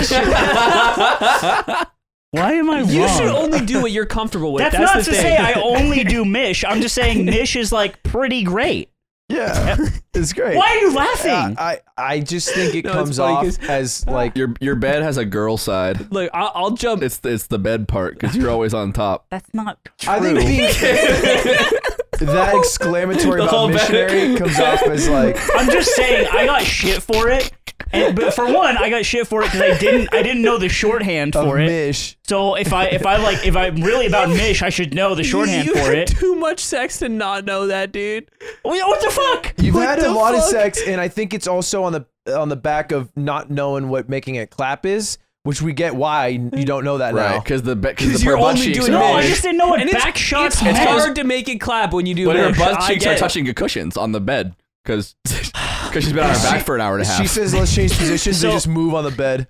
Why am I
you
wrong?
should only do what you're comfortable with.
That's,
That's,
not
the
to
thing.
say I only do Mish. I'm just saying Mish is like pretty great.
yeah, it's great.
Why are you
Yeah,
laughing?
I, I just think it
No, it's
comes
funny
off
'cause-
as like
Your your bed has a girl side.
Look, I'll, I'll jump.
It's it's the bed part because you're always on top.
That's not.
I think the, that exclamatory
The whole
about
bed.
missionary comes off as like
I'm just saying I got shit for it. And, but for one, I got shit for it because I didn't I didn't know the shorthand
a
for it.
mish.
So if I if I like if I'm really about Mish, I should know the shorthand
you
for
had
it.
Too much sex to not know that, dude.
Wait, What the fuck?
You've
What
had
the
a lot of
fuck?
sex, and I think it's also on the on the back of not knowing what making it clap is, which we get why you don't know that
Right,
now.
because the because
'Cause
her
you're
butt
only
cheeks
doing
are
No, I
Mish.
just didn't know what
And it's,
back shots
it's
meant.
hard to make it clap when you do.
but her
Mish.
butt
I
cheeks
get
are
it.
touching the cushions on the bed because because she's been on her back for an hour and a half.
She says, "Let's change positions."
So-
they just move on the bed.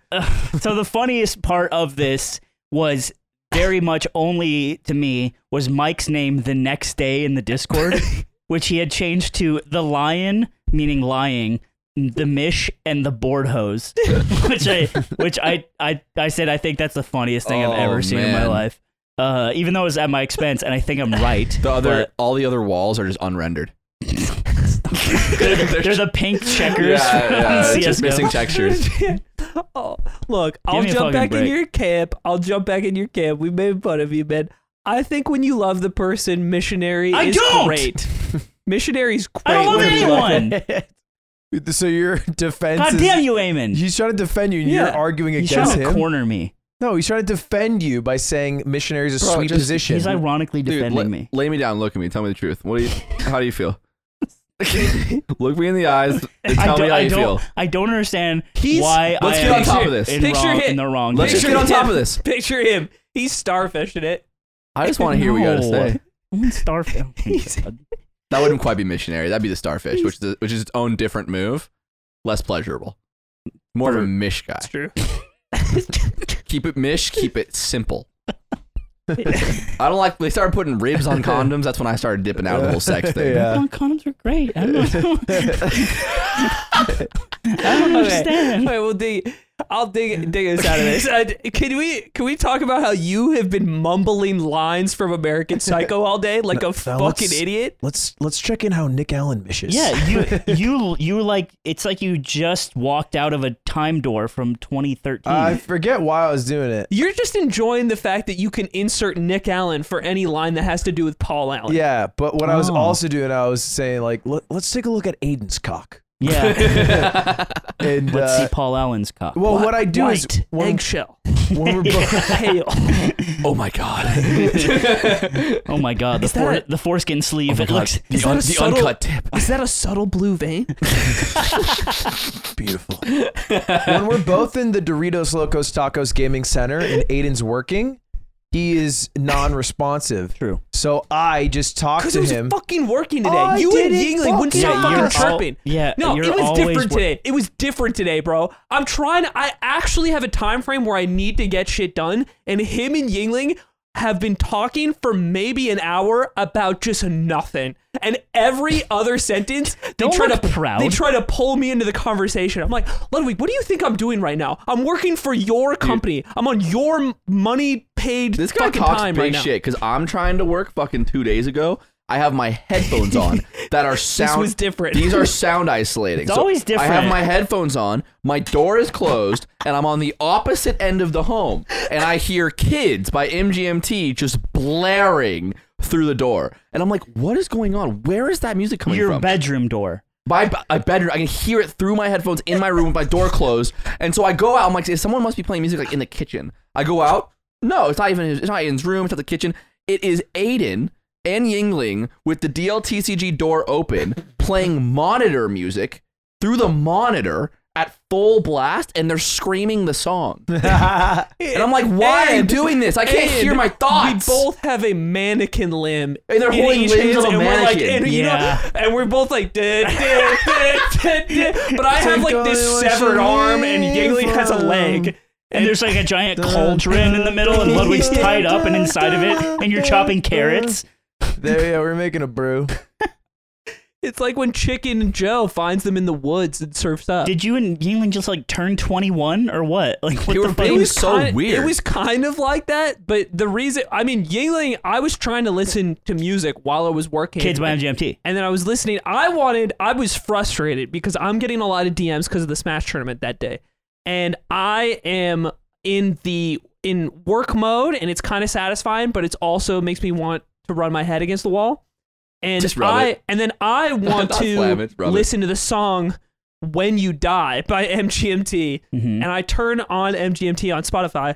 so the funniest part of this was very much only to me was Mike's name the next day in the Discord, which he had changed to the Lion, meaning lying, the Mish, and the board hose, which I which I I, I said I think that's the funniest thing I've
Oh,
ever seen in my
man.
life. Uh, even though it was at my expense, and I think I'm right.
the other all the other walls are just unrendered.
but they're the pink checkers from
it's
CS:GO.
just missing textures.
Oh, look, I'll
me a fucking
jump back
break.
in your camp. I'll jump back in your camp. We made fun of you, man. I think when you love the person, missionary
I
is
don't!
great. Missionary's great.
I don't love
when you
anyone.
So your defense
God
is
damn you, Eamon!
he's trying to defend you, and
Yeah.
you're arguing
you
against
trying to
him.
corner me.
no, he's trying to defend you by saying missionary is a
Bro,
sweet
just-
position.
He's ironically
Dude,
defending
la-
me.
Lay me down. Look at me. Tell me the truth. What do you? How do you feel? look me in the eyes and tell me how you
don't,
feel.
I don't understand
He's-
why
Let's
I
get
am
on top of this.
in,
Picture
wrong,
hit.
in the wrong.
Let's
place.
just get on top of this.
Picture him. He's starfishing it.
I just want to hear what you got to
No.
say.
I'm in Starfield. Oh my God.
That wouldn't quite be missionary. That'd be the starfish, which is which is its own different move, less pleasurable, more of a mish guy.
That's true.
Keep it mish. Keep it simple. I don't like. They started putting ribs on condoms. That's when I started dipping out of the whole sex thing.
Yeah.
No, condoms are great. I don't, know. I don't
All
understand.
right, we'll dig. I'll dig dig us out of this. Uh, can we can we talk about how you have been mumbling lines from American Psycho all day like a
Now let's-
fucking idiot?
Let's let's check in how Nick Allen mishes.
Yeah, you you you like it's like you just walked out of a time door from 2013.
I forget why I was doing it.
You're just enjoying the fact that you can insert Nick Allen for any line that has to do with Paul Allen.
Yeah, but what I was
Oh.
also doing, I was saying like, Let, let's take a look at Aiden's cock.
yeah,
And
let's
uh,
see Paul Allen's cock.
well, what I do is
White,
when,
eggshell,
when we're both,
pale.
Oh my god.
oh my god, the
Is that
fore,
a-
the foreskin sleeve.
Oh
it looks.
the,
that
un-
a
the
subtle-
uncut tip.
Is that a subtle blue vein?
beautiful. when we're both in the Doritos Locos Tacos Gaming Center and Aiden's working, he is non-responsive.
True.
So I just talk
Because
to
it was
him.
fucking working today.
I
you and
didn't
Yingling wouldn't
fucking-
stop
Yeah,
fucking
you're
al-
chirping.
yeah,
no,
you're
it was
always
different
wor-
today. It was different today, bro. I'm trying. To, I actually have a time frame where I need to get shit done, and him and Yingling have been talking for maybe an hour about just nothing. And every other sentence, they
Don't
try
look
to
proud.
They try to pull me into the conversation. I'm like, Ludwig, what do you think I'm doing right now? I'm working for your company. I'm on your m- money paid
This guy
fucking
talks
time
big
right now.
shit because I'm trying to work fucking two days ago. I have my headphones on that are sound.
was different.
These are sound isolating. It's
always different.
I have my headphones on. My door is closed, and I'm on the opposite end of the home, and I hear "Kids" by MGMT just blaring through the door, and I'm like, "What is going on? Where is that music coming
your
from?"
bedroom door.
my b- a bedroom. I can hear it through my headphones in my room with my door closed. And so I go out. I'm like, someone must be playing music like in the kitchen. I go out. No, it's not even. His, it's not Aiden's room. It's not the kitchen. It is Aiden and Yingling with the DLTCG door open, playing monitor music through the monitor at full blast and they're screaming the song. And I'm like, why are you
And-
doing this? I can't
and
hear my thoughts.
We both have a mannequin limb.
And they're
in
holding
each
limbs of
hand,
a
and we're like-
mannequin.
and, you know,
Yeah.
and we're both like, duh, duh, duh, duh, duh. but I have like this
Take away
severed
your
arm, and Yangling has a leg.
arm.
And there's like a giant cauldron in the middle, and Ludwig's tied up and inside of it, and you're chopping carrots.
there, yeah, we're making a brew.
It's like when Chicken Joe finds them in the woods and surfs up.
Did you and Yingling just like turn 21 or what? Like what
You
the
were
fuck?
being- was so
kind
weird.
It was kind of like that, but the reason I mean Yingling, I was trying to listen to music while I was working.
Kids by MGMT.
and then I was listening. I wanted, I was frustrated because I'm getting a lot of DMs because of the Smash tournament that day. And I am in the in work mode and it's kind of satisfying, but it's also makes me want to run my head against the wall. And
Just rub
I
it.
and then I want
Not
to
slam it, rub it.
listen to the song When You Die by MGMT.
Mhm.
Mm-hmm.
And I turn on MGMT on Spotify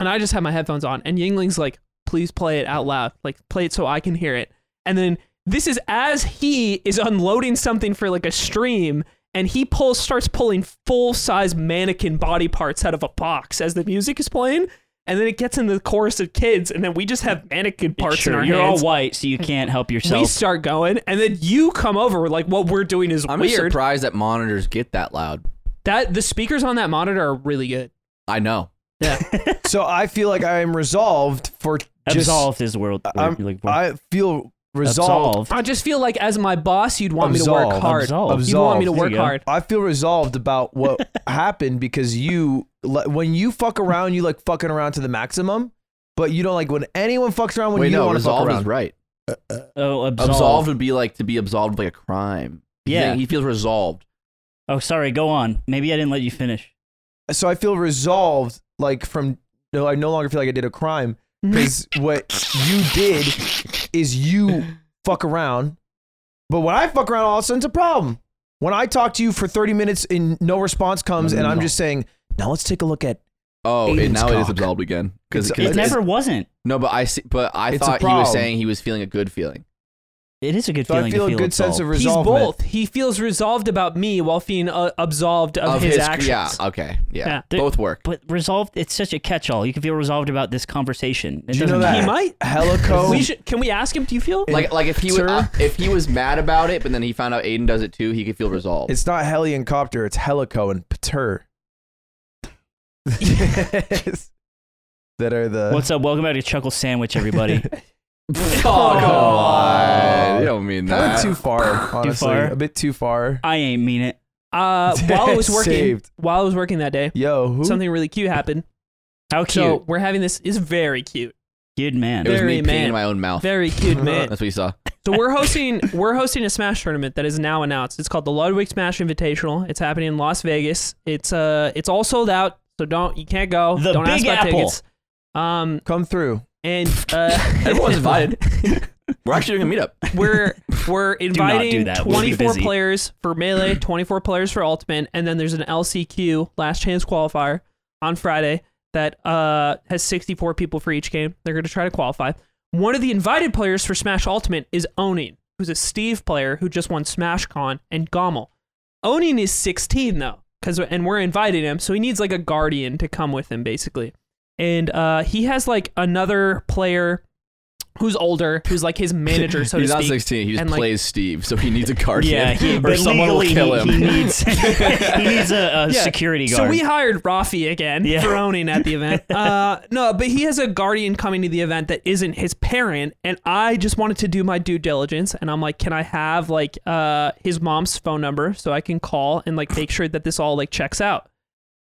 and I just have my headphones on, and Yingling's like, please play it out loud, like play it so I can hear it. And then this is as he is unloading something for like a stream, and he pulls starts pulling full size mannequin body parts out of a box as the music is playing, and then it gets in the chorus of kids, and then we just have mannequin parts
Sure,
in our
you're
hands.
all white, so you can't help
we
yourself.
start going, and then you come over like what we're doing is
I'm just
weird.
surprised that monitors get that loud.
That the speakers on that monitor are really good.
I know.
Yeah,
So I feel like I am resolved for just.
Absolve his world.
I'm-
You're like,
I feel resolved.
absolve.
I just feel like as my boss, you'd want me to work
Absolve.
hard.
Absolve.
You'd want me to
Absolve.
work
There you go.
hard.
I feel resolved about what happened because you, li- when you fuck around, you like fucking around to the maximum, but you don't like when anyone fucks around when
Wait,
you
no,
want to fuck
resolve is
around.
right.
Oh, absolve.
Absolved would be like to be absolved of like a crime.
Yeah.
He, he feels resolved.
Oh, sorry. Go on. Maybe I didn't let you finish.
So I feel resolved, like from no, I no longer feel like I did a crime
Mm-hmm.
because what you did is you fuck around, but when I fuck around, all of a sudden it's a problem. When I talk to you for thirty minutes and no response comes, and I'm just saying, now let's take a look at
Oh, and
Aiden's
now it is
cock.
absolved again. Because
It's-
It
It's-
never wasn't.
no, but I see, but I
It's a
thought he was
problem.
saying he was feeling a good feeling.
It is a good
So
feeling
I feel
to
a
feel
good sense of
absolved.
resolve.
He's both. He feels resolved about me while being uh, absolved of, his, actions.
yeah, okay, yeah,
Yeah.
both work.
But resolved, it's such a catch-all. You can feel resolved about this conversation. It
Do you
doesn't
know that?
He
matter.
might.
Helico.
We should, can we ask him? Do you feel?
Like, like if he was,
Sir?
uh, if he was mad about it, but then he found out Aiden does it too, he could feel resolved.
It's not heli and copter. It's helico and pater. that are the.
What's up? Welcome back to Chuckle Sandwich, everybody.
oh,
on.
You don't mean
Kind
that.
of too far, honestly.
far?
A bit too far.
I ain't mean it.
uh, while I was working,
Saved.
while I was working that day,
Yo, who?
something really cute happened.
How cute,
So we're having this. Is very cute.
Good man.
it was me
Very
peeing
man.
in my own mouth.
Very cute man.
That's what you saw.
So we're hosting we're hosting a Smash tournament that is now announced. It's called the Ludwig Smash Invitational. It's happening in Las Vegas. It's uh it's all sold out. So don't you can't go.
The
don't ask
Big
about
Apple.
tickets. Um
Come through.
and uh,
Everyone's invited. We're actually doing a meetup.
we're we're inviting
do that. We'll be
24
busy.
players for melee 24 players for ultimate and then there's an lcq last chance qualifier on friday that uh, has 64 people for each game they're going to try to qualify one of the invited players for smash ultimate is onin who's a steve player who just won smash con and gommel onin is 16 though because and we're inviting him so he needs like a guardian to come with him basically and uh, he has like another player who's older who's like his manager so
He's
to
not
speak
16. He just
And, like-
plays Steve, so he needs a guardian.
yeah, he,
or
but
someone
legally
will kill
he,
him.
he needs he needs a, a
Yeah.
security guard.
So we hired Rafi again
Yeah.
for owning at the event. Uh, no, but he has a guardian coming to the event that isn't his parent, and I just wanted to do my due diligence. And I'm like, can I have like uh, his mom's phone number so I can call and like make sure that this all like checks out?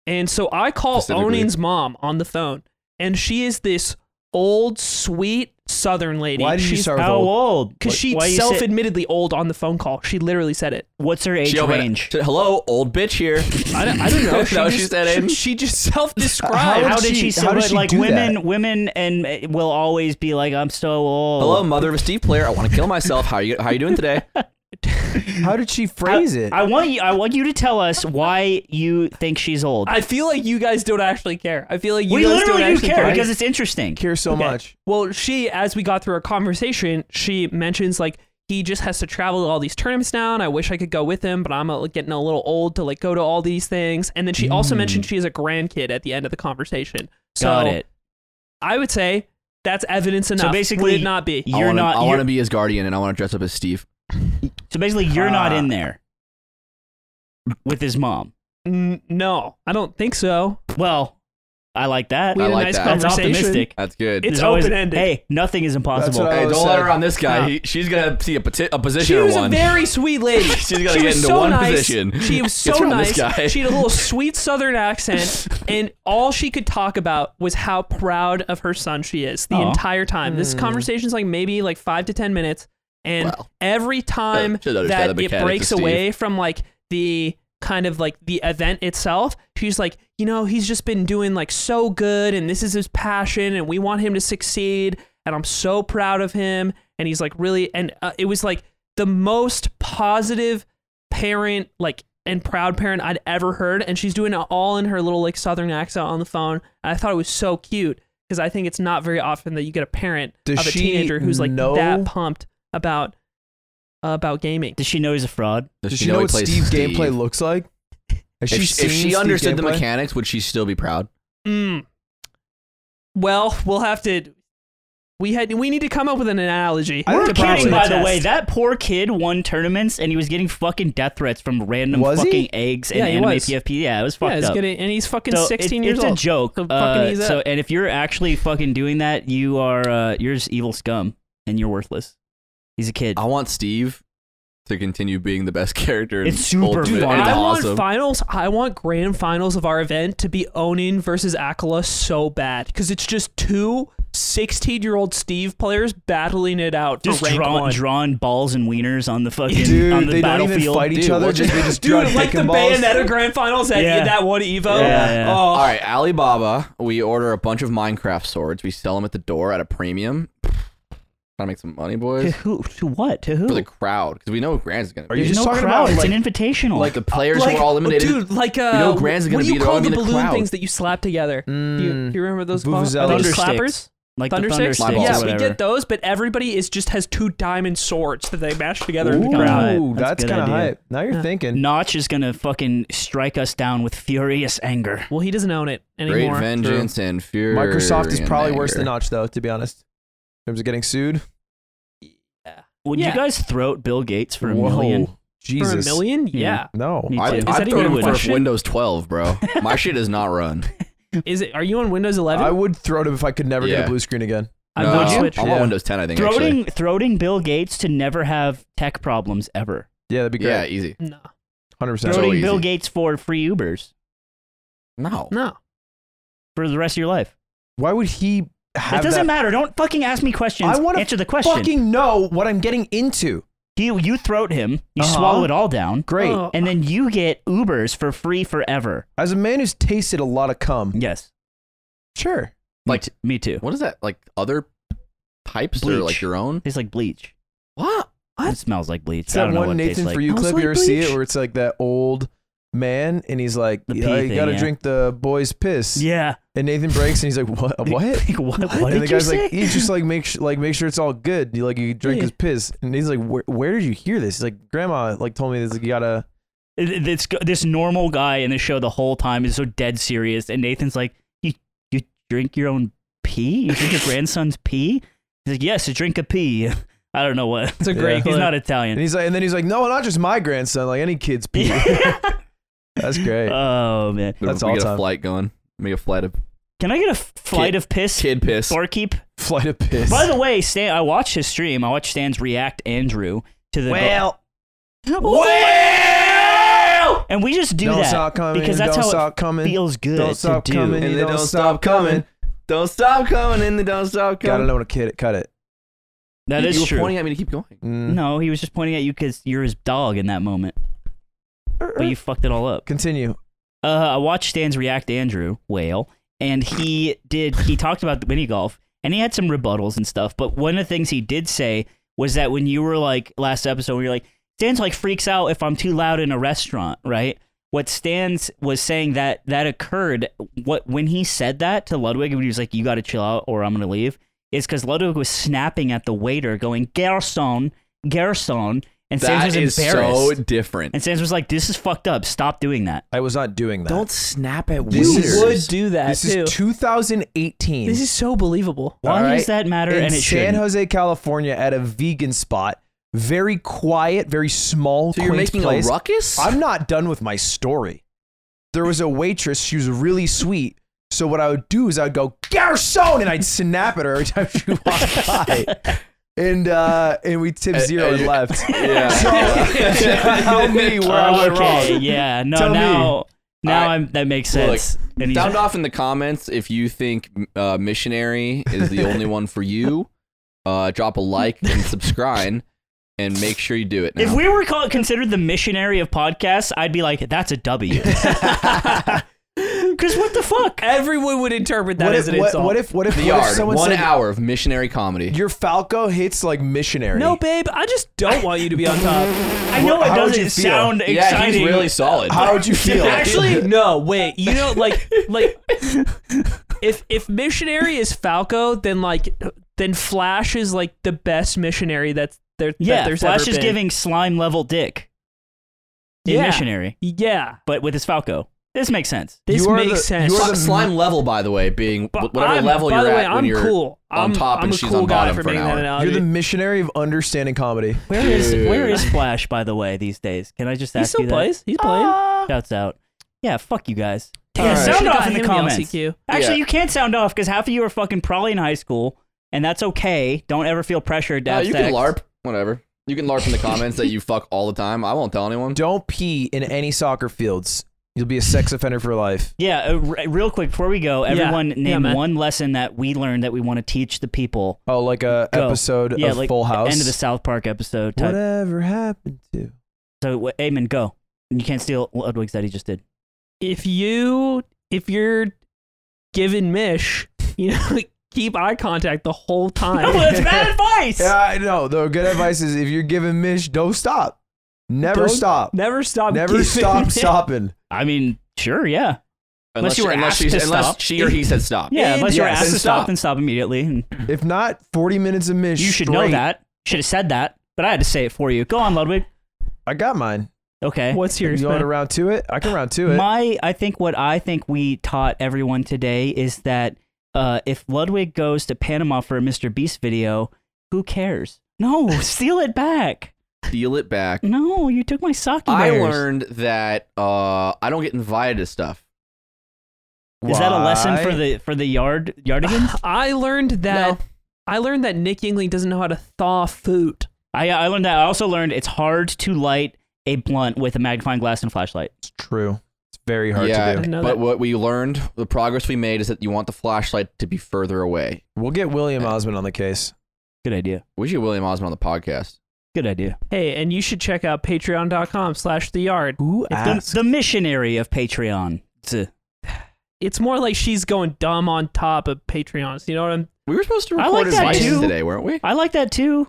And so I call
Specifically.
Onin's mom on the phone, and she is this old, sweet Southern lady.
Why did you
She's
start with
How
old?
old?
because
Why-
she
why you say-
self-admittedly old on the phone call. She literally said it.
What's her age
She opened it.
range?
She said, Hello, old bitch here.
I don't, I don't know.
Is that what she
just-
said, Aiden?
She just self-described.
How
How
did
did
she-
she?
how did
say but,
she
like
do
women, women, and uh, will always be like, I'm so old.
Hello, mother of a Steve player. I want to kill myself. How are you? How are you doing today?
How did she phrase it?
I want you. I want you to tell us why you think she's old.
I feel like you guys don't actually care. I feel like you
we
guys
literally
don't
do
actually
care because it's interesting.
care so much.
well, she, as we got through our conversation, she mentions like he just has to travel to all these tournaments now and i wish i could go with him but i'm uh, getting a little old to like go to all these things and then she also
Mm.
mentioned she has a grandkid at the end of the conversation so
Got it.
i would say that's evidence enough
basically,
would it not be
I
You're
wanna-
not.
I
you're-
want to be his guardian, and I want to dress up as Steve.
so basically, you're not
Ah.
in there with his mom.
N- no i don't think so
Well, I like that.
we
I
had
like
a nice
that.
That's
conversation
optimistic.
That's good.
It's
There's always-
open-ended.
Hey, nothing is
That's
impossible.
what I
hey,
was
don't
saying.
let her on this guy.
No.
He, she's gonna see a, poti- a position
she
or
was
one.
a very sweet lady.
She's gonna
she
get
was
into
so
one
nice.
position.
She was
It's
so
around this
nice.
guy.
She had a little sweet Southern accent, and all she could talk about was how proud of her son she is the
Aw.
entire time. This conversation's like maybe like five to ten minutes, and
Wow.
every time
should understand
that
the mechanics
it
of
breaks
Steve.
away from like the kind of like the event itself, she's like, you know, he's just been doing like so good, and this is his passion, and we want him to succeed, and I'm so proud of him, and he's like really, and uh, it was like the most positive parent like and proud parent I'd ever heard, and she's doing it all in her little like southern accent on the phone. And I thought it was so cute because I think it's not very often that you get a parent
Does
of a
she
teenager who's like
know-
that pumped about about gaming.
Does she know he's a fraud?
Does she know what
plays
Steve's gameplay looks like? Has
If,
seen
if she
Steve
understood the
gameplay?
mechanics, would she still be proud?
Mm. Well, we'll have to. We had we need to come up with an analogy.
I
to
don't
We're
think
properly
it's
kidding,
a
by the way.
test.
That poor kid won tournaments and he was getting fucking death threats from random
Was he?
fucking eggs and
Yeah, he
anime
was.
PFP. Yeah, it was fucked
yeah, he's
up.
getting, and he's fucking
So it-
sixteen years
it's
old.
a joke.
So fucking
uh,
he's
so,
up.
and if you're actually fucking doing that, you are uh, you're just evil scum and you're worthless. He's a kid.
I want Steve to continue being the best character. in
It's super
Ultimate.
fun.
It's
Dude,
I
awesome.
want finals. I want grand finals of our event to be Onin versus Akala so bad because it's just two 16 year old Steve players battling it out.
just
for rank
drawn,
one.
drawn balls and wieners on the fucking
Dude,
on the
they don't
battlefield.
even fight each
Dude,
other.
what
Just, they just
Dude,
draw
like
dick
the
and balls.
Bayonetta grand finals at
Yeah.
that one
Yeah,
Evo.
yeah.
Oh,
All
All right, Alibaba. We order a bunch of Minecraft swords. We sell them at the door at a premium. Trying to make some money,
To
boys,
who? To what? To who?
for the crowd because we know Grant's is gonna.
Are
be
you
There's
there.
just
no
talking
crowd.
about,
it's
like-
an invitational.
like the players
like,
who are all eliminated?
Dude, like uh,
know Grand's gonna
what do
be
you
there,
call
I'm
the
in the
balloon
crowd.
things that you slap together?
Mm.
do,
Mm.
you, do you remember those? called? Are
Vuvuzelas.
they
Thunder
clappers?
sticks. like
thunder
the thunder
sticks?
My
sticks
balls.
or
Yeah, we
whatever.
get those, but everybody is just has two diamond swords that they mash together in the
Ooh.
crowd.
Ooh,
That's a
that's
good
kind of
idea.
hype. Now you're
Yeah.
thinking.
Notch is gonna fucking strike us down with furious anger.
Well, he doesn't own it
Great
anymore.
vengeance and fear.
Microsoft is
and
probably worse than
anger.
Notch, though, to be honest. In terms of getting sued.
Would
Yeah.
you guys throat Bill Gates for a
Whoa,
million?
Jesus. Hmm.
For a million?
Yeah.
Yeah.
No.
Me
I,
too.
I
Is
that
throw
even a
him for
question?
Windows 12, bro. My shit does not run.
Is it? Are you on Windows 11?
I would throw him if I could never get
Yeah.
a blue screen again.
I'm
No,
on
I'm
Switch.
on
Yeah.
Windows 10, I think. actually.
Throating, throating Bill Gates to never have tech problems ever.
Yeah, that'd be
Yeah,
great.
easy.
No,
Hundred percent.
Throw-
Throating
easy.
Bill Gates for free Ubers
No.
no.
for the rest of your life.
Why would he
It
have that?
doesn't matter. Don't fucking ask me questions.
I wanna
answer the question.
Fucking know what I'm getting into.
you you throat him. You
Uh-huh.
swallow it all down,
Great.
Oh.
and then you get Ubers for free forever.
As a man who's tasted a lot of cum,
Yes.
sure.
Me
Like-
t- me too.
What is that? Like other types or
Bleach.
like your own?
Tastes like bleach.
oh,
What?
It smells like bleach.
It's
I
that
don't know
one
what it tastes
Nathan
like.
for you
I was
clip.
like,
you ever see it
"Bleach."
where it's like that old man and he's like,
The pee
"Yeah,
thing,
"You gotta
yeah.
drink the boys' piss."
Yeah.
And Nathan breaks and he's like, "What? What?"
Like, what? What
and
did
the
you
guy's
say?
like, "You just like make sh- like make sure it's all good. You like you drink
Yeah.
his piss." And he's like, where, "Where did you hear this?" He's like, "Grandma like told me this. Like, you gotta."
Th- this g- this normal guy in the show the whole time is so dead serious, and Nathan's like, "You you drink your own pee? You drink your grandson's pee?" He's like, "Yes, you drink a pee." I don't know what.
It's a
Yeah.
great.
He's not
And
Italian.
he's like, and then he's like, "No, not just my grandson. Like any kid's pee." That's great.
Uh,
oh man,
That's
we
all
get
time.
a flight going. Make a flight of
can I get a f- flight of piss?
kid piss.
Barkeep.
Flight of piss.
By the way, Stan, I watched his stream. I watched Stan's react Andrew to the well, and we just do
don't
that
stop coming.
because that's
don't
how
stop
it
coming.
feels good
Don't stop
to do.
coming.
And
You
they don't stop coming. Don't stop coming and they don't stop coming.
Gotta know when to kid it. Cut it.
That
you,
is
you were
true.
pointing at me to keep going.
Mm.
No, he was just pointing at you because you're his dog in that moment. But you fucked it all up.
Continue.
Uh, I watched Stan's React Andrew Whale, and he did. He talked about the mini golf, and he had some rebuttals and stuff. But one of the things he did say was that when you were like last episode, when you're like Stan's like freaks out if I'm too loud in a restaurant, right? What Stan's was saying that that occurred. What when he said that to Ludwig, when he was like, "You got to chill out, or I'm gonna leave," is because Ludwig was snapping at the waiter, going "Garçon," Garrison, and Sans
That
was
is
embarrassed.
so different.
and Sans was like, "This is fucked up. Stop doing that."
I was not doing that.
Don't snap at
This
You
waiters.
is-
would do that
this
too.
is 2018.
this is so believable.
Why
All
does
right.
that matter?
in
and it
San
should.
Jose, California, at a vegan spot. Very quiet, very small.
so you're
quaint
making
place.
a ruckus?
I'm not done with my story. There was a waitress. She was really sweet. So what I would do is I'd go garçon, and I'd snap at her every time she walked by, and uh, and we tipped
Uh,
zero
uh,
and left.
yeah.
Tell me where I went
Oh, okay,
wrong.
yeah. No,
Tell me.
now, now
I-
I'm, that makes
Look,
sense. and he's-
Sound off in the comments if you think uh, missionary is the only one for you. Uh, drop a like and subscribe, and make sure you do it. Now.
if we were called, considered the missionary of podcasts, I'd be like, "That's a W." Because what the fuck?
Everyone would interpret that
What
as
if,
an
what,
insult.
what if what if
the
what if
yard,
someone
one
said
hour of missionary comedy.
your Falco hits like missionary?
no, babe, I just don't want you to be on top.
I know it
how would you
doesn't
feel?
sound
yeah,
exciting.
he's really solid.
How would you feel?
Actually, no, wait. You know, like, like, if if missionary is Falco, then like, then Flash is like the best missionary that's there. that
yeah,
there's
Flash
ever
is
been.
giving slime level dick. In
Yeah.
missionary,
Yeah,
but with his Falco. This makes sense.
this
You are
makes
the-
sense.
you
Sli-
are the-
slime level, by the way, being
But
wh- whatever
I'm-
level
by
you're
the way,
at
I'm
when you're
cool.
on
I'm,
top
I'm
and
a
she's
cool
on
guy
bottom
for
for an
making that
hour.
analogy.
You're the missionary of understanding comedy.
Where is
Dude.
where is Flash, by the way, these days? Can I just
he
ask
still
you that? Ah.
plays. He's playing.
Shouts out. Yeah, fuck you guys.
Damn,
yeah,
I
sound
should've
off
got
in the
him the
comments.
LCQ.
Actually,
Yeah.
you can't sound off because half of you are fucking probably in high school, and that's okay. Don't ever feel pressured to
Uh,
have
you can
sex.
LARP, whatever. You can LARP in the comments that you fuck all the time. I won't tell anyone.
Don't pee in any soccer fields. You'll be a sex offender for life.
Yeah, uh, r- real quick before we go, everyone
Yeah,
name
man.
one lesson that we learned that we want to teach the people.
Oh, like a
Go.
episode
yeah,
of
like
Full House.
end of the South Park episode. Type.
Whatever happened to?
So, w- Amen, go. You can't steal Ludwig's that he just did.
if you if you're giving Mish, you know, keep eye contact the whole
No,
time.
that's bad advice.
Yeah, I know. The good advice is if you're giving Mish, don't stop. Never
Don't-
stop.
Never stop.
Never
giving
stop
Mish.
stopping. I mean, sure, yeah, Unless you were
unless,
asked
she's,
to
unless
stop.
she or he said stop.
yeah. Unless you're
yes,
asked
and
to stop,
stop.
then stop immediately. and-
If not, 40 minutes of Mish.
You should know
straight.
that. Should have said that, but I had to say it for you. Go on, Ludwig.
I got mine.
Okay.
What's yours?
you want to
man?
round to it? I can round to it.
My, I think what I think we taught everyone today is that uh, if Ludwig goes to Panama for a Mr. Beast video, who cares? No, steal it back.
Deal it back.
No, you took my sake.
I
bears.
learned that uh, I don't get invited to stuff.
Is that a lesson
Why?
for the for the yard yardigans?
I learned that
No.
I learned that Nick Yingling doesn't know how to thaw food.
I I learned that. I also learned it's hard to light a blunt with a magnifying glass and flashlight.
It's true. It's very hard
yeah,
to
I
do.
didn't know
but
that.
what we learned, the progress we made, is that you want the flashlight to be further away.
We'll get William Osmond on the case.
Good idea.
We should get William Osmond on the podcast.
Good idea.
Hey, and you should check out patreon.com slash the yard.
Who
The,
asked?
the missionary of Patreon. It's a-
It's more like she's going dumb on top of Patreons. You know what I'm
We were supposed to
I
record
like that
advice
too.
today, weren't we?
I like that too.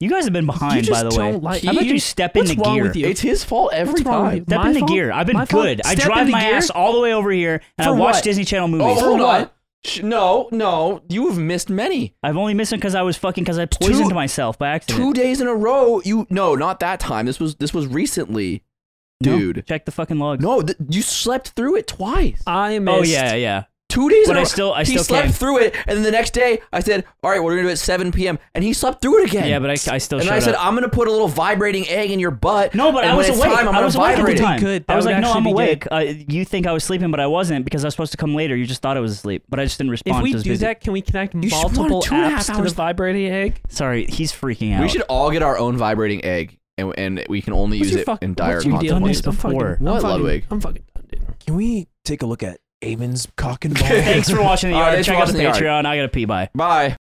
You guys have been
you
behind,
just
by the
don't
way.
like
How about you
you-
step
What's
in the
wrong
gear?
with you?
It's his fault every
What's wrong with
time.
you?
Step
My
in the
fault?
gear. I've been
My fault?
good. I
Step
drive
in the
my
gear?
ass all the way over here and I
For
watch
what?
Disney Channel
Oh,
movies.
hold
what?
on. Sh- No, no, you have missed many.
I've only missed them because I was fucking because I poisoned
Two-
myself by accident.
Two days in a row. You no, not that time. This was this was recently,
No,
dude.
check the fucking logs.
No, th- you slept through it twice.
I missed.
oh yeah, yeah.
Two days
But
in a
I
row.
still- I
he
still
slept
came.
through it, and then the next day I said, "All right, we're gonna do it at 7 p.m." And he slept through it again.
Yeah, but I- I still
And
showed
I said,
up.
"I'm gonna put a little vibrating egg in your butt."
No, but
and
I was
when it's
awake.
Time, I'm
I was
gonna
awake at the
vibrate it."
time.
Good. That
I was
would
like, no,
actually
I'm
be
awake. Uh, you think I was sleeping, but I wasn't because I was supposed to come later. You just thought I was asleep, but I just didn't respond.
If
'cause I
we
was
do
busy.
that, can we connect
should want
multiple
two and a half
apps to the
hours.
vibrating egg?
sorry, he's freaking out.
We should all get our own vibrating egg, and, and we can only
What's
use
your
it
fuck-
in dire
what's your deal,
Done
consequences.
this
dude? I'm fucking-
before.
I'm
What,
fucking-
Ludwig?
I'm fucking done, dude.
Can we take a look at Eamon's cock and balls?
Thanks for watching the
All right,
yard.
thanks
Check
for
out the
watching The Yard.
Patreon. I gotta pee. Bye.
Bye.